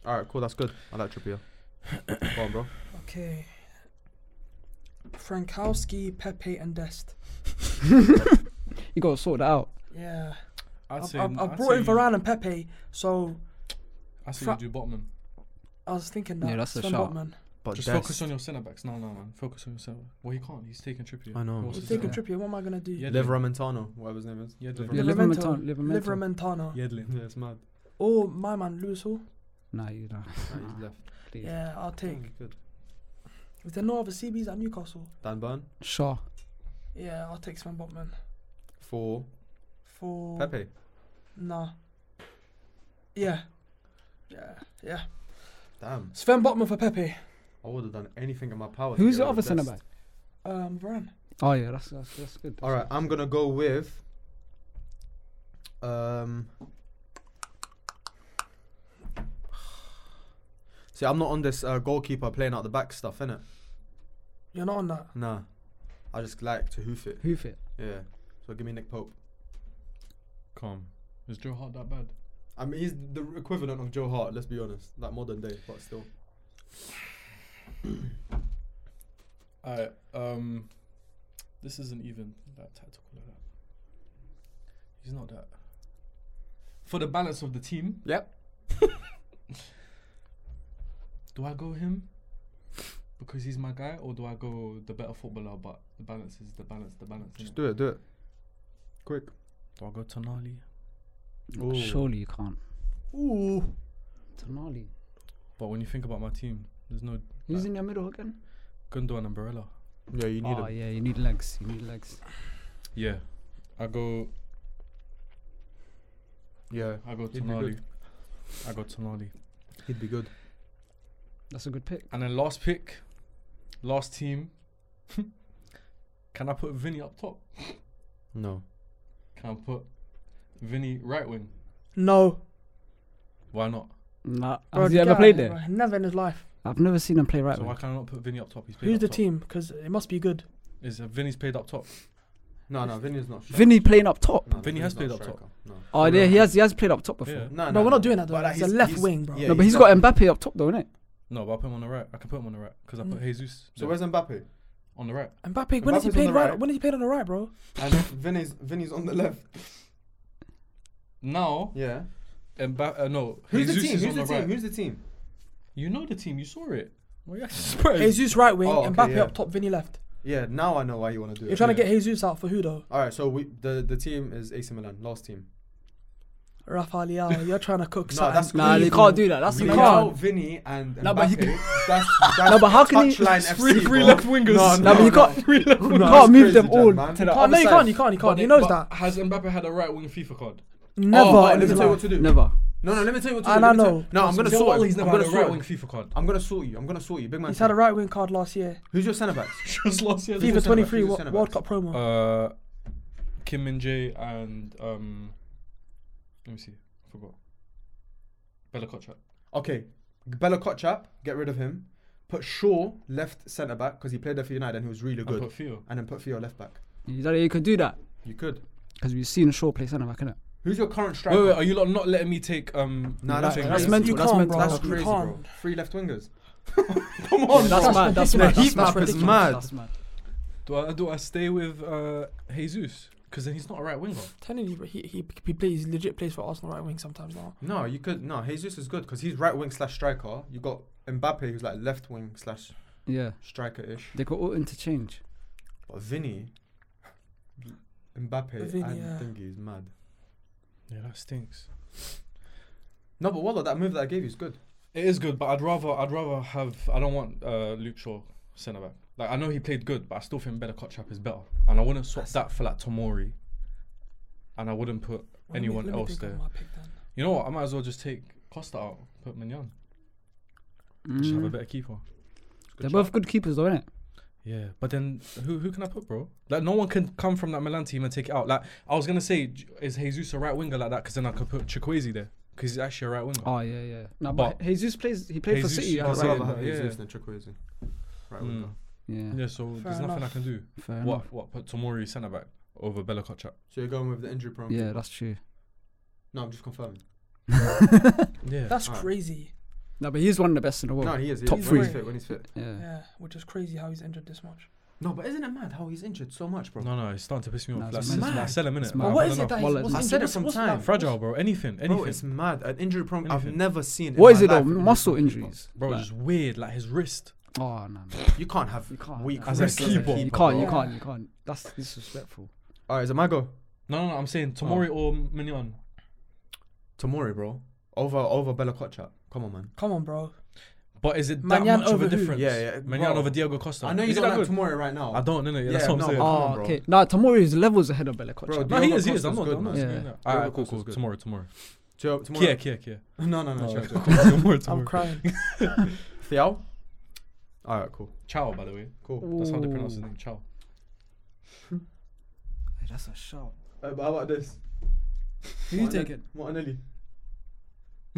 A: All right, cool. That's good. I like
D: *coughs*
A: Trippier. Come on, bro.
B: Okay. Frankowski, Pepe, and Dest.
C: You gotta sort that out.
B: Yeah.
D: I'd
B: I've,
D: say.
B: I've, I've
D: I'd
B: brought
D: say
B: in
D: you-
B: Varane and Pepe, so
D: I say
B: Fra-
D: you do Botman.
B: I was thinking that.
C: Yeah, that's a
B: Sven
C: shout.
B: Botman.
A: But
D: Just
A: Dest-
D: focus on your centre backs. No, no, man. Focus on your centre. Well, he can't. He's taking Trippier.
A: I know.
D: Who else
B: He's
D: is
B: taking
D: there?
B: Trippier, what am I going to do?
D: Yeah.
A: Livramentano, whatever his name is.
D: Yeah,
C: Yeah,
A: Livramento.
B: Livramento.
C: Livermento, Livermento.
B: Livermentano.
D: Yedlin.
A: Yeah, it's mad.
B: Or my man, Lewis Hall.
C: Nah, you *laughs* don't.
A: Right, he's left.
C: Please.
B: Yeah, I'll take.
A: Dang, Good.
B: If there are no other CBs at Newcastle,
A: Dan Burn
C: Shaw.
B: yeah, I'll take Sven Botman.
A: for
B: For.
A: Pepe.
B: Nah. Yeah. Yeah. Yeah.
A: Damn,
B: Sven Botman for Pepe.
A: I would have done anything in my power. to
C: Who's
A: get
C: the
A: rid
C: other
A: of
C: centre
A: Dest.
C: back?
B: Um, Varane.
C: Oh yeah, that's that's, that's good.
A: All right, I'm gonna go with. Um. See, I'm not on this uh, goalkeeper playing out the back stuff, innit?
B: You're not on that.
A: Nah, I just like to hoof it.
C: Hoof it.
A: Yeah. So give me Nick Pope.
D: Calm. Is Joe Hart that bad?
A: I mean, he's the equivalent of Joe Hart. Let's be honest, like modern day, but still.
D: Alright. Um, this isn't even that tactical like that. He's not that. For the balance of the team,
A: Yep.
D: *laughs* do I go him? Because he's my guy, or do I go the better footballer? But the balance is the balance. The balance.
A: Just
D: innit?
A: do it. Do it. Quick.
D: Do I go Tonali?
A: Ooh.
C: Surely you can't.
A: Ooh.
C: Tonali.
D: But when you think about my team, there's no
C: Who's
D: like,
C: in your middle again?
D: Gundogan and Barella.
A: Yeah, you need
C: oh
A: him.
C: yeah, you need legs. You need legs.
D: Yeah, I go.
A: Yeah,
D: I go
A: He'd be
D: Tonali.
A: good.
D: I go Tonali.
A: he'd be good.
C: That's a good pick.
D: And then last pick, last team. *laughs* Can I put Vinny up top?
A: No.
D: Can I put Vinny right wing?
B: No.
D: Why not?
C: Nah,
B: Bro,
C: has he
B: get
C: ever
B: out
C: played
B: of here,
C: there?
B: bro. Never in his life.
C: I've never seen him play right
D: so why
C: back.
D: can I not put Vinny up top? He's played
B: Who's
D: up
B: the
D: top.
B: team? Because it must be good.
D: Is uh, Vinny's played up top?
A: No, no, Vinny's not. striker.
C: Vinny playing up top.
A: No, no,
D: Vinny has
A: Vinny's not
D: played up
A: striker. No.
C: Oh yeah, he has he has played up top before.
D: Yeah.
A: No,
B: No, we're not doing that, though. It's a left wing, bro.
C: no, but he's got
A: him.
C: Mbappe up top though, innit?
D: No, but I put him on the right. I can put him on the right because I put
B: Mm.
D: Jesus.
A: So
D: there.
A: where's Mbappe?
D: on the right?
B: Mbappe, when has
A: Mbappe's
B: he
A: on
B: played
A: the
B: right?
A: right.
B: When has he played on the
A: *laughs*
B: right, bro?
A: And Vinny's Vinny's on the left.
D: Now,
A: Yeah.
D: Mba- uh, no.
A: Who's
D: Jesus
A: the team?
D: is
A: Who's
D: on
A: the
D: the,
A: team?
D: right.
A: Who's the team?
D: You know the team. You saw it. Well, *laughs* yeah.
B: Jesus right wing,
A: Oh, okay,
B: Mbappe
A: yeah.
B: up top, Vinny left.
A: Yeah. Now I know why you want to do
B: You're
A: it.
B: trying to
D: yeah.
B: get Jesus out for who though?
A: All right. So we the the team is AC Milan. Last team.
B: Rafael Leao, you're trying
A: *laughs*
B: to cook.
A: No,
B: something.
A: that's
C: Nah, you
A: Illegal.
C: can't do that. That's
A: Leao,
C: illegal.
A: Vinny, and Mbappe.
C: No, but he
A: *laughs*
C: can- *laughs*
A: that's, that's
C: No, but how can he-
A: touchline
D: Three,
A: FC,
D: three
A: bro.
D: left wingers.
A: No,
C: No, but you can't.
A: No,
C: *laughs* You
A: that's
C: can't move
A: crazy,
C: them
A: Jan,
C: all
A: man. Oh,
C: to the
B: Can't-
C: other
B: no, you
C: side.
B: can't. You can't. You can't. He knows that.
D: Has Mbappe had a right wing FIFA card?
B: Never.
A: Oh,
B: in
A: let me
B: his
A: tell you
B: life.
A: what to do.
C: Never. Ah,
A: No, no. Let me tell you what to do.
B: I
A: let me
B: don't
A: tell-
B: know.
A: No, I'm gonna sort.
D: He's
A: him.
D: never
A: I'm gonna
D: had a right
A: sort.
D: wing
A: him.
D: FIFA card. *laughs*
A: I'm gonna sort you. I'm gonna sort you. Big man.
B: He's had a
A: time.
B: right wing card last year.
A: Who's your centre backs?
D: Just last year.
A: Who's your
B: FIFA
A: centre-back? Who's
B: 23
A: your
B: Wo-
A: centre-back?
B: World Cup promo.
D: Uh, Kim Min Jae and um, let me see, I forgot. Bella Kotchap.
A: Okay, Bella Kotchap, get rid of him. Put Shaw left centre back because he played there for United and he was really
D: I
A: good.
D: put Theo.
A: and then put Theo left back.
C: You, don't- you could do that
A: You could.
C: because we've seen Shaw play centre back, innit?
A: Who's your current
D: Wait,
A: striker?
D: wait, are you lot not letting me take um?
A: Nah,
D: Min
A: that's-
D: Jae
A: that's
D: Grant?
A: meant- mental,
B: You
C: that's
B: can't,
C: mental.
B: bro.
A: That's
B: You
A: crazy, bro.
B: can't.
A: Three left wingers. Come on,
C: Yeah, that's
A: bro.
C: mad. That's
A: The
C: mad.
A: heat
C: That's, that's
A: map is
C: ridiculous.
A: mad.
C: That's mad.
D: Do I do I stay with uh, Jesus? Because then he's not a right winger.
B: Telling you, bro, he, he he plays legit plays for Arsenal right wing sometimes now.
A: No, you could no. Jesus is good because he's right wing slash striker. You got Mbappe who's like left wing slash
C: Yeah,
A: striker ish.
C: they could all interchange.
A: But Vinny, Mbappe,
B: Vinny,
A: and
B: yeah.
A: Thingy is mad.
D: Yeah, that stinks.
A: No, but Wallah, that move that I gave you is good.
D: It is good, but I'd rather I'd rather have I don't want uh, Luke Shaw centre back. Like I know he played good, but I still think better Kotchap is better, and I wouldn't swap that for like Tomori, and I wouldn't put
B: Let me-
D: anyone
B: let me
D: else
B: think of
D: there.
B: my pick then.
D: You know what? I might as well just take Costa out, put Mignon. Just have a
C: Mm.
D: better keeper.
C: They're both good keepers, though, innit?
D: Yeah, but then who who can I put, bro? Like no one can come from that Milan team and take it out. Like I was gonna say, J- is Jesus a right winger like that? Because then I could put Chikwueze there, because he's actually a right winger.
C: Oh yeah, yeah. No, but, Jesus plays. He played
D: Jesus
C: for City.
D: Yeah,
A: I'd
C: at
D: was
C: right
A: rather
D: saying,
C: back.
A: have
D: yeah.
A: Jesus than Chukwueze. Right
D: Mm.
A: winger.
C: Yeah,
D: Yeah, so
B: Fair
D: there's nothing I
B: enough.
D: can do.
C: fair
D: what
C: enough.
D: what put Tomori centre back over Bella Kotchap?
A: So you're going with the injury prone.
C: Yeah, that's *laughs* true.
A: No, I'm just confirming.
D: Yeah.
B: That's
A: Alright.
B: crazy.
C: No, but he's one of the best in the world.
A: no, he is. He
C: top
A: is.
C: three.
A: When he's fit, when he's fit.
C: yeah.
B: Yeah, which is crazy how he's injured this much.
A: No, but isn't it mad how he's injured so much, bro?
D: No, no, it's starting to piss me off.
C: No,
D: like,
C: it's
D: s-
A: mad.
D: like, sell him in
C: It's
D: it.
C: mad.
B: But
C: Nah,
B: what is it that he's,
C: Wallet-
B: what's
A: I
B: injured-
A: said it
B: what's-
A: from
B: what's
A: time.
B: that-
D: Fragile, bro. Anything, anything.
A: Bro, it's mad. An injury prone I've
D: Anything.
A: never seen. in
C: What is
A: my
C: it though?
A: life, an
C: Muscle
A: injury prone.
C: injuries.
D: bro,
C: Like-
D: just weird. Like his wrist.
C: Oh no, no.
A: You can't have
C: you can't.
A: weak
C: no.
D: As a
A: wrists
D: keeper.
C: You
D: keeper,
C: can't. You
B: bro.
C: can't. You can't. That's disrespectful.
A: All right, is it my go?
D: No, no, no. I'm saying Tomori or Mignon.
A: Tomori, bro. Over over Bella Kotchap. Come on, man.
B: Come on, bro.
D: But is it that
B: Maignan
D: much of a
B: over who?
D: difference?
A: Yeah, yeah,
D: Mignon
A: bro.
D: over Diego Costa.
A: I know you
D: Is it
A: don't
D: that
A: like
D: good?
A: Tomori right now.
D: I don't, innocate. That's
A: Yeah,
D: what I'm
A: no,
D: saying.
A: come
C: Oh,
A: on, bro.
C: okay. No, Tomori is levels ahead of Bella
A: Bro, do
C: Kotchap.
D: No, he
A: Diego
D: is. He is.
A: Costa's
D: I'm not.
A: good,
D: I'm not
A: man.
D: disagreeing
C: Yeah.
D: with that. All right,
A: Diego
D: cool, cool.
A: Costa's good.
D: Tomorrow, tomorrow.
A: Joe, Tomori.
D: Kia, Kia, Kia.
A: *laughs* No, no, no.
D: No,
A: chill, *laughs* chill.
D: no, Tomorrow,
B: I'm
A: *laughs*
D: tomorrow.
B: crying.
A: Thiao. All right, cool,
D: Ciao, by the way.
A: cool.
D: That's how they
C: Ooh.
D: pronounce his name. Ciao.
C: Hey, That's a shot.
A: Uh, but how about this?
C: Who you taking?
A: *laughs* Martinelli.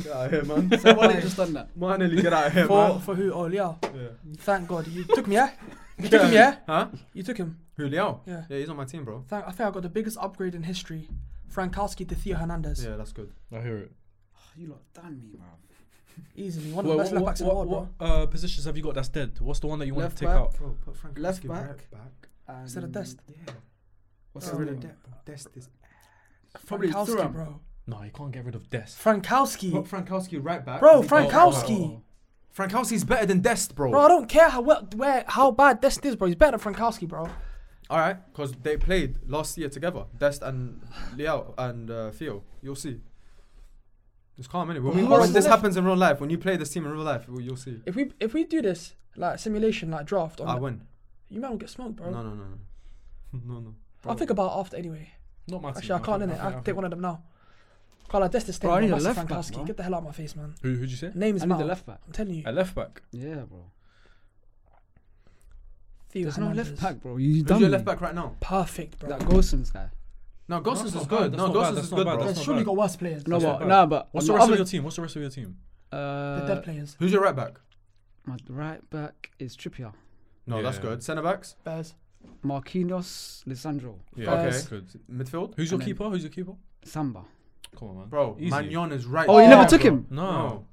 A: Get out of here, man.
C: Someone just done
A: *sighs*
C: that.
A: Martinelli, get out of here,
B: For
A: man.
B: for who? Oh, yeah.
A: Yeah.
B: Thank God you took me. Yeah, you took him. Yeah,
A: Huh?
B: you took him.
A: Who, Liao?
B: Yeah.
A: Yeah, he's on my team, bro.
B: Thank, I think I got the biggest upgrade in history. Frankowski to Theo Hernandez.
A: Yeah, that's good.
D: I hear it.
C: You lot done me, bro.
B: Easily. One of the best left backs in the world, bro.
D: uh, positions have you got that's dead? What's the one that you want
C: Left
D: to take
C: back.
D: out?
A: Bro, put Frank
C: Left
A: Kowalski
C: back.
A: back.
B: Is that a test?
A: Yeah.
C: What's
A: Get
C: the
A: rid
C: name?
A: of Depp, bro. Dest is-
C: Probably
B: Frankowski,
C: Thuram.
B: bro.
D: No, you can't get rid of Dest.
A: Put
B: Frankowski.
A: Frankowski right back.
B: Bro,
A: Oh,
B: Frankowski.
A: Frankowski's better than Dest, bro.
B: Bro, I don't care how well, where, how bad Dest is, bro. He's better than Frankowski, bro.
A: All right, because they played last year together, Dest and Liao and uh, Theo. You'll see. It's calm, innit? When, we-
B: Who
A: when
B: was
A: this
B: left-
A: happens in real life, when you play this team in real life, well, you'll see.
B: If we if we do this like simulation, like draft, on
A: I win.
B: you might not get smoked, bro.
A: No, no, no, no. no, no.
B: I'll think about it after anyway.
D: Not my team.
B: Actually, I can't in
D: think-
B: it.
D: think-
B: I'll
D: think-
B: take one of them now. Carl, I Dest is
C: Bro, I
B: staying.
C: need a
B: Bro,
C: left back, bro.
B: Frankowski. Get the hell out of my face, man.
D: Who, who'd you say?
B: Name is
C: I need
B: Mal.
C: the left back.
B: I'm telling you.
D: At left back.
C: Yeah, bro.
B: Theo
C: There's no
B: Hernandez.
C: left back, bro. You
A: Who's
C: done
A: your
C: me.
A: left back right now?
B: Perfect, bro.
C: That Gosens guy.
A: No, Gosens
D: not
A: is
D: bad,
A: good.
D: that's
A: No,
D: not bad,
A: Gosens
D: that's
A: is
D: not
A: good, bro.
D: bad, that's
B: There's
D: not
B: surely
D: bad.
B: got worse players.
C: No,
D: That's
C: but
D: not
C: no, but
D: What's
C: on
D: the rest
C: other-
D: of your team? What's the rest of your team?
B: They're
C: Uh,
B: dead players.
A: Who's your right back?
C: my right back is Trippier,
A: No, that's
D: Yeah.
A: good. Centre backs,
B: Bears.
C: Marquinhos, Lisandro,
D: Yeah,
A: Okay.
D: that's good.
A: midfield.
D: Who's your
C: And then-
D: keeper? Who's your keeper?
C: Samba.
D: Come on, man.
A: Bro,
D: Easy.
A: Magnon is right.
C: Oh, you never
A: back,
C: took
A: bro.
C: him?
D: No.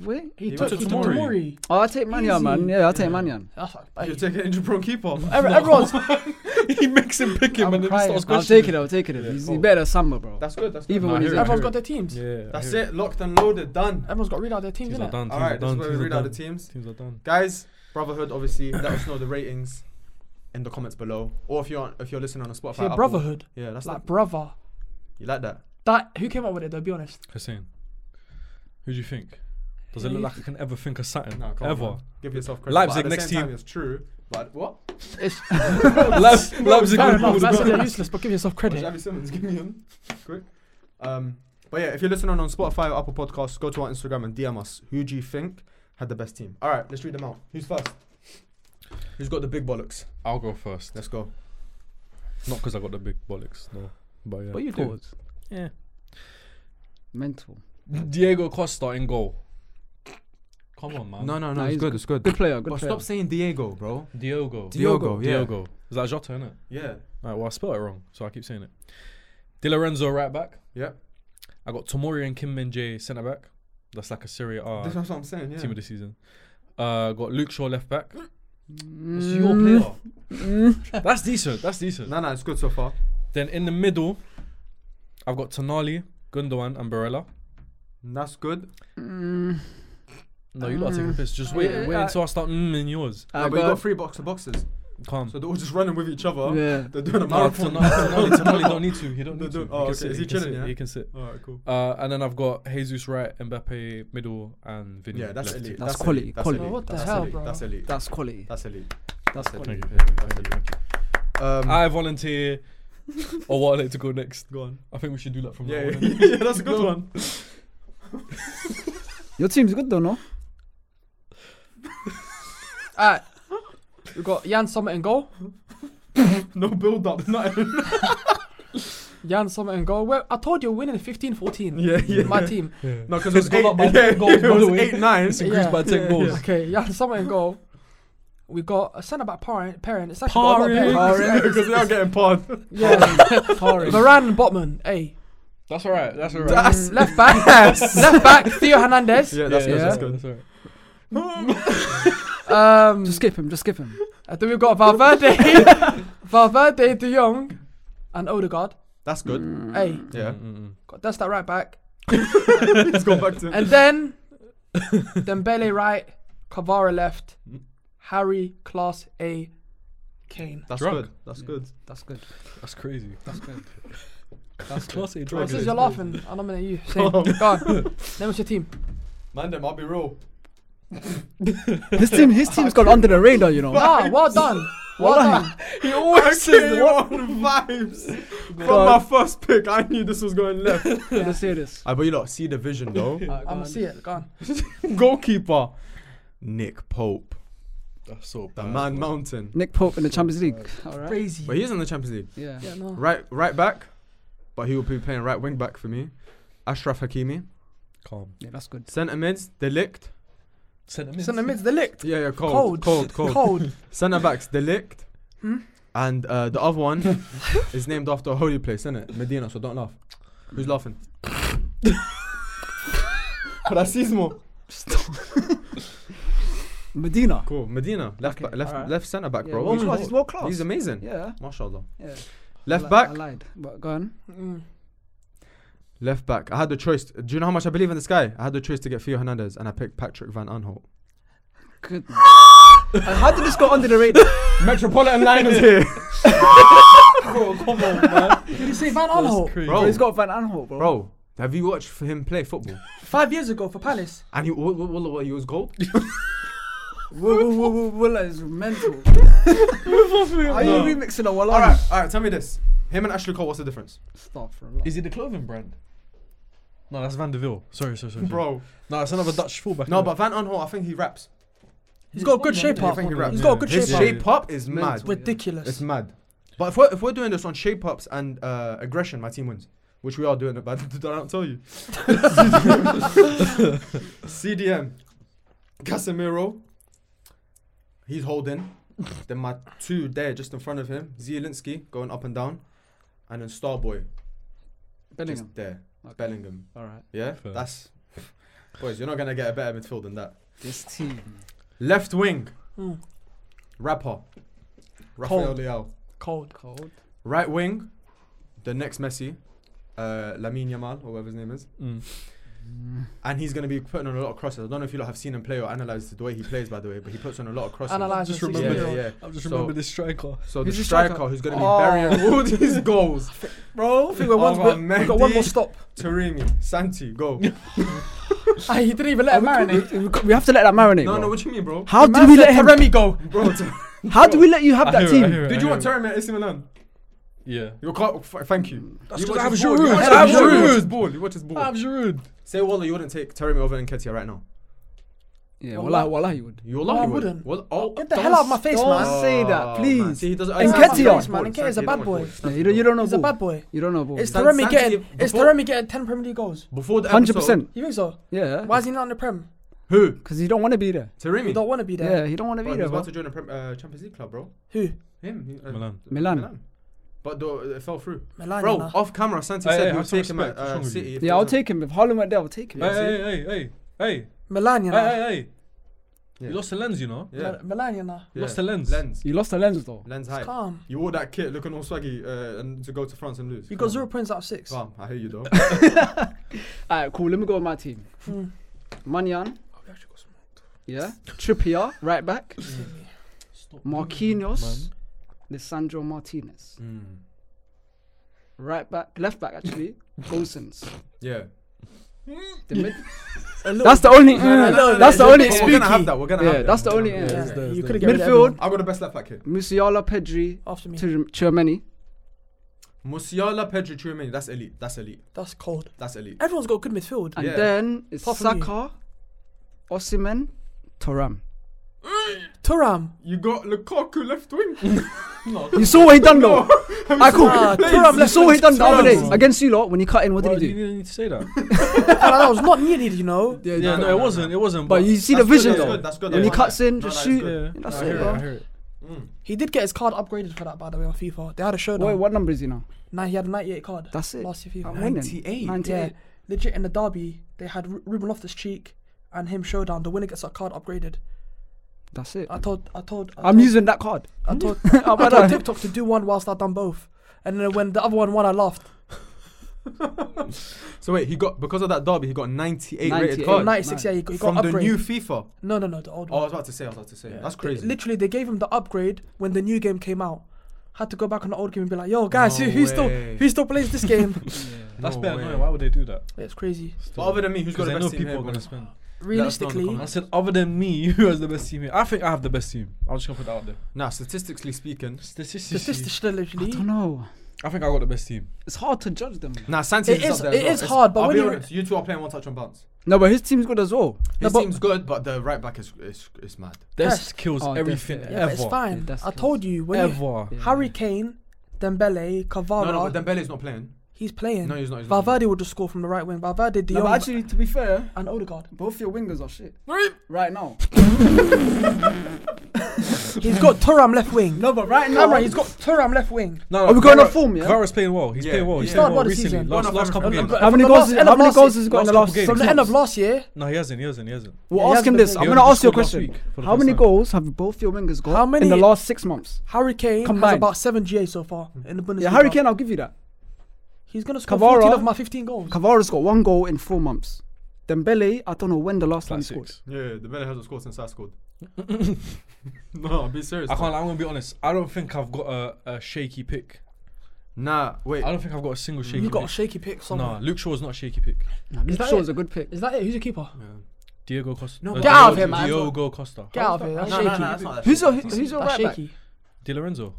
C: Wait.
B: He,
A: He
B: took,
A: took
B: he took
D: Tomori.
B: Tomori.
C: Oh, I take Manyan, man.
B: Easy.
C: Yeah, I take
A: Yeah.
C: Manyan.
B: That's
A: No.
B: like,
A: You're taking injury prone keeper. *laughs*
B: Every, Everyone's
C: *laughs*
D: he makes him pick him and
C: I'm
D: then he
C: crying.
D: starts
C: I'll take it.
D: questioning.
C: I'll take it.
D: Yeah.
C: He's
A: Oh.
C: better than Samba, bro.
A: That's good. That's good.
C: Even
D: Nah,
C: when
D: I
C: he's
D: hear it.
C: injured.
B: everyone's got their teams.
D: Yeah. I
A: That's
D: hear
A: it. Locked and loaded. Done.
B: Everyone's got to read out their teams,
D: Teams are
B: innit?
D: done.
A: All
D: Teams are
A: right, that's
D: done.
A: where we
D: Teams are
A: read out the
D: done.
A: teams.
D: Teams are done.
A: guys brotherhood obviously let us know the ratings in the comments below or if you're on, if you're listening on spotify
B: It's your
A: Apple.
B: brotherhood.
A: yeah that's
B: Like,
A: like
B: brother.
A: you like that
B: That, who came up with it, though? Be honest.
D: Hussein, who do you think? Does it look
B: Yeah.
D: like I can ever think of something?
A: no come on,
D: ever.
A: man.
D: *laughs*
A: give yourself credit
D: Leipzig
A: But at the
D: next
A: same
D: team.
A: Time, it's true but what
D: Leipzig-
B: Fair
D: Leipzig would-
B: enough.
D: would-
B: That's a bit useless, but give yourself
A: Or
B: credit.
C: *laughs*
A: Xavi Simmons give me him *laughs* quick um but yeah if you're listening on spotify or apple podcasts go to our instagram and dm us who do you think had the best team all right let's read them out who's first who's got the big bollocks
D: *laughs* I'll go first.
A: let's go
D: Not because I got the big bollocks, no. But yeah.
C: But you do.
D: Yeah.
C: Mental.
D: Diego Costa in goal. Come on, man.
A: no
C: Um, Nah, he's good,
A: it's good
C: Good player. Good
A: but
C: player.
A: stop saying diego bro
D: Diogo.
A: Diogo, yeah.
D: Diogo. Is that Jota, innit?
A: yeah
D: Alright, well, I spelled it wrong, so I keep saying it. Di Lorenzo right back.
A: yeah
D: I got Tomori and Kim Min Jae centre back. That's like a Serie A
A: that's what i'm saying yeah
D: team of the season. Uh, got Luke Shaw left back. It's your
C: Mm.
D: player. That's decent. That's decent.
A: No, no, it's good so far.
D: Then in the middle, I've got Tonali, Gundogan, and Barella.
A: That's good.
D: No, you lot are taking
A: Mm-hmm.
D: a piss. Just wait,
C: Yeah,
D: wait
C: I-
D: until I start mm in yours.
C: Uh, Ah,
A: No, but you got three box to boxes,
D: Calm.
A: so they're all just running with each other.
C: Yeah.
A: They're doing a
D: No,
A: marathon.
D: Tonali,
A: *laughs*
D: Tonali, Tonali don't need to. He don't
A: They
D: need to.
A: don't-
D: He
A: oh,
D: can
A: okay.
D: sit,
A: Is he
D: he can
A: chilling,
D: sit,
A: yeah?
D: He can sit.
A: *laughs* All right, cool.
D: Uh, and then I've got Jesus right, Mbappe middle, and Vinny.
A: Yeah, that's
D: left.
A: elite.
C: That's
A: elite,
C: quality,
A: That's
C: quality.
A: elite,
B: What the
A: that's
B: hell,
A: elite,
B: bro?
A: That's elite.
C: That's quality.
A: That's elite.
C: That's
A: That's
C: quality.
A: elite.
D: Thank you, thank you,
A: That's
D: thank you,
A: elite.
D: thank
A: Um,
D: you.
A: *laughs*
D: I volunteer. or what are they to go next?
A: go on.
D: I think we should do that from
A: Yeah,
D: now
A: yeah,
D: on.
A: *laughs* yeah, that's a good
D: Go
A: one.
C: Your team's good though, no?
B: Alright. We've got Jan Summit in goal.
A: No build up, nothing.
B: Jan Summit in goal. Well, I told you we're winning 15 14.
A: Yeah, yeah.
B: My team.
D: Yeah.
A: *laughs* No, because
D: It's gone up by ten
A: *laughs*
D: goals, by the way.
A: eight nine.
D: It's increased by 10 goals.
B: Okay, Jan Summit in goal. We got a centre back parent. parent. It's actually got a lot of
D: Parent.
A: *laughs*
B: parents.
A: Because they are getting pod. *laughs*
B: Yeah. Varane Botman. Hey.
D: That's alright. That's alright.
A: That's-
B: Left back. left back. Theo Hernandez.
A: Yeah, that's
C: Yeah.
A: good. That's
D: alright,
A: good.
D: that's alright.
B: Um,
C: Just skip him, just skip him.
B: and then we've
A: *laughs*
B: got Valverde. Valverde, De Jong, and Odegaard.
A: That's good.
B: Hey.
A: Yeah,
D: Mm, mm, mm.
B: God, That's that right back.
A: *laughs* let's go back to. *laughs*
B: And then Dembele right, Kavara left, Harry Class A, Kane.
A: That's
D: Drunk.
A: good. That's good.
C: That's good.
D: That's crazy.
C: That's good.
D: That's class A
B: Well,
D: drug.
B: since
A: good.
B: you're laughing, I'll nominate you. Same.
A: Oh.
B: Go
A: *laughs*
B: on. Name us your team.
A: Man, them, I'll be real.
C: His team, his team's gone under the radar, you *laughs* know.
B: Ah, well done. Well done.
A: *laughs* He always says on vibes. From my first pick, I knew this was going left.
C: Let's hear this.
A: I but you lot see the vision though.
B: I'm
C: um,
B: gonna see it. Go on.
A: *laughs* Goalkeeper, Nick Pope,
D: That's so
A: the
D: bad.
A: man mountain.
C: Nick Pope in the Champions League. All right.
B: Crazy.
A: But he's in the Champions League.
C: Yeah.
B: Yeah, no.
A: Right, right back, but he will be playing right wing back for me. Ashraf Hakimi,
D: Calm.
C: Yeah, that's good.
A: centre mids, Delict.
D: Sentiment.
B: It's in the midst. They licked.
A: Yeah, yeah, cold, cold, cold.
B: Cold.
A: Centre backs, Delict.
C: Hmm?
A: And uh, the other
C: *laughs*
A: one is named after a holy place, isn't it? Medina. So don't laugh. Who's
C: *laughs*
A: laughing? Racismo.
C: Medina.
A: Cool. Medina. Left,
C: Okay,
A: ba- left,
C: alright.
A: left centre back,
C: Yeah,
A: bro.
C: world
A: *laughs* He's-
C: class, he's world class.
A: He's amazing.
C: Yeah.
A: Mashallah.
C: Yeah.
A: Left
C: I li-
A: back,
C: I lied. But go on.
B: Mm.
A: left back. I had the choice. Do you know how much I believe in this guy? I had the choice to get Theo Hernandez, and I picked Patrick Van Aanholt.
C: Good. And how did this go under the
A: *laughs*
C: radar?
A: Metropolitan line is here,
D: Bro, *laughs* come on, man.
B: Did you say Van Aanholt?
D: crazy.
A: Bro.
C: He's got Van Aanholt, bro.
A: *laughs* bro. Have you watched for him play football?
B: Five years ago for Palace.
A: And he, what, what, what, what, he was gold.
C: Whoa, whoa, whoa, whoa, Willa is *laughs* mental. Are
D: No.
C: you remixing a Walla?
A: all right, all right. Tell me this: him and Ashley Cole. What's the difference,
C: Stop for
D: Is it the clothing brand? No, that's Van de Ville. Sorry, sorry, sorry. sorry.
A: bro?
D: No, that's another Dutch fullback.
A: No,
D: innit?
A: but Van Aanholt, I think he raps.
B: He's got a good shape
A: I
B: up.
A: think he raps.
B: He's got a good
A: His
B: shape up.
A: shape up is mad.
C: Mental.
A: It's
B: Ridiculous.
A: mad. But if we're, if we're doing this on shape ups and uh, aggression, my team wins. Which we are doing it, but *laughs* did I not tell you? CDM. Casemiro. He's holding. then my two there just in front of him. Zielinski going up and down. And then Starboy
C: Bellingham.
A: just there.
C: Okay.
A: Bellingham.
C: All right.
A: Yeah?
D: Fair.
A: That's. Boys, you're not going to get a better midfield than that.
C: This team.
A: Left wing.
B: Mm.
A: Rapper. Rafael
B: Cold.
A: Leal.
B: Cold.
C: Cold.
A: Right wing, the next Messi, uh, Lamine Yamal, or whatever his name is.
D: Mm.
A: And he's going to be putting on a lot of crosses. I don't know if you lot have seen him play or analysed the way he plays, by the way, but he puts on a lot of crosses.
B: Analyze
D: Just
B: the
A: Yeah,
D: remember
B: 16 year
A: yeah,
B: old.
A: yeah.
D: I just
A: So-
D: remember this striker.
A: So
C: Who's
A: the
C: your striker?
A: striker who's going to be
C: Oh.
A: burying all these *laughs* goals.
B: Bro, I think we're
A: Oh,
B: one-
A: my
B: we've got one more
A: Mendy.
B: stop. *laughs*
A: Taremi, Santi, go.
B: Ah, he didn't even let him
C: we,
B: marinate.
C: we- we, we have to let that marinate.
A: no,
C: bro.
A: no, what do you mean, bro?
C: How
B: The
C: did
B: man
C: we
B: said
C: let him?
B: Taremi go.
A: *laughs* Bro, t-
C: How do we let you have
D: I
C: that
D: hear it, I
C: team?
D: hear it, I
A: did you
D: hear
A: want
D: it.
A: Taremi at AC Milan?
D: Yeah.
A: You can't, oh, f- thank you. you
D: because I
A: watch
D: have
A: his
D: Giroud.
A: ball, you watch
D: I have
A: his ball, You watch
D: Giroud.
A: his ball. You watch his ball.
D: Giroud.
A: Say, Wallah, you wouldn't take Taremi over Nketiah right now.
C: Yeah, wallah, wallah, you would.
A: You're
B: No, I
A: lucky.
B: wouldn't.
A: Well, oh,
B: Get the hell out of my face,
C: don't
B: man.
C: say that,
A: Oh,
C: please.
A: man. See, he doesn't.
C: Nketiah.
A: Santi don't
C: Please,
A: watch
B: man,
A: ball.
B: Nketiah is a
A: Santi
B: bad
A: don't watch
B: boy.
A: ball.
C: No, you don't. You don't know.
B: He's a
C: ball.
B: bad boy.
C: You don't know ball.
B: Is
A: San-
B: Taremi
A: Santi-
B: getting? Is
A: before-
B: Taremi getting ten Premier League goals?
A: Before the
C: Hundred
A: episode-
C: percent.
B: You think so?
C: Yeah.
B: Why is he not in the Prem?
A: Who?
C: Because you don't want to be there.
A: Taremi.
B: He don't want to be there.
C: Yeah, he don't want to
A: Bro,
C: be
A: he
C: there.
A: was about to
C: Bro.
A: join a prem- uh, Champions League club, bro.
B: Who?
A: Him. he- uh,
D: Milan.
C: Milan.
A: But the, uh, it fell through.
B: Milan.
A: bro,
B: nah.
A: off camera, Santi
D: Hey,
A: said
D: hey,
A: he
D: have
A: would
D: some
A: take him
D: respect.
A: at
D: What's wrong
A: uh,
D: with
A: City.
D: you?
A: if
C: Yeah, I'll
A: Tottenham-
C: take him. If Haaland went there, I'll take him.
D: Hey, hey, hey, hey, hey,
B: Milan. you know.
D: hey, hey, hey.
B: Milan. you know.
D: hey,
A: Yeah.
D: You lost the lens, you know.
A: Yeah.
B: Mel- Milan, you know.
A: yeah.
D: Lost the lens.
A: Lens.
C: You lost the lens though.
A: Lens
B: It's
A: height.
B: calm.
A: You wore that kit looking all swaggy uh, and to go to France and lose. Come
B: You got
A: on.
B: zero points out of six.
A: Bam, I hear you though.
C: Alright, cool. Let me go with my team.
B: Mm.
C: Manyan. Yeah. Trippier, right back.
A: Mm.
D: Stop
C: Marquinhos. Lissandro Martinez.
A: Mm.
C: Right back, left back actually. Gosens.
A: Yeah.
C: The mid-
B: A little
C: that's
A: *laughs*
C: the only.
B: no,
C: *laughs*
B: no,
C: that's
B: no,
C: the only.
A: But
B: it's
A: we're gonna have
C: Spooky.
A: that. We're gonna
C: Yeah,
A: have that.
C: that's the
A: We're
C: only-
A: gonna-
C: yeah.
B: Yeah,
C: There's-
A: yeah.
B: you
D: there's
B: could have
D: the-
B: given
C: Midfield.
A: I got the best left back kit.
C: Musiala, Pedri,
B: after me.
C: Tir- Chermany.
A: Musiala, Pedri, Tchouameni. That's elite. That's elite.
B: That's cold.
A: That's elite.
B: Everyone's got good midfield.
C: And
A: Yeah.
C: then it's
B: Apart from you.
C: Saka, Osimhen, Thuram.
B: Turam.
A: You got Lukaku left wing. no,
C: You saw what he done though. I cool.
B: Ah, Thuram
C: Thuram, you
B: left
C: saw what he done the other day
B: Thuram.
C: against you lot when he cut in. What
D: Why
C: did
D: do
C: he
D: you
C: do?
D: didn't need to
A: *laughs*
D: say that.
B: And *laughs* that was not needed, you know.
D: yeah,
A: no,
D: no,
A: no,
D: it
A: no,
D: wasn't. It wasn't.
C: But you see the
A: That's good,
C: vision
A: that's
C: though.
A: good, That's good.
C: When
A: I
C: he
A: like
C: cuts
A: that.
C: in,
A: No,
C: just
A: that is
C: shoot.
A: good.
D: yeah,
C: That's
D: I
C: it,
D: hear
C: bro.
D: I hear it.
A: Mm.
B: He did get his card upgraded for that, by the way, on FIFA. They had a showdown.
C: Wait, what number is he now?
B: Nah, he had a 98 card
C: That's it.
B: last year FIFA.
C: I'm winning.
A: 98.
C: 98.
B: Yeah, legit in the derby, they had Ru- Ruben Loftus Cheek and him showdown. The winner gets a card upgraded.
C: That's it.
B: I told, I told, I
C: I'm
B: told,
C: using that card.
B: I told,
A: *laughs*
C: I'm
B: I told
C: done.
B: TikTok to do one whilst I done both. And then when the other one won, I laughed.
A: So wait, he got because of that derby, he got 98,
C: 98.
A: rated card
B: 96,
C: no.
B: yeah, he got, he
A: Oh, from
B: got
A: the
B: upgrade.
A: new FIFA.
B: no, no, no, the old
A: Oh, I
B: one.
A: was about to say. I was about to say. That's crazy.
B: Literally, they gave him the upgrade when the new game came out. Had to go back on the old game and be like, yo, guys,
A: No
B: who, who still,
A: way.
B: who still plays
A: *laughs*
B: this game?
D: That's
A: No
D: better.
A: way.
D: No, why would they do that?
B: it's crazy.
A: But other than me, who's got
D: Because
A: the
D: I
A: best team
D: know people
A: here,
D: are gonna
A: boys?
D: spend.
B: Realistically,
D: I said other than me, *laughs* who has the best team here? I think I have the best team. I'm just gonna put that out there.
A: Nah, statistically speaking,
D: Statistically,
B: statistically,
C: I don't know.
D: I think I got the best team.
C: It's hard to judge them. man.
A: nah, Sanchez is,
B: It is-
A: up there.
B: it
A: as well.
B: is hard, but
A: I'll
B: when
A: be
B: you-
A: honest, you two are playing one touch on bounce.
C: No, but his team's good as well.
A: His
B: but-
A: team's good, but the right back is is, is mad.
D: This
B: Yes.
D: kills
C: Oh,
D: everything
C: definitely.
B: Yeah,
D: ever.
B: but it's fine.
C: that's
B: I
C: close.
B: told you when you,
D: Ever.
C: Yeah.
B: Harry Kane, Dembele, Cavara,
A: No, no, but Dembele's not playing.
B: he's playing.
A: No, he's not. He's not.
B: Oh, Valverde will just score from the right wing. Valverde, De
C: No,
B: Jong,
C: but actually, to be fair,
B: and Odegaard.
C: both your wingers are shit. Right now.
B: He's got Turam
A: *laughs*
B: left wing.
C: No, but right now.
B: Camera, he's got Turam left wing.
D: No,
C: Are we going
D: Kvara-
C: on form, yeah?
D: Kvara's playing well. He's
A: Yeah.
D: playing well. He's
A: He
D: playing
B: started by
D: well
B: the
D: recently.
B: season.
D: Last,
A: One
D: last
A: of
D: couple
A: them.
D: games.
B: But
C: How
B: from
C: many
B: the
C: goals
B: last
C: is-
B: end
C: how
B: of
C: many
B: last
C: goals
B: year-
C: has he got in
D: last
C: the
D: couple
C: last-
D: games?
B: From the end of last year,
D: No, he hasn't. He hasn't. He hasn't.
C: We're
B: Yeah, he
C: asking
B: hasn't
C: this.
B: been-
C: I'm
B: he
C: going to
D: only
C: ask you a
D: scored last
C: question.
D: week for the
C: How
D: first
C: many
D: time.
C: goals have both your wingers got
B: How
C: in the
B: many-
C: last six months?
B: Harry Kane has
C: Combined.
B: about seven GA so far in the Bundesliga.
C: Yeah, Harry Kane, I'll give you that.
B: He's gonna score
C: Cavara-
B: 14 of my 15 goals.
C: Cavara's got one goal in four months. Dembele, I don't know when the last time he
D: Like
C: scored.
D: six.
A: Yeah, yeah, Dembele hasn't scored since I scored.
B: *laughs*
A: *laughs* no, I'm being serious.
D: I
A: though.
D: can't. lie, I'm gonna be honest. I don't think I've got a, a shaky pick.
A: Nah, wait.
D: I don't think I've got a single shaky.
B: You got a
D: pick.
B: shaky pick
D: Nah,
B: somewhere.
D: Luke Shaw's not a shaky pick.
C: No, Luke
B: that
C: Shaw
B: it?
C: is a good pick.
B: Is that it? Who's your keeper?
A: Yeah.
D: Diego Costa.
B: No,
D: uh,
B: get
D: Diogo-
B: out of here, man.
D: Diogo Costa.
B: Get out of here. That's
A: No, no,
B: shaky.
A: no, that's not that
C: Who's
A: shaky.
C: your who's your
B: That's
C: right back?
B: shaky.
D: Di Lorenzo.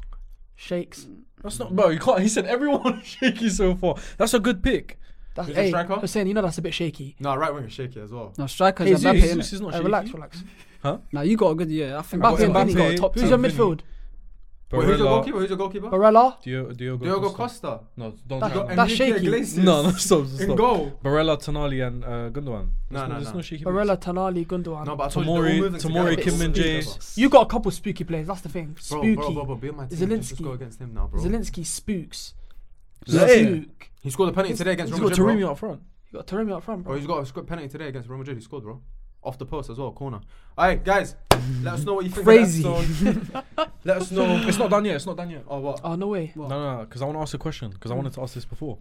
B: Shakes.
D: That's not, bro. You can't. He said everyone *laughs* shaky so far. That's a good pick.
B: That's,
A: Who's your
B: hey,
A: striker?
B: Hussein, you know that's a bit shaky.
A: Nah, right wing is shaky as well.
C: No, strikers
B: Jesus.
C: are Mbappe,
D: Jesus
C: innit?
D: is not
B: Hey,
D: shaky.
B: relax, relax.
C: Now you got a good year. I think
B: Mbappe
C: Mbappe,
B: and
C: Mbappe's got a
D: Vinny.
C: top
B: Who's your
D: Vinny.
B: midfield?
A: Wait, who's your
D: Barella,
A: goalkeeper? Who's your goalkeeper?
B: Barella.
D: Dio- Diogo,
A: Diogo
D: Costa.
A: Costa.
D: No, don't.
B: That-
D: do
A: Got
D: that.
B: that's
A: Enrique
B: shaky.
A: Iglesias
D: No, no, stop, stop.
A: In goal.
D: Barella, Tonali, and uh, Gundogan.
A: No,
D: There's
A: no,
D: there's
A: no.
D: no shaky.
B: Barella, Tanali, Gundogan.
A: No, but I told
D: Tomori-
A: you,
D: Tomori,
B: Kim
A: and
B: and
D: James.
B: You got a couple spooky players. That's the thing.
A: Bro,
B: Spooky.
A: bro, bro, bro, be on my team. Let's Just
B: Zielinski.
A: go against him now, bro.
B: Zielinski spooks.
D: Is that it?
B: Spook.
A: He scored a penalty today against
D: He's
A: Real
D: got
A: Madrid, bro.
D: Taremi up front.
B: You got Taremi up front,
A: Bro,
B: bro.
A: he's got a sc- penalty today against Real Madrid. He scored, bro. Off the post as well, corner. All right, guys, let us know what you think. of that
B: Crazy.
A: episode. let us know.
D: It's not done yet. It's not done yet.
A: Oh, what?
B: Oh no way.
D: No, no, because I want to ask a question. Because I wanted to ask this before.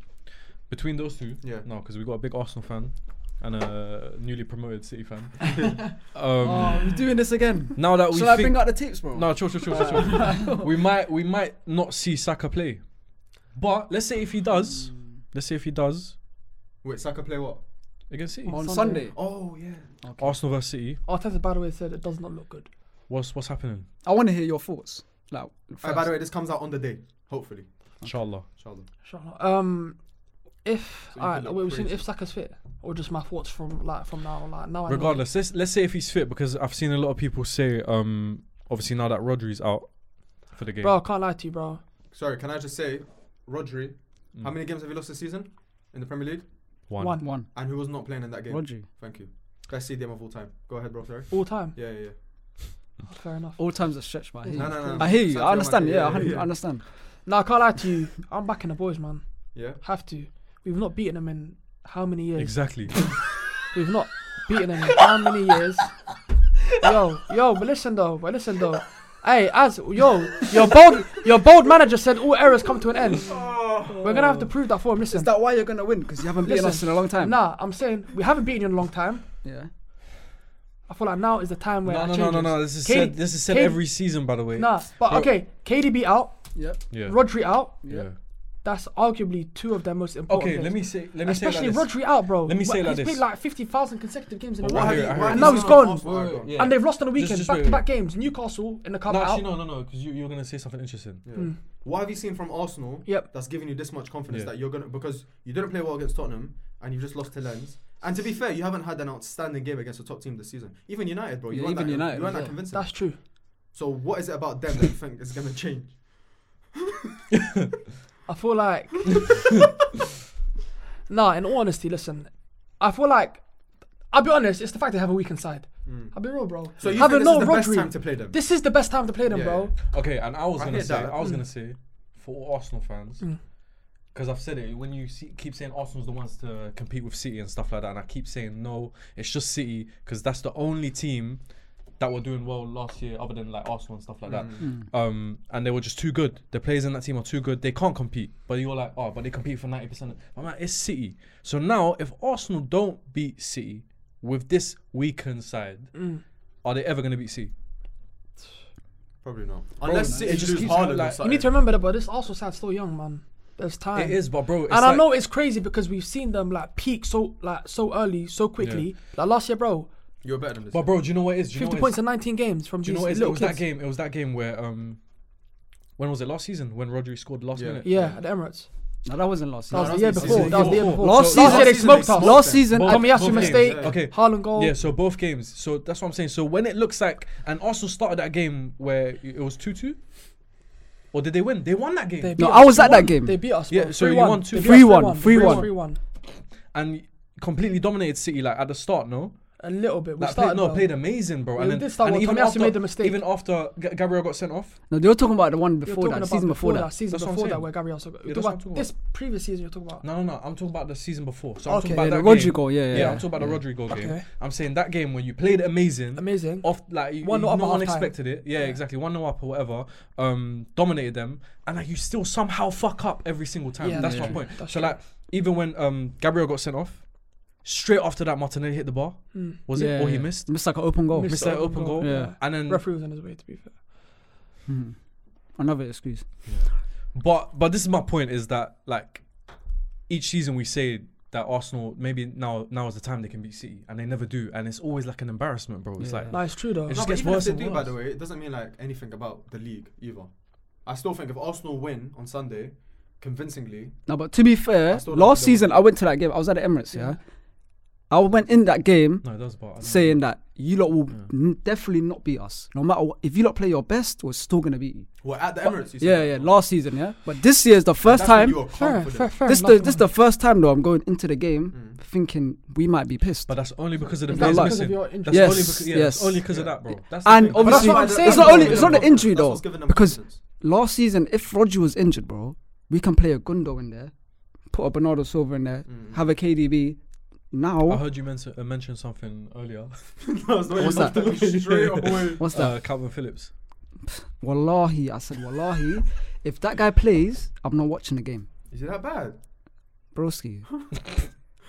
D: Between those two,
A: Yeah.
D: no, because we got a big Arsenal fan and a newly promoted City fan. um,
C: Oh, we're doing this again.
D: now that we
C: Should I
D: think,
C: bring out the tapes, bro?
D: no, chill, chill, chill, chill, chill. we might, we might not see Saka play, but let's say if he does, let's say if he does
A: Wait, Saka play what?
D: against City,
C: on
B: Sunday.
C: Sunday.
A: Oh, yeah.
D: Arsenal versus City,
B: Arteta, Oh, by the way, said it does not look good.
D: what's what's happening?
C: I want to hear your thoughts. Like,
A: All right, by the way, this comes out on the day, hopefully.
D: Inshallah.
A: Inshallah.
B: Shut up. Um, if
A: So you
B: alright,
A: could
B: wait,
A: look
B: we're saying
A: crazy.
B: if Saka's fit, or just my thoughts from like from now, like now. I know.
D: Regardless, let's let's say if he's fit because I've seen a lot of people say, um, obviously now that Rodri's out for the game,
B: bro, I can't lie to you, bro.
A: Sorry, can I just say, Rodri, how
D: Mm.
A: many games have you lost this season in the Premier League?
D: one.
B: One.
C: one.
A: And who was not playing in that game?
C: Rodri.
A: Thank you. Best CDM of all time. Go ahead, bro. Sorry.
B: All time.
A: Yeah, yeah, yeah.
B: Fair enough.
C: All times a stretch, but I hear
A: No,
C: you.
A: no, no.
C: I hear
A: Santi
C: you.
A: Almaty,
C: I understand. Yeah, I
A: yeah.
C: understand.
B: Nah, I can't lie to you. I'm backing the boys, man.
A: Yeah.
B: Have to. We've not beaten them in how many years?
D: Exactly.
A: *laughs*
B: We've not beaten them in how many years? yo, yo, but listen though, but listen though. Hey, as yo, your bold, your bold manager said all errors come to an end.
A: Oh.
B: We're gonna have to prove that for him.
C: Is
B: Listen,
C: that why you're gonna win? Because you haven't beaten us
B: Listen,
C: in a long time.
B: nah, I'm saying we haven't beaten you in a long time.
C: Yeah.
B: I feel like now is the time where
D: No,
B: it
D: no, no, no,
B: changes.
D: no. This is
B: Katie-
D: said. This is said
B: Katie-
D: every season, by the way.
B: Nah, but
D: Bro.
B: okay, KDB out,
C: Yep.
D: Yeah.
B: Rodri out.
D: yeah.
B: That's arguably two of their most important.
D: Okay.
B: players.
D: Let me say. Let me say
B: Especially
D: like this.
B: Rodri out, bro.
D: Let me say
B: He's
D: it like
B: played
D: this.
B: like 50,000 consecutive games in a
D: But
B: row.
D: why- hear it, I hear it.
B: And now he's gone.
D: Yeah.
B: And they've lost on the
D: Just-
B: weekend,
D: just wait,
B: back to back games. Newcastle in the cup
D: No,
B: out.
D: actually, no, no, no. Because you you're gonna say something interesting.
B: Mm.
A: What have you seen from Arsenal
B: Yep.
A: that's giving you this much confidence
D: Yeah.
A: that you're gonna because you didn't play well against Tottenham and you've just lost to Lens. And to be fair, you haven't had an outstanding game against a top team this season. Even United, bro. You
C: Yeah,
A: weren't
C: even
A: that,
C: United
A: You weren't
C: as
A: that
C: well.
A: convincing.
B: That's true.
A: so what is it about them that you think is gonna change?
B: I feel
D: *laughs*
B: like. *laughs* nah, in all honesty, listen. I feel like. I'll be honest, it's the fact they have a weak inside.
D: Hmm.
B: I'll be real, bro.
A: So you think
B: Having
A: this
B: no
A: is the best
B: Rodri.
A: time to play them?
B: This is the best time to play them,
A: Yeah,
B: bro.
D: Okay, and I was
A: I
D: gonna
A: hear
D: say,
A: that. Mm.
D: I was gonna say, for all Arsenal fans, because I've said it when you see, keep saying Arsenal's the ones to compete with City and stuff like that, and I keep saying no, it's just City because that's the only team that were doing well last year, other than like Arsenal and stuff like
A: Mm.
D: that. Um, and they were just too good. The players in that team are too good. They can't compete. But you're like, oh, but they compete for ninety percent. I'm like, it's City. So now, if Arsenal don't beat City with this weakened side,
A: Mm.
D: are they ever gonna beat City?
A: Probably not. Unless
D: no.
A: City
D: It just
A: lose
D: keeps on,
A: Haaland or
D: like- You
B: You
A: something.
B: need to remember that, but this also sounds still young, man. There's time.
D: It is, but bro, it's
B: and I
D: like-
B: know it's crazy because we've seen them like peak so like so early, so quickly. Like last year, bro,
A: You're better than this.
D: But bro, do you know what it is? Do you know
B: fifty
D: what it
B: points
D: is?
B: in nineteen games from
D: Do you know
B: these
D: what it is? It
B: little
D: was that
B: kids.
D: game. It was that game where um, when was it last season when Rodri scored last
A: Yeah.
D: minute?
B: Yeah, at the Emirates.
C: No, that wasn't last
B: That was
C: season.
A: last
B: the year
A: season.
B: before. That was the year
D: Season
B: before.
C: before. Last
B: last year they
A: season they
B: smoked us.
A: smoked
C: Last
A: them.
C: season,
D: Both-
C: I-
B: Tomiyasu
D: both games,
B: mistake.
D: yeah. Okay.
B: Haaland goal.
D: Yeah, so both games. So that's what I'm saying. So when it looks like and Arsenal started that game where it was two two, or did they win? They won that game.
B: They beat
C: no,
B: us.
C: I was at that
B: They
C: game.
B: beat us.
D: Yeah,
B: bro.
D: so you
B: 3-1.
D: won two-
B: They beat us
C: 3-1,
B: 3-1. 3-1.
C: 3-1.
D: and completely dominated City like at the start. No,
B: A little bit. We
D: like,
B: started.
D: played, no
B: well.
D: played amazing, bro.
B: Yeah,
D: and
B: we
D: then
B: did start
D: and
B: well.
D: even
B: Tomiyasu
D: after
B: made the mistake.
D: even after G- Gabriel got sent off.
C: No, they were talking about the one
B: You're
C: before
B: talking
C: that, the
B: about
C: season before that.
B: Season
D: That's what I'm
B: before that,
D: saying.
B: where Gabriel also.
D: Yeah,
B: you're talking
D: that's what I'm
B: about
D: talking
B: this previous season. You're talking about.
D: No, no, no. I'm talking about the season before. So
B: Okay.
D: I'm talking about
C: Yeah,
D: that
C: the Rodri
D: game.
C: goal, yeah, yeah,
D: yeah.
C: yeah.
D: I'm talking about the Rodri goal
B: Okay.
D: game. I'm saying that game when you played amazing.
B: Amazing.
D: off like you,
B: One
D: you
B: nil up
D: no
B: at
D: one
B: half-time.
D: expected it. Yeah, exactly. One nil up or whatever. Um, dominated them, and like you still somehow fuck up every single time.
B: Yeah,
D: that's
B: that's
D: my
B: true.
D: point.
B: That's
D: so
B: true.
D: like even when um Gabriel got sent off, straight after that Martinelli hit the bar. Was
C: Yeah,
D: it or he
C: yeah.
D: missed?
C: Missed like an open goal.
B: Missed
D: Missed that
B: an open
D: open
B: goal,
D: goal.
C: yeah.
D: And then
B: Referee was on his way. To be fair.
C: Mhm. Another excuse.
D: But but this is my point is that like each season we say that Arsenal maybe now now is the time they can beat City and they never do and it's always like an embarrassment, bro. It's
C: Yeah.
D: like
B: No, it's true though.
D: It's
A: No, but
D: just gets
A: even if
D: worse
A: they
D: and
A: do, by
D: worse.
A: the way, it doesn't mean like anything about the league either. I still think if Arsenal win on Sunday, convincingly,
C: No, but to be fair,
A: still don't think
C: last
A: they will.
C: season I went to that game. I was at the Emirates, yeah. I went in that game
D: no, it does. But I don't
C: saying that you lot will n- definitely not beat us. No matter what, if you lot play your best, we're still gonna beat you.
A: we're at the Emirates. You said
C: Yeah,
A: that.
C: yeah. Last season, yeah. But this year is the first
A: That's when
C: time.
A: you were confident.
C: this the this the first time though I'm going into the
A: Hmm.
C: game thinking we might be pissed.
D: But uh, that's only because of the
B: Is that
D: players
C: luck?
D: missing.
B: Because of your
D: That's
C: injury?
D: only
C: Yes,
D: because, yeah, that's
C: yes.
D: only because of that, bro. That's the
C: and
D: thing.
B: But that's
C: obviously,
B: what I'm
C: it's
B: saying,
C: not
B: bro.
C: only it's not the
A: That's
C: injury
A: what's
C: though,
A: giving them
C: because
A: confidence.
C: last season if Rodri was injured, bro, we can play a Gundo in there, put a Bernardo Silva in there,
A: Hmm. *laughs*
C: have a KDB.
D: I
C: Now,
D: heard you men- uh, mention something earlier.
A: That was the way
C: What's
A: you looked
C: that?
A: at me
C: *laughs*
A: straight away.
C: what's that?
D: Uh, Calvin Phillips.
C: wallahi, I said wallahi, if that guy plays, I'm not watching the game,
A: Is it that bad?
C: *laughs* broski.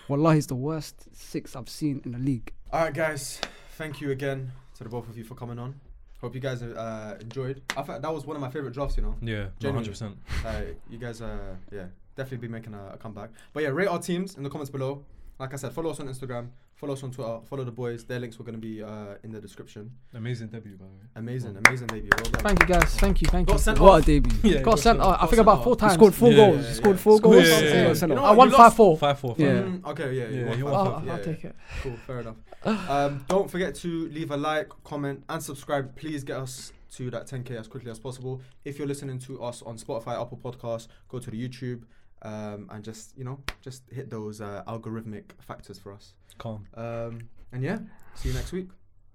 C: wallahi, he's the worst six I've seen in the league.
A: All right, guys. Thank you again to the both of you for coming on. Hope you guys uh, enjoyed. I thought that was one of my favorite drafts. You know,
D: Yeah,
A: Genuinely.
D: 100%.
A: like you guys uh yeah definitely be making a, a comeback but yeah rate our teams in the comments below like i said follow us on instagram follow us on twitter follow the boys their links were going to be uh in the description
D: Amazing debut, by the way.
A: amazing amazing debut well done.
B: Thank you guys. Thank you. Thank you.
A: Got sent
C: What
A: off.
C: a debut!
D: *laughs* Yeah,
B: Got sent.
D: off.
B: uh, I
A: sent
B: think about
A: off.
B: four
C: He
B: times.
C: scored four
D: Yeah,
C: goals.
A: yeah,
C: he scored
A: yeah.
C: four
D: Scored-
C: goals.
D: yeah, yeah,
C: Yeah,
D: yeah.
C: sent
A: You
C: off.
A: know
B: I
A: what,
B: won
A: you lost-
B: five four.
D: Five four. Five,
C: Yeah.
A: Mm, okay yeah,
D: Yeah,
A: you won
D: he won
A: five
B: I'll,
A: off,
B: I'll
A: yeah, yeah.
B: take it.
A: cool fair enough um don't forget to leave a like comment and subscribe please get us to that 10k as quickly as possible if you're listening to us on spotify apple Podcasts, go to the youtube um and just you know just hit those uh, algorithmic factors for us
D: Calm.
A: Um, and yeah, see you next week.